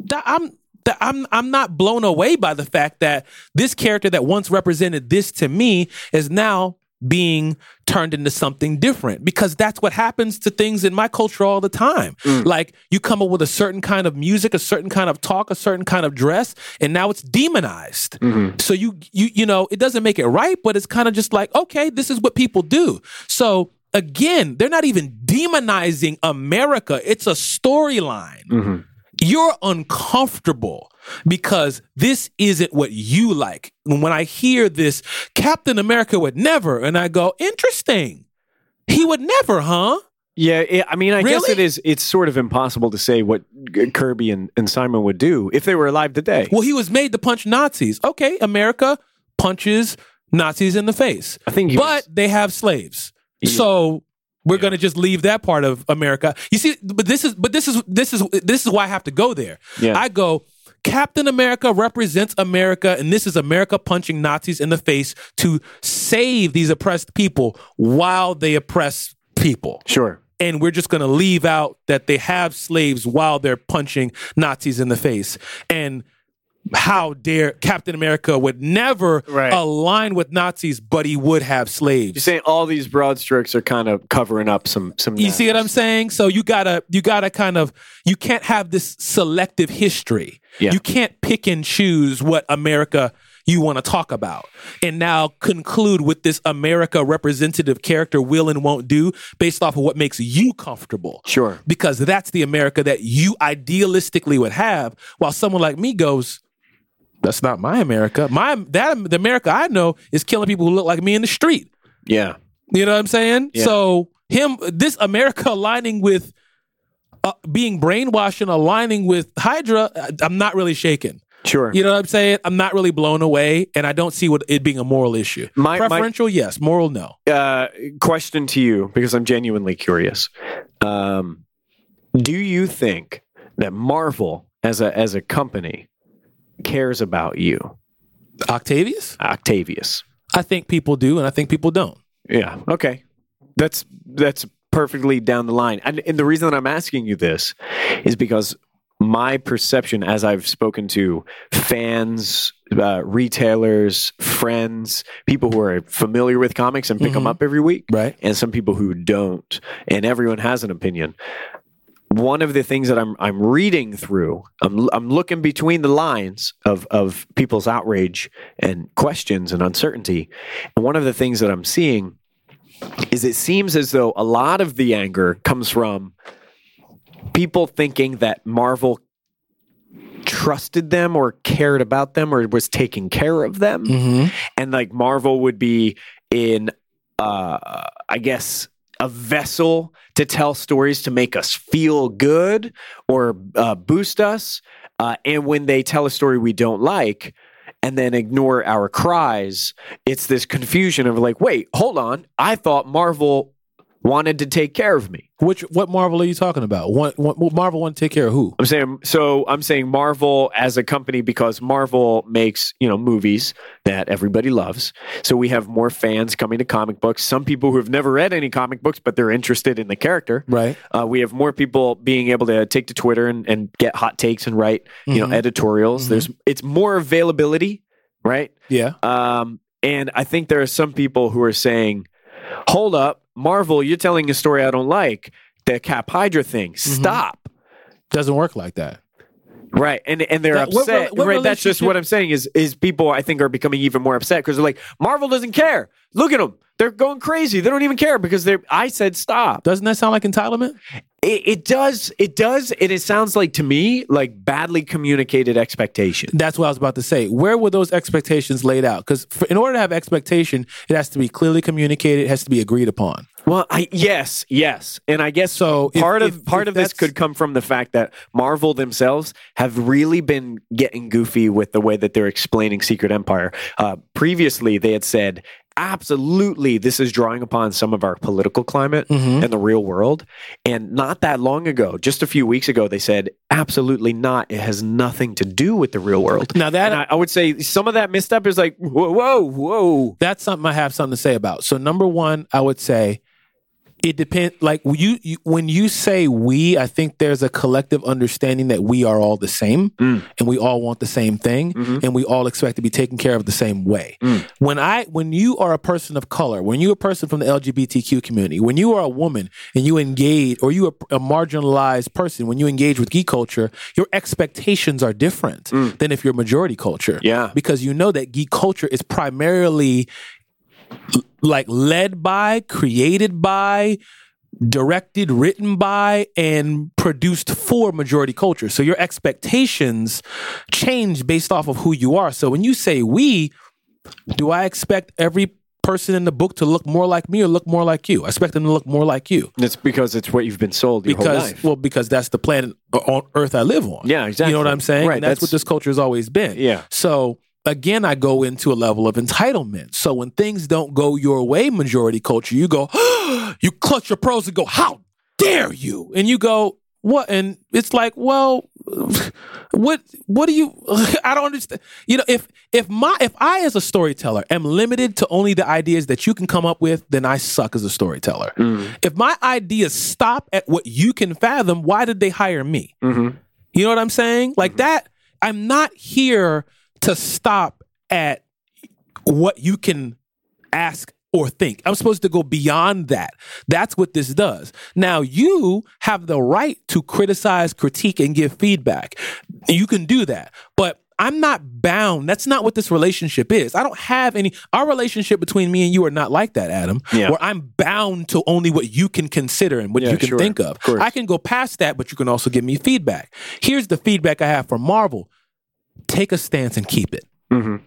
S1: that I'm that I'm I'm not blown away by the fact that this character that once represented this to me is now being turned into something different because that's what happens to things in my culture all the time. Like you come up with a certain kind of music, a certain kind of talk, a certain kind of dress, and now it's demonized. So you you you know, it doesn't make it right, but it's kind of just like, okay, this is what people do. So again, they're not even demonizing America. It's a storyline you're uncomfortable because this isn't what you like. And When I hear this, Captain America would never, and I go, interesting. He would never, huh?
S2: Yeah, it, I mean, I guess
S1: Really?
S2: it is. It's sort of impossible to say what G- Kirby and, and Simon would do if they were alive today.
S1: Well, he was made to punch Nazis. Okay, America punches Nazis in the face,
S2: I think, he
S1: but they have slaves. So we're going to just leave that part of America. You see, but this is but this is this is this is why I have to go there.
S2: Yeah.
S1: I go Captain America represents America and this is America punching Nazis in the face to save these oppressed people while they oppress people.
S2: was, sure.
S1: And we're just going to leave out that they have slaves while they're punching Nazis in the face. And how dare Captain America would never
S2: Right.
S1: align with Nazis, but he would have slaves.
S2: You're saying all these broad strokes are kind of covering up some some.
S1: You see what I'm saying? So you gotta you gotta kind of you can't have this selective history.
S2: Yeah.
S1: You can't pick and choose what America you want to talk about and now conclude with this America representative character will and won't do based off of what makes you comfortable.
S2: Sure.
S1: Because that's the America that you idealistically would have while someone like me goes that's not my America. My that the America I know is killing people who look like me in the street.
S2: Yeah.
S1: You know what I'm saying?
S2: Yeah.
S1: So him, this America aligning with uh, being brainwashed and aligning with Hydra, I- I'm uh, not really shaken.
S2: Sure.
S1: You know what I'm saying? I'm not really blown away, and I don't see what it being a moral issue.
S2: My- my-
S1: Preferential, yes. Moral, no.
S2: uh, question to you because I'm genuinely curious. Um, do you think that Marvel as a as a company cares about you,
S1: Octavius?
S2: Octavius?
S1: I think people do, and I think people don't.
S2: Yeah. Okay. That's that's perfectly down the line. And, and the reason that I'm asking you this is because my perception, as I've spoken to fans, uh, retailers, friends, people who are familiar with comics and pick them
S1: Mhm.
S2: up every week,
S1: Right.
S2: and some people who don't, and everyone has an opinion. One of the things that I'm I'm reading through, I'm I'm looking between the lines of of people's outrage and questions and uncertainty, and one of the things that I'm seeing is it seems as though a lot of the anger comes from people thinking that Marvel trusted them or cared about them or was taking care of them
S1: Mm-hmm.
S2: and like Marvel would be in, uh, I guess, a vessel to tell stories to make us feel good or uh, boost us. Uh, and when they tell a story we don't like and then ignore our cries, it's this confusion of like, wait, hold on. I thought Marvel wanted to take care of me.
S1: Which what Marvel are you talking about? One, one, Marvel want to take care of who?
S2: I'm saying so. I'm saying Marvel as a company because Marvel makes you know movies that everybody loves. So we have more fans coming to comic books. Some people who have never read any comic books but they're interested in the character.
S1: Right.
S2: Uh, we have more people being able to take to Twitter and, and get hot takes and write you know editorials. There's it's more availability, right?
S1: Yeah.
S2: Um, and I think there are some people who are saying, hold up, Marvel, you're telling a story I don't like. The Cap Hydra thing. Stop.
S1: Doesn't work like that.
S2: Right, and and they're
S1: That- what
S2: upset.
S1: rela- what
S2: right, that's just
S1: relationship-
S2: what I'm saying. Is is people I think are becoming even more upset because they're like Marvel doesn't care. Look at them, they're going crazy. They don't even care because they're. I said stop.
S1: Doesn't that sound like entitlement?
S2: It, it does. It does. And it sounds like to me like badly communicated expectation.
S1: That's what I was about to say. Where were those expectations laid out? Because in order to have expectation, it has to be clearly communicated. It has to be agreed upon.
S2: Well, I yes, yes, and I guess
S1: So if-
S2: Part of
S1: if-
S2: part
S1: if
S2: of this
S1: that's-
S2: could come from the fact that Marvel themselves have really been getting goofy with the way that they're explaining Secret Empire. Uh, previously, they had said, "Absolutely, this is drawing upon some of our political climate
S1: Mm-hmm.
S2: and the real world." And not that long ago, just a few weeks ago, they said, "Absolutely not. It has nothing to do with the real world."
S1: Now that
S2: And I, I would say some of that misstep is like, "Whoa, whoa, whoa!"
S1: that's something I have something to say about. So number one, I would say it depends. Like you, you, when you say we, I think there's a collective understanding that we are all the same, and we all want the same thing, and we all expect to be taken care of the same way. When I, when you are a person of color, when you're a person from the LGBTQ community, when you are a woman and you engage, or you are a marginalized person, when you engage with geek culture, your expectations are different than if you're majority culture
S2: Yeah.
S1: because you know that geek culture is primarily l- like led by, created by, directed, written by, and produced for majority culture. So your expectations change based off of who you are. So when you say we, do I expect every person in the book to look more like me or look more like you? I expect them to look more like you.
S2: That's because it's what you've been sold your whole
S1: Because
S2: life.
S1: well, because that's the planet on Earth I live on.
S2: Yeah, exactly.
S1: You know what I'm saying?
S2: Right,
S1: And that's,
S2: that's-
S1: what this culture has always been.
S2: Yeah.
S1: So again, I go into a level of entitlement. So when things don't go your way, majority culture, you go, you clutch your pearls and go, how dare you? And you go, what? And it's like, well, what? What do you? I don't understand. You know, if if my if I as a storyteller am limited to only the ideas that you can come up with, then I suck as a storyteller. If my ideas stop at what you can fathom, why did they hire me? You know what I'm saying? Like that, I'm not here to stop at what you can ask or think. I'm supposed to go beyond that. That's what this does. Now, you have the right to criticize, critique, and give feedback. You can do that. But I'm not bound. That's not what this relationship is. I don't have any. Our relationship between me and you are not like that, Adam,
S2: Yeah.
S1: where I'm bound to only what you can consider and what
S2: Yeah,
S1: you can
S2: sure.
S1: think of.
S2: Of course.
S1: I can go past that, but you can also give me feedback. Here's the feedback I have from Marvel take a stance and keep it
S2: Mhm.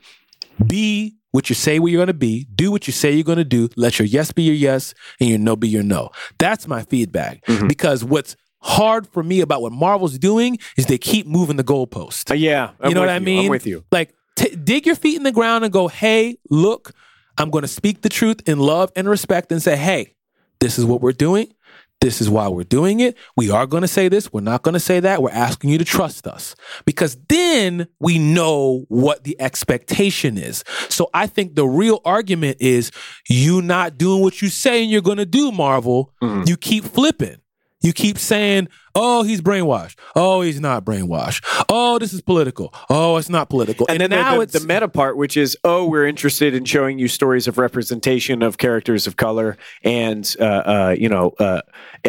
S1: be what you say what you're going to be, do what you say you're
S2: Mm-hmm.
S1: going to do, let your yes be your yes and your no be your no. That's my feedback because what's hard for me about what Marvel's doing is they keep moving the goalpost.
S2: Uh, yeah, I'm
S1: you know
S2: with
S1: what I mean?
S2: I'm with you.
S1: Like, t- dig your feet in the ground and go, hey, look, I'm going to speak the truth in love and respect and say, hey, this is what we're doing. This is why we're doing it. We are going to say this. We're not going to say that. We're asking you to trust us because then we know what the expectation is. So I think the real argument is you not doing what you saying you're going to do, Marvel.
S2: Mm-hmm.
S1: You keep flipping. You keep saying, oh, he's brainwashed. Oh, he's not brainwashed. Oh, this is political. Oh, it's not political.
S2: And, then
S1: now
S2: the,
S1: it's
S2: the meta part, which is, oh, we're interested in showing you stories of representation of characters of color and uh, uh, you know uh,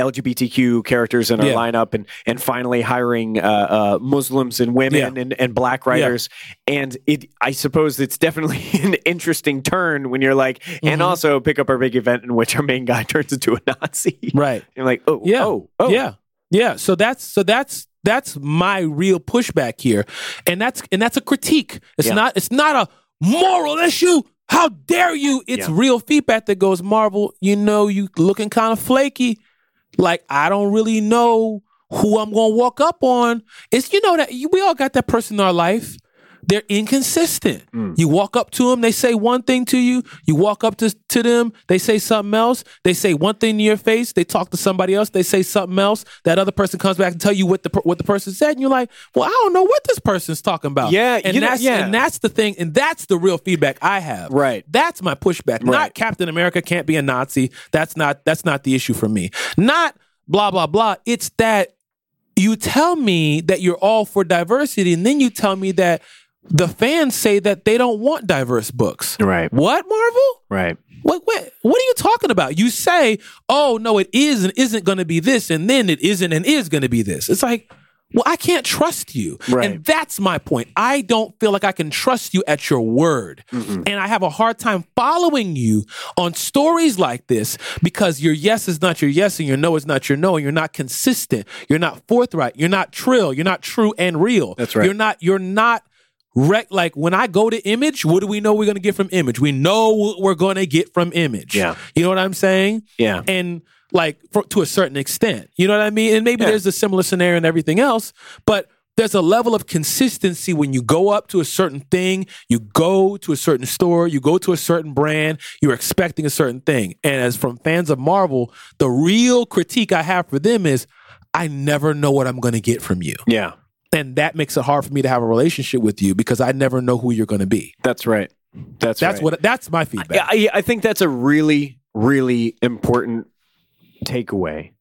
S2: LGBTQ characters in our
S1: Yeah.
S2: lineup, and and finally hiring uh, uh, Muslims and women
S1: Yeah.
S2: and, and black writers. And it, I suppose it's definitely an interesting turn when you're like,
S1: Mm-hmm.
S2: and also pick up our big event in which our main guy turns into a Nazi.
S1: right.
S2: You're like, oh,
S1: Yeah.
S2: oh, oh,
S1: Yeah. Yeah. So that's so that's that's my real pushback here. And that's and that's a critique. It's
S2: Yeah.
S1: not it's not a moral issue. How dare you? It's
S2: Yeah.
S1: real feedback that goes, Marvel, you know, you looking kind of flaky. Like I don't really know who I'm gonna walk up on. It's you know that you, we all got that person in our life. They're inconsistent.
S2: Hmm.
S1: You walk up to them, they say one thing to you. You walk up to, to them, they say something else. They say one thing to your face. They talk to somebody else. They say something else. That other person comes back and tell you what the per- what the person said, and you're like, "Well, I don't know what this person's talking about."
S2: Yeah,
S1: and
S2: you know-
S1: that's
S2: yeah.
S1: and that's the thing, and that's the real feedback I have.
S2: Right.
S1: That's my pushback. Not
S2: Right.
S1: Captain America can't be a Nazi. That's not that's not the issue for me. Not blah blah blah. It's that you tell me that you're all for diversity, and then you tell me that the fans say that they don't want diverse books.
S2: Right.
S1: What, Marvel?
S2: right.
S1: What, what, what are you talking about? You say, oh, no, it is and isn't going to be this, and then it isn't and is going to be this. It's like, well, I can't trust you.
S2: Right.
S1: And that's my point. I don't feel like I can trust you at your word. And I have a hard time following you on stories like this because your yes is not your yes and your no is not your no, and you're not consistent. You're not forthright. You're not trill. You're not true and real.
S2: That's right.
S1: You're not, you're not rec- like when I go to image, what do we know we're going to get from image? We know what we're going to get from image.
S2: Yeah.
S1: You know what I'm saying?
S2: Yeah.
S1: And like for, to a certain extent, you know what I mean? And maybe
S2: Yeah.
S1: there's a similar scenario and everything else, but there's a level of consistency when you go up to a certain thing, you go to a certain store, you go to a certain brand, you're expecting a certain thing. And as from fans of Marvel, the real critique I have for them is I never know what I'm going to get from you
S2: Yeah.
S1: and that makes it hard for me to have a relationship with you because I never know who you're going to be.
S2: That's right. That's
S1: That's
S2: right.
S1: what that's my feedback.
S2: Yeah, I, I think that's a really, really important takeaway.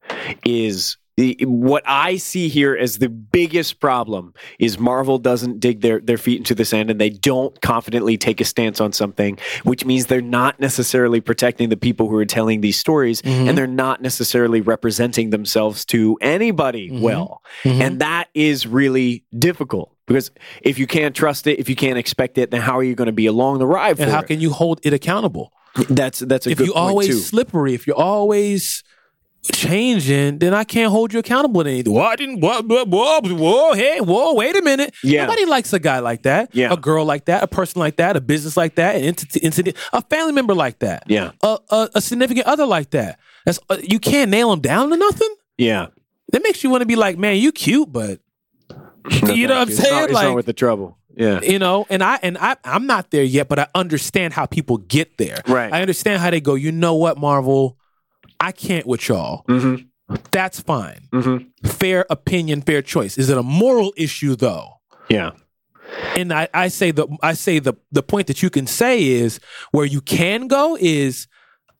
S2: Is the, what I see here as the biggest problem is Marvel doesn't dig their, their feet into the sand and they don't confidently take a stance on something, which means they're not necessarily protecting the people who are telling these stories and they're not necessarily representing themselves to anybody well. And that is really difficult because if you can't trust it, if you can't expect it, then how are you going to be along the ride for
S1: and how
S2: it?
S1: can you hold it accountable?
S2: That's that's a
S1: If
S2: good
S1: you
S2: point
S1: always
S2: too.
S1: slippery, if you're always changing, then I can't hold you accountable to anything. Well, I didn't. Whoa, whoa, whoa, whoa, hey, whoa, wait a minute.
S2: Yeah.
S1: Nobody likes a guy like that.
S2: Yeah.
S1: A girl like that. A person like that. A business like that. An entity, incident. A family member like that.
S2: Yeah.
S1: A a, a significant other like that. That's uh, you can't nail them down to nothing.
S2: Yeah,
S1: That makes you want to be like, man, you cute, but you know what I'm
S2: It's not-
S1: saying?
S2: it's not
S1: like,
S2: with the trouble. Yeah,
S1: you know and i and i i'm not there yet but i understand how people get there
S2: Right.
S1: i understand how they go you know what marvel i can't with y'all
S2: Mm-hmm,
S1: that's fine fair opinion fair choice is it a moral issue though
S2: yeah,
S1: and I, I say the I say the the point that you can say is where you can go is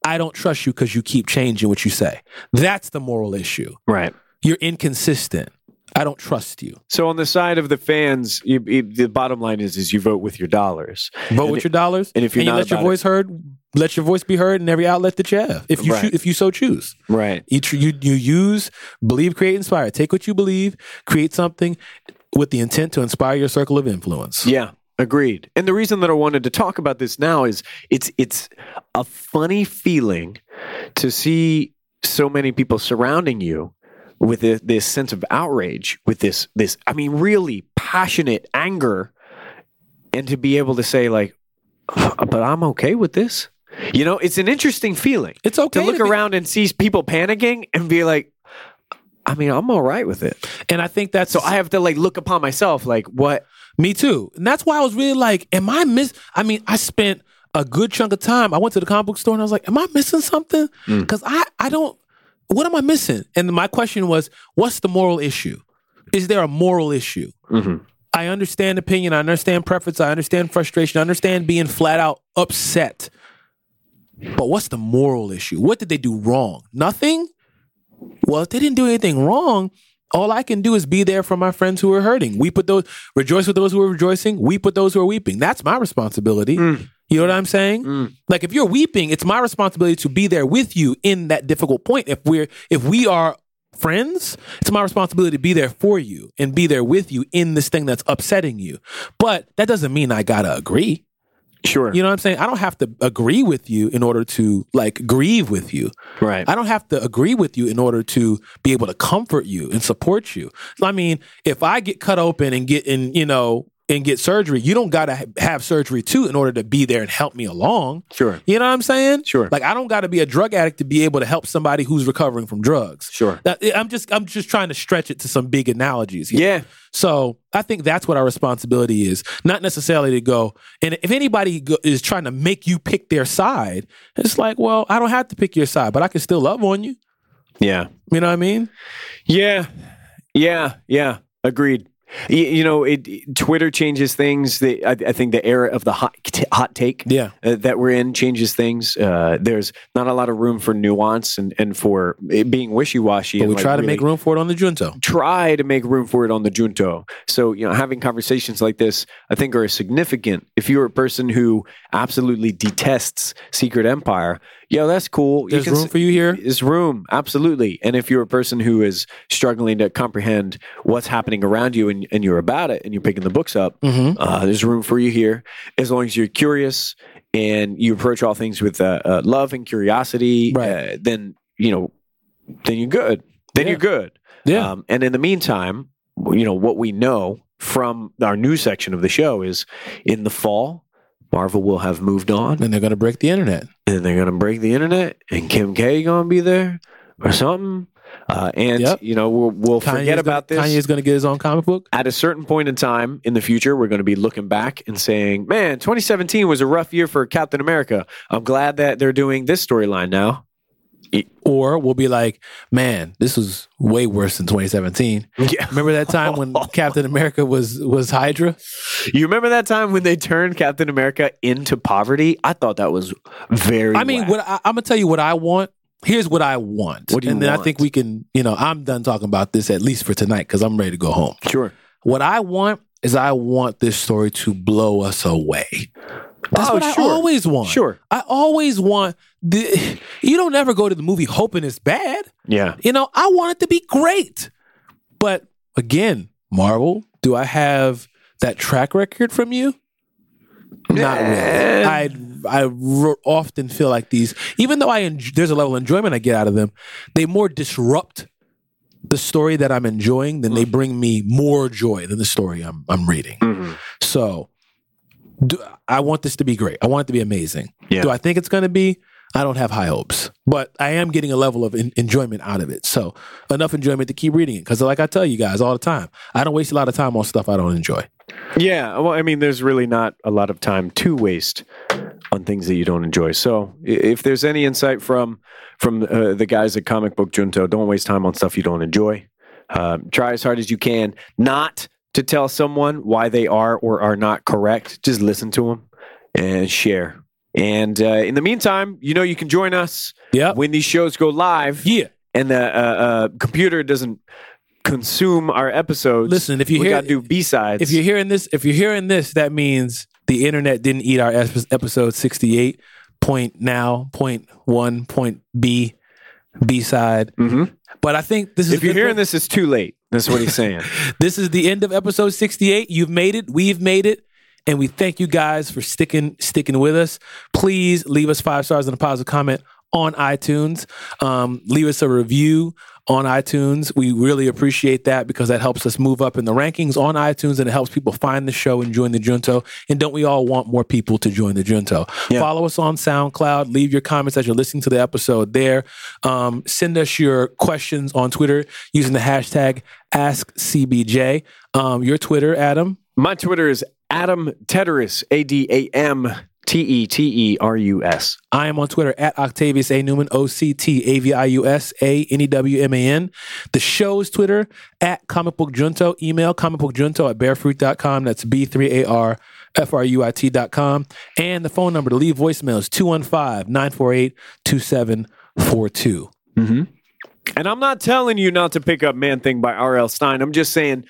S1: I don't trust you because you keep changing what you say. That's the moral issue.
S2: right.
S1: You're inconsistent. I don't trust you.
S2: So on the side of the fans, you, you, the bottom line is is you vote with your dollars.
S1: Vote
S2: And
S1: with
S2: it-
S1: your dollars,
S2: and if you're
S1: you
S2: not
S1: let your
S2: about it-
S1: voice heard, let your voice be heard in every outlet that you have. If you
S2: Right.
S1: choo- if you so choose,
S2: Right.
S1: you, tr- you you use believe, create, inspire. Take what you believe, create something with the intent to inspire your circle of influence.
S2: Yeah, agreed. And the reason that I wanted to talk about this now is it's it's a funny feeling to see so many people surrounding you with thi- this sense of outrage, with this this I mean really passionate anger, and to be able to say like, but I'm okay with this. You know, it's an interesting feeling
S1: It's okay
S2: to look
S1: to be-
S2: around and see people panicking and be like. I mean, I'm all right with it.
S1: And I think that's
S2: So I have to like look upon myself, like what?
S1: Me too. And that's why I was really like, am I miss? I mean, I spent a good chunk of time. I went to the comic book store and I was like, am I missing something? Because I, I don't, what am I missing? And my question was, what's the moral issue? Is there a moral issue? I understand opinion. I understand preference. I understand frustration. I understand being flat out upset. But what's the moral issue? What did they do wrong? Nothing? Well, if they didn't do anything wrong, all I can do is be there for my friends who are hurting. Weep with those, rejoice with those who are rejoicing, weep with those who are weeping. That's my responsibility. You know what I'm saying? Like if you're weeping, it's my responsibility to be there with you in that difficult point. If we're if we are friends, it's my responsibility to be there for you and be there with you in this thing that's upsetting you. But that doesn't mean I gotta agree.
S2: Sure.
S1: You know what I'm saying? I don't have to agree with you in order to like grieve with you.
S2: right.
S1: I don't have to agree with you in order to be able to comfort you and support you. I mean, if I get cut open and get in, you know, and get surgery, you don't gotta ha- have surgery too in order to be there and help me along.
S2: sure.
S1: You know what I'm saying?
S2: Sure.
S1: Like I don't gotta be a drug addict to be able to help somebody who's recovering from drugs.
S2: Sure.
S1: That- I'm just I'm just trying to stretch it to some big analogies. here.
S2: Yeah.
S1: So I think that's what our responsibility is, not necessarily to go. And if anybody go, is trying to make you pick their side, it's like, well, I don't have to pick your side, but I can still love on you.
S2: Yeah.
S1: You know what I mean?
S2: Yeah. Yeah. Yeah. Agreed. Y- You know, it, Twitter changes things. The, I, I think the era of the hot t- hot take
S1: Yeah.
S2: uh, that we're in changes things. Uh, there's not a lot of room for nuance and, and for it being wishy washy.
S1: But we try to make room for it on the junto.
S2: try to make room for it on the junto. So, you know, having conversations like this, I think, are significant. If you're a person who absolutely detests Secret Empire, yo, that's cool.
S1: There's
S2: you can
S1: room for you here.
S2: is room absolutely and if you're a person who is struggling to comprehend what's happening around you and, and you're about it and you're picking the books up
S1: Mm-hmm.
S2: uh, there's room for you here as long as you're curious and you approach all things with uh, uh, love and curiosity
S1: Right.
S2: uh, then you know then you're good then
S1: Yeah.
S2: you're good
S1: Yeah.
S2: um, and in the meantime, you know, what we know from our news section of the show is in the fall, Marvel will have moved on
S1: and they're going to break the internet.
S2: and they're going to break the internet and Kim K going to be there or something. Uh, and,
S1: Yep.
S2: you know, we'll, we'll
S1: Kanye's
S2: forget
S1: gonna-
S2: about this.
S1: Kanye's going to get his own comic book.
S2: At a certain point in time in the future, we're going to be looking back and saying, man, 2017 was a rough year for Captain America. I'm glad that they're doing this storyline now.
S1: Or we'll be like, man, this was way worse than 2017.
S2: Yeah.
S1: Remember that time when Captain America was was Hydra?
S2: You remember that time when they turned Captain America into poverty? I thought that was very.
S1: I mean,
S2: whack.
S1: what I, I'm gonna tell you what I want. Here's what I want.
S2: What do you
S1: and then I
S2: want?
S1: think we can, you know, I'm done talking about this at least for tonight because I'm ready to go home.
S2: Sure.
S1: What I want is I want this story to blow us away. That's
S2: Oh,
S1: what
S2: sure.
S1: I always want.
S2: Sure.
S1: I always want the you don't ever go to the movie hoping it's bad.
S2: Yeah.
S1: You know, I want it to be great. But again, Marvel, do I have that track record from you? Not really.
S2: Yeah.
S1: I I ro- often feel like these, even though I enj- there's a level of enjoyment I get out of them, they more disrupt the story that I'm enjoying than they bring me more joy than the story I'm I'm reading.
S2: Mm-hmm.
S1: So, do, I want this to be great. I want it to be amazing.
S2: Yeah.
S1: Do I think it's going to be? I don't have high hopes, but I am getting a level of en- enjoyment out of it. So enough enjoyment to keep reading it. Because like I tell you guys all the time, I don't waste a lot of time on stuff I don't enjoy.
S2: Yeah. Well, I mean, there's really not a lot of time to waste on things that you don't enjoy. So, i- if there's any insight from from uh, the guys at Comic Book Junto, don't waste time on stuff you don't enjoy. Uh, try as hard as you can not to tell someone why they are or are not correct. Just listen to them and share. And uh, in the meantime, you know you can join us
S1: Yep.
S2: when these shows go live.
S1: Yeah.
S2: and the uh, uh, computer doesn't consume our episodes.
S1: Listen, if you
S2: we
S1: hear
S2: gotta do B sides.
S1: if you're hearing this, if you're hearing this, that means the internet didn't eat our ep- episode 68 point now point one point B B side.
S2: Mhm.
S1: But I think this is
S2: if you're hearing this, it's too late. That's what he's saying.
S1: This is the end of episode 68. You've made it. We've made it. And we thank you guys for sticking sticking with us. Please leave us five stars and a positive comment on iTunes. Um, leave us a review on iTunes. We really appreciate that because that helps us move up in the rankings on iTunes and it helps people find the show and join the Junto. And don't we all want more people to join the Junto? Follow us on SoundCloud. Leave your comments as you're listening to the episode there. Um, send us your questions on Twitter using the hashtag AskCBJ. Um, your Twitter, Adam.
S2: My Twitter is Adam Teterus, A D A M T E T E R U S.
S1: I am on Twitter at Octavius A. Newman, O C T A V I U S A N E W M A N. The show's Twitter at Comic Book Junto. Email comic book junto at barefruit.com. That's B 3 A R F R U I T.com. And the phone number to leave voicemail is 215 948 2742.
S2: And I'm not telling you not to pick up Man Thing by R.L. Stein. I'm just saying,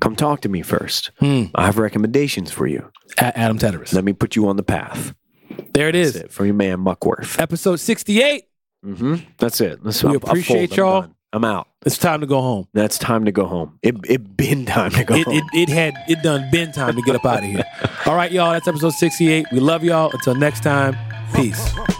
S2: come talk to me first.
S1: Hmm.
S2: I have recommendations for you.
S1: At Adam Teteris.
S2: Let me put you on the path.
S1: There it
S2: That's
S1: is.
S2: it for your man, Muckworth.
S1: Episode 68.
S2: hmm That's it. That's
S1: We
S2: I'm- I'm full.
S1: appreciate
S2: I'm
S1: y'all.
S2: done. I'm out.
S1: It's time to go home.
S2: That's time to go home. It it been time to go
S1: It,
S2: home.
S1: it, it had it done been time to get up out of here. All right, y'all. That's episode 68. We love y'all. Until next time, peace.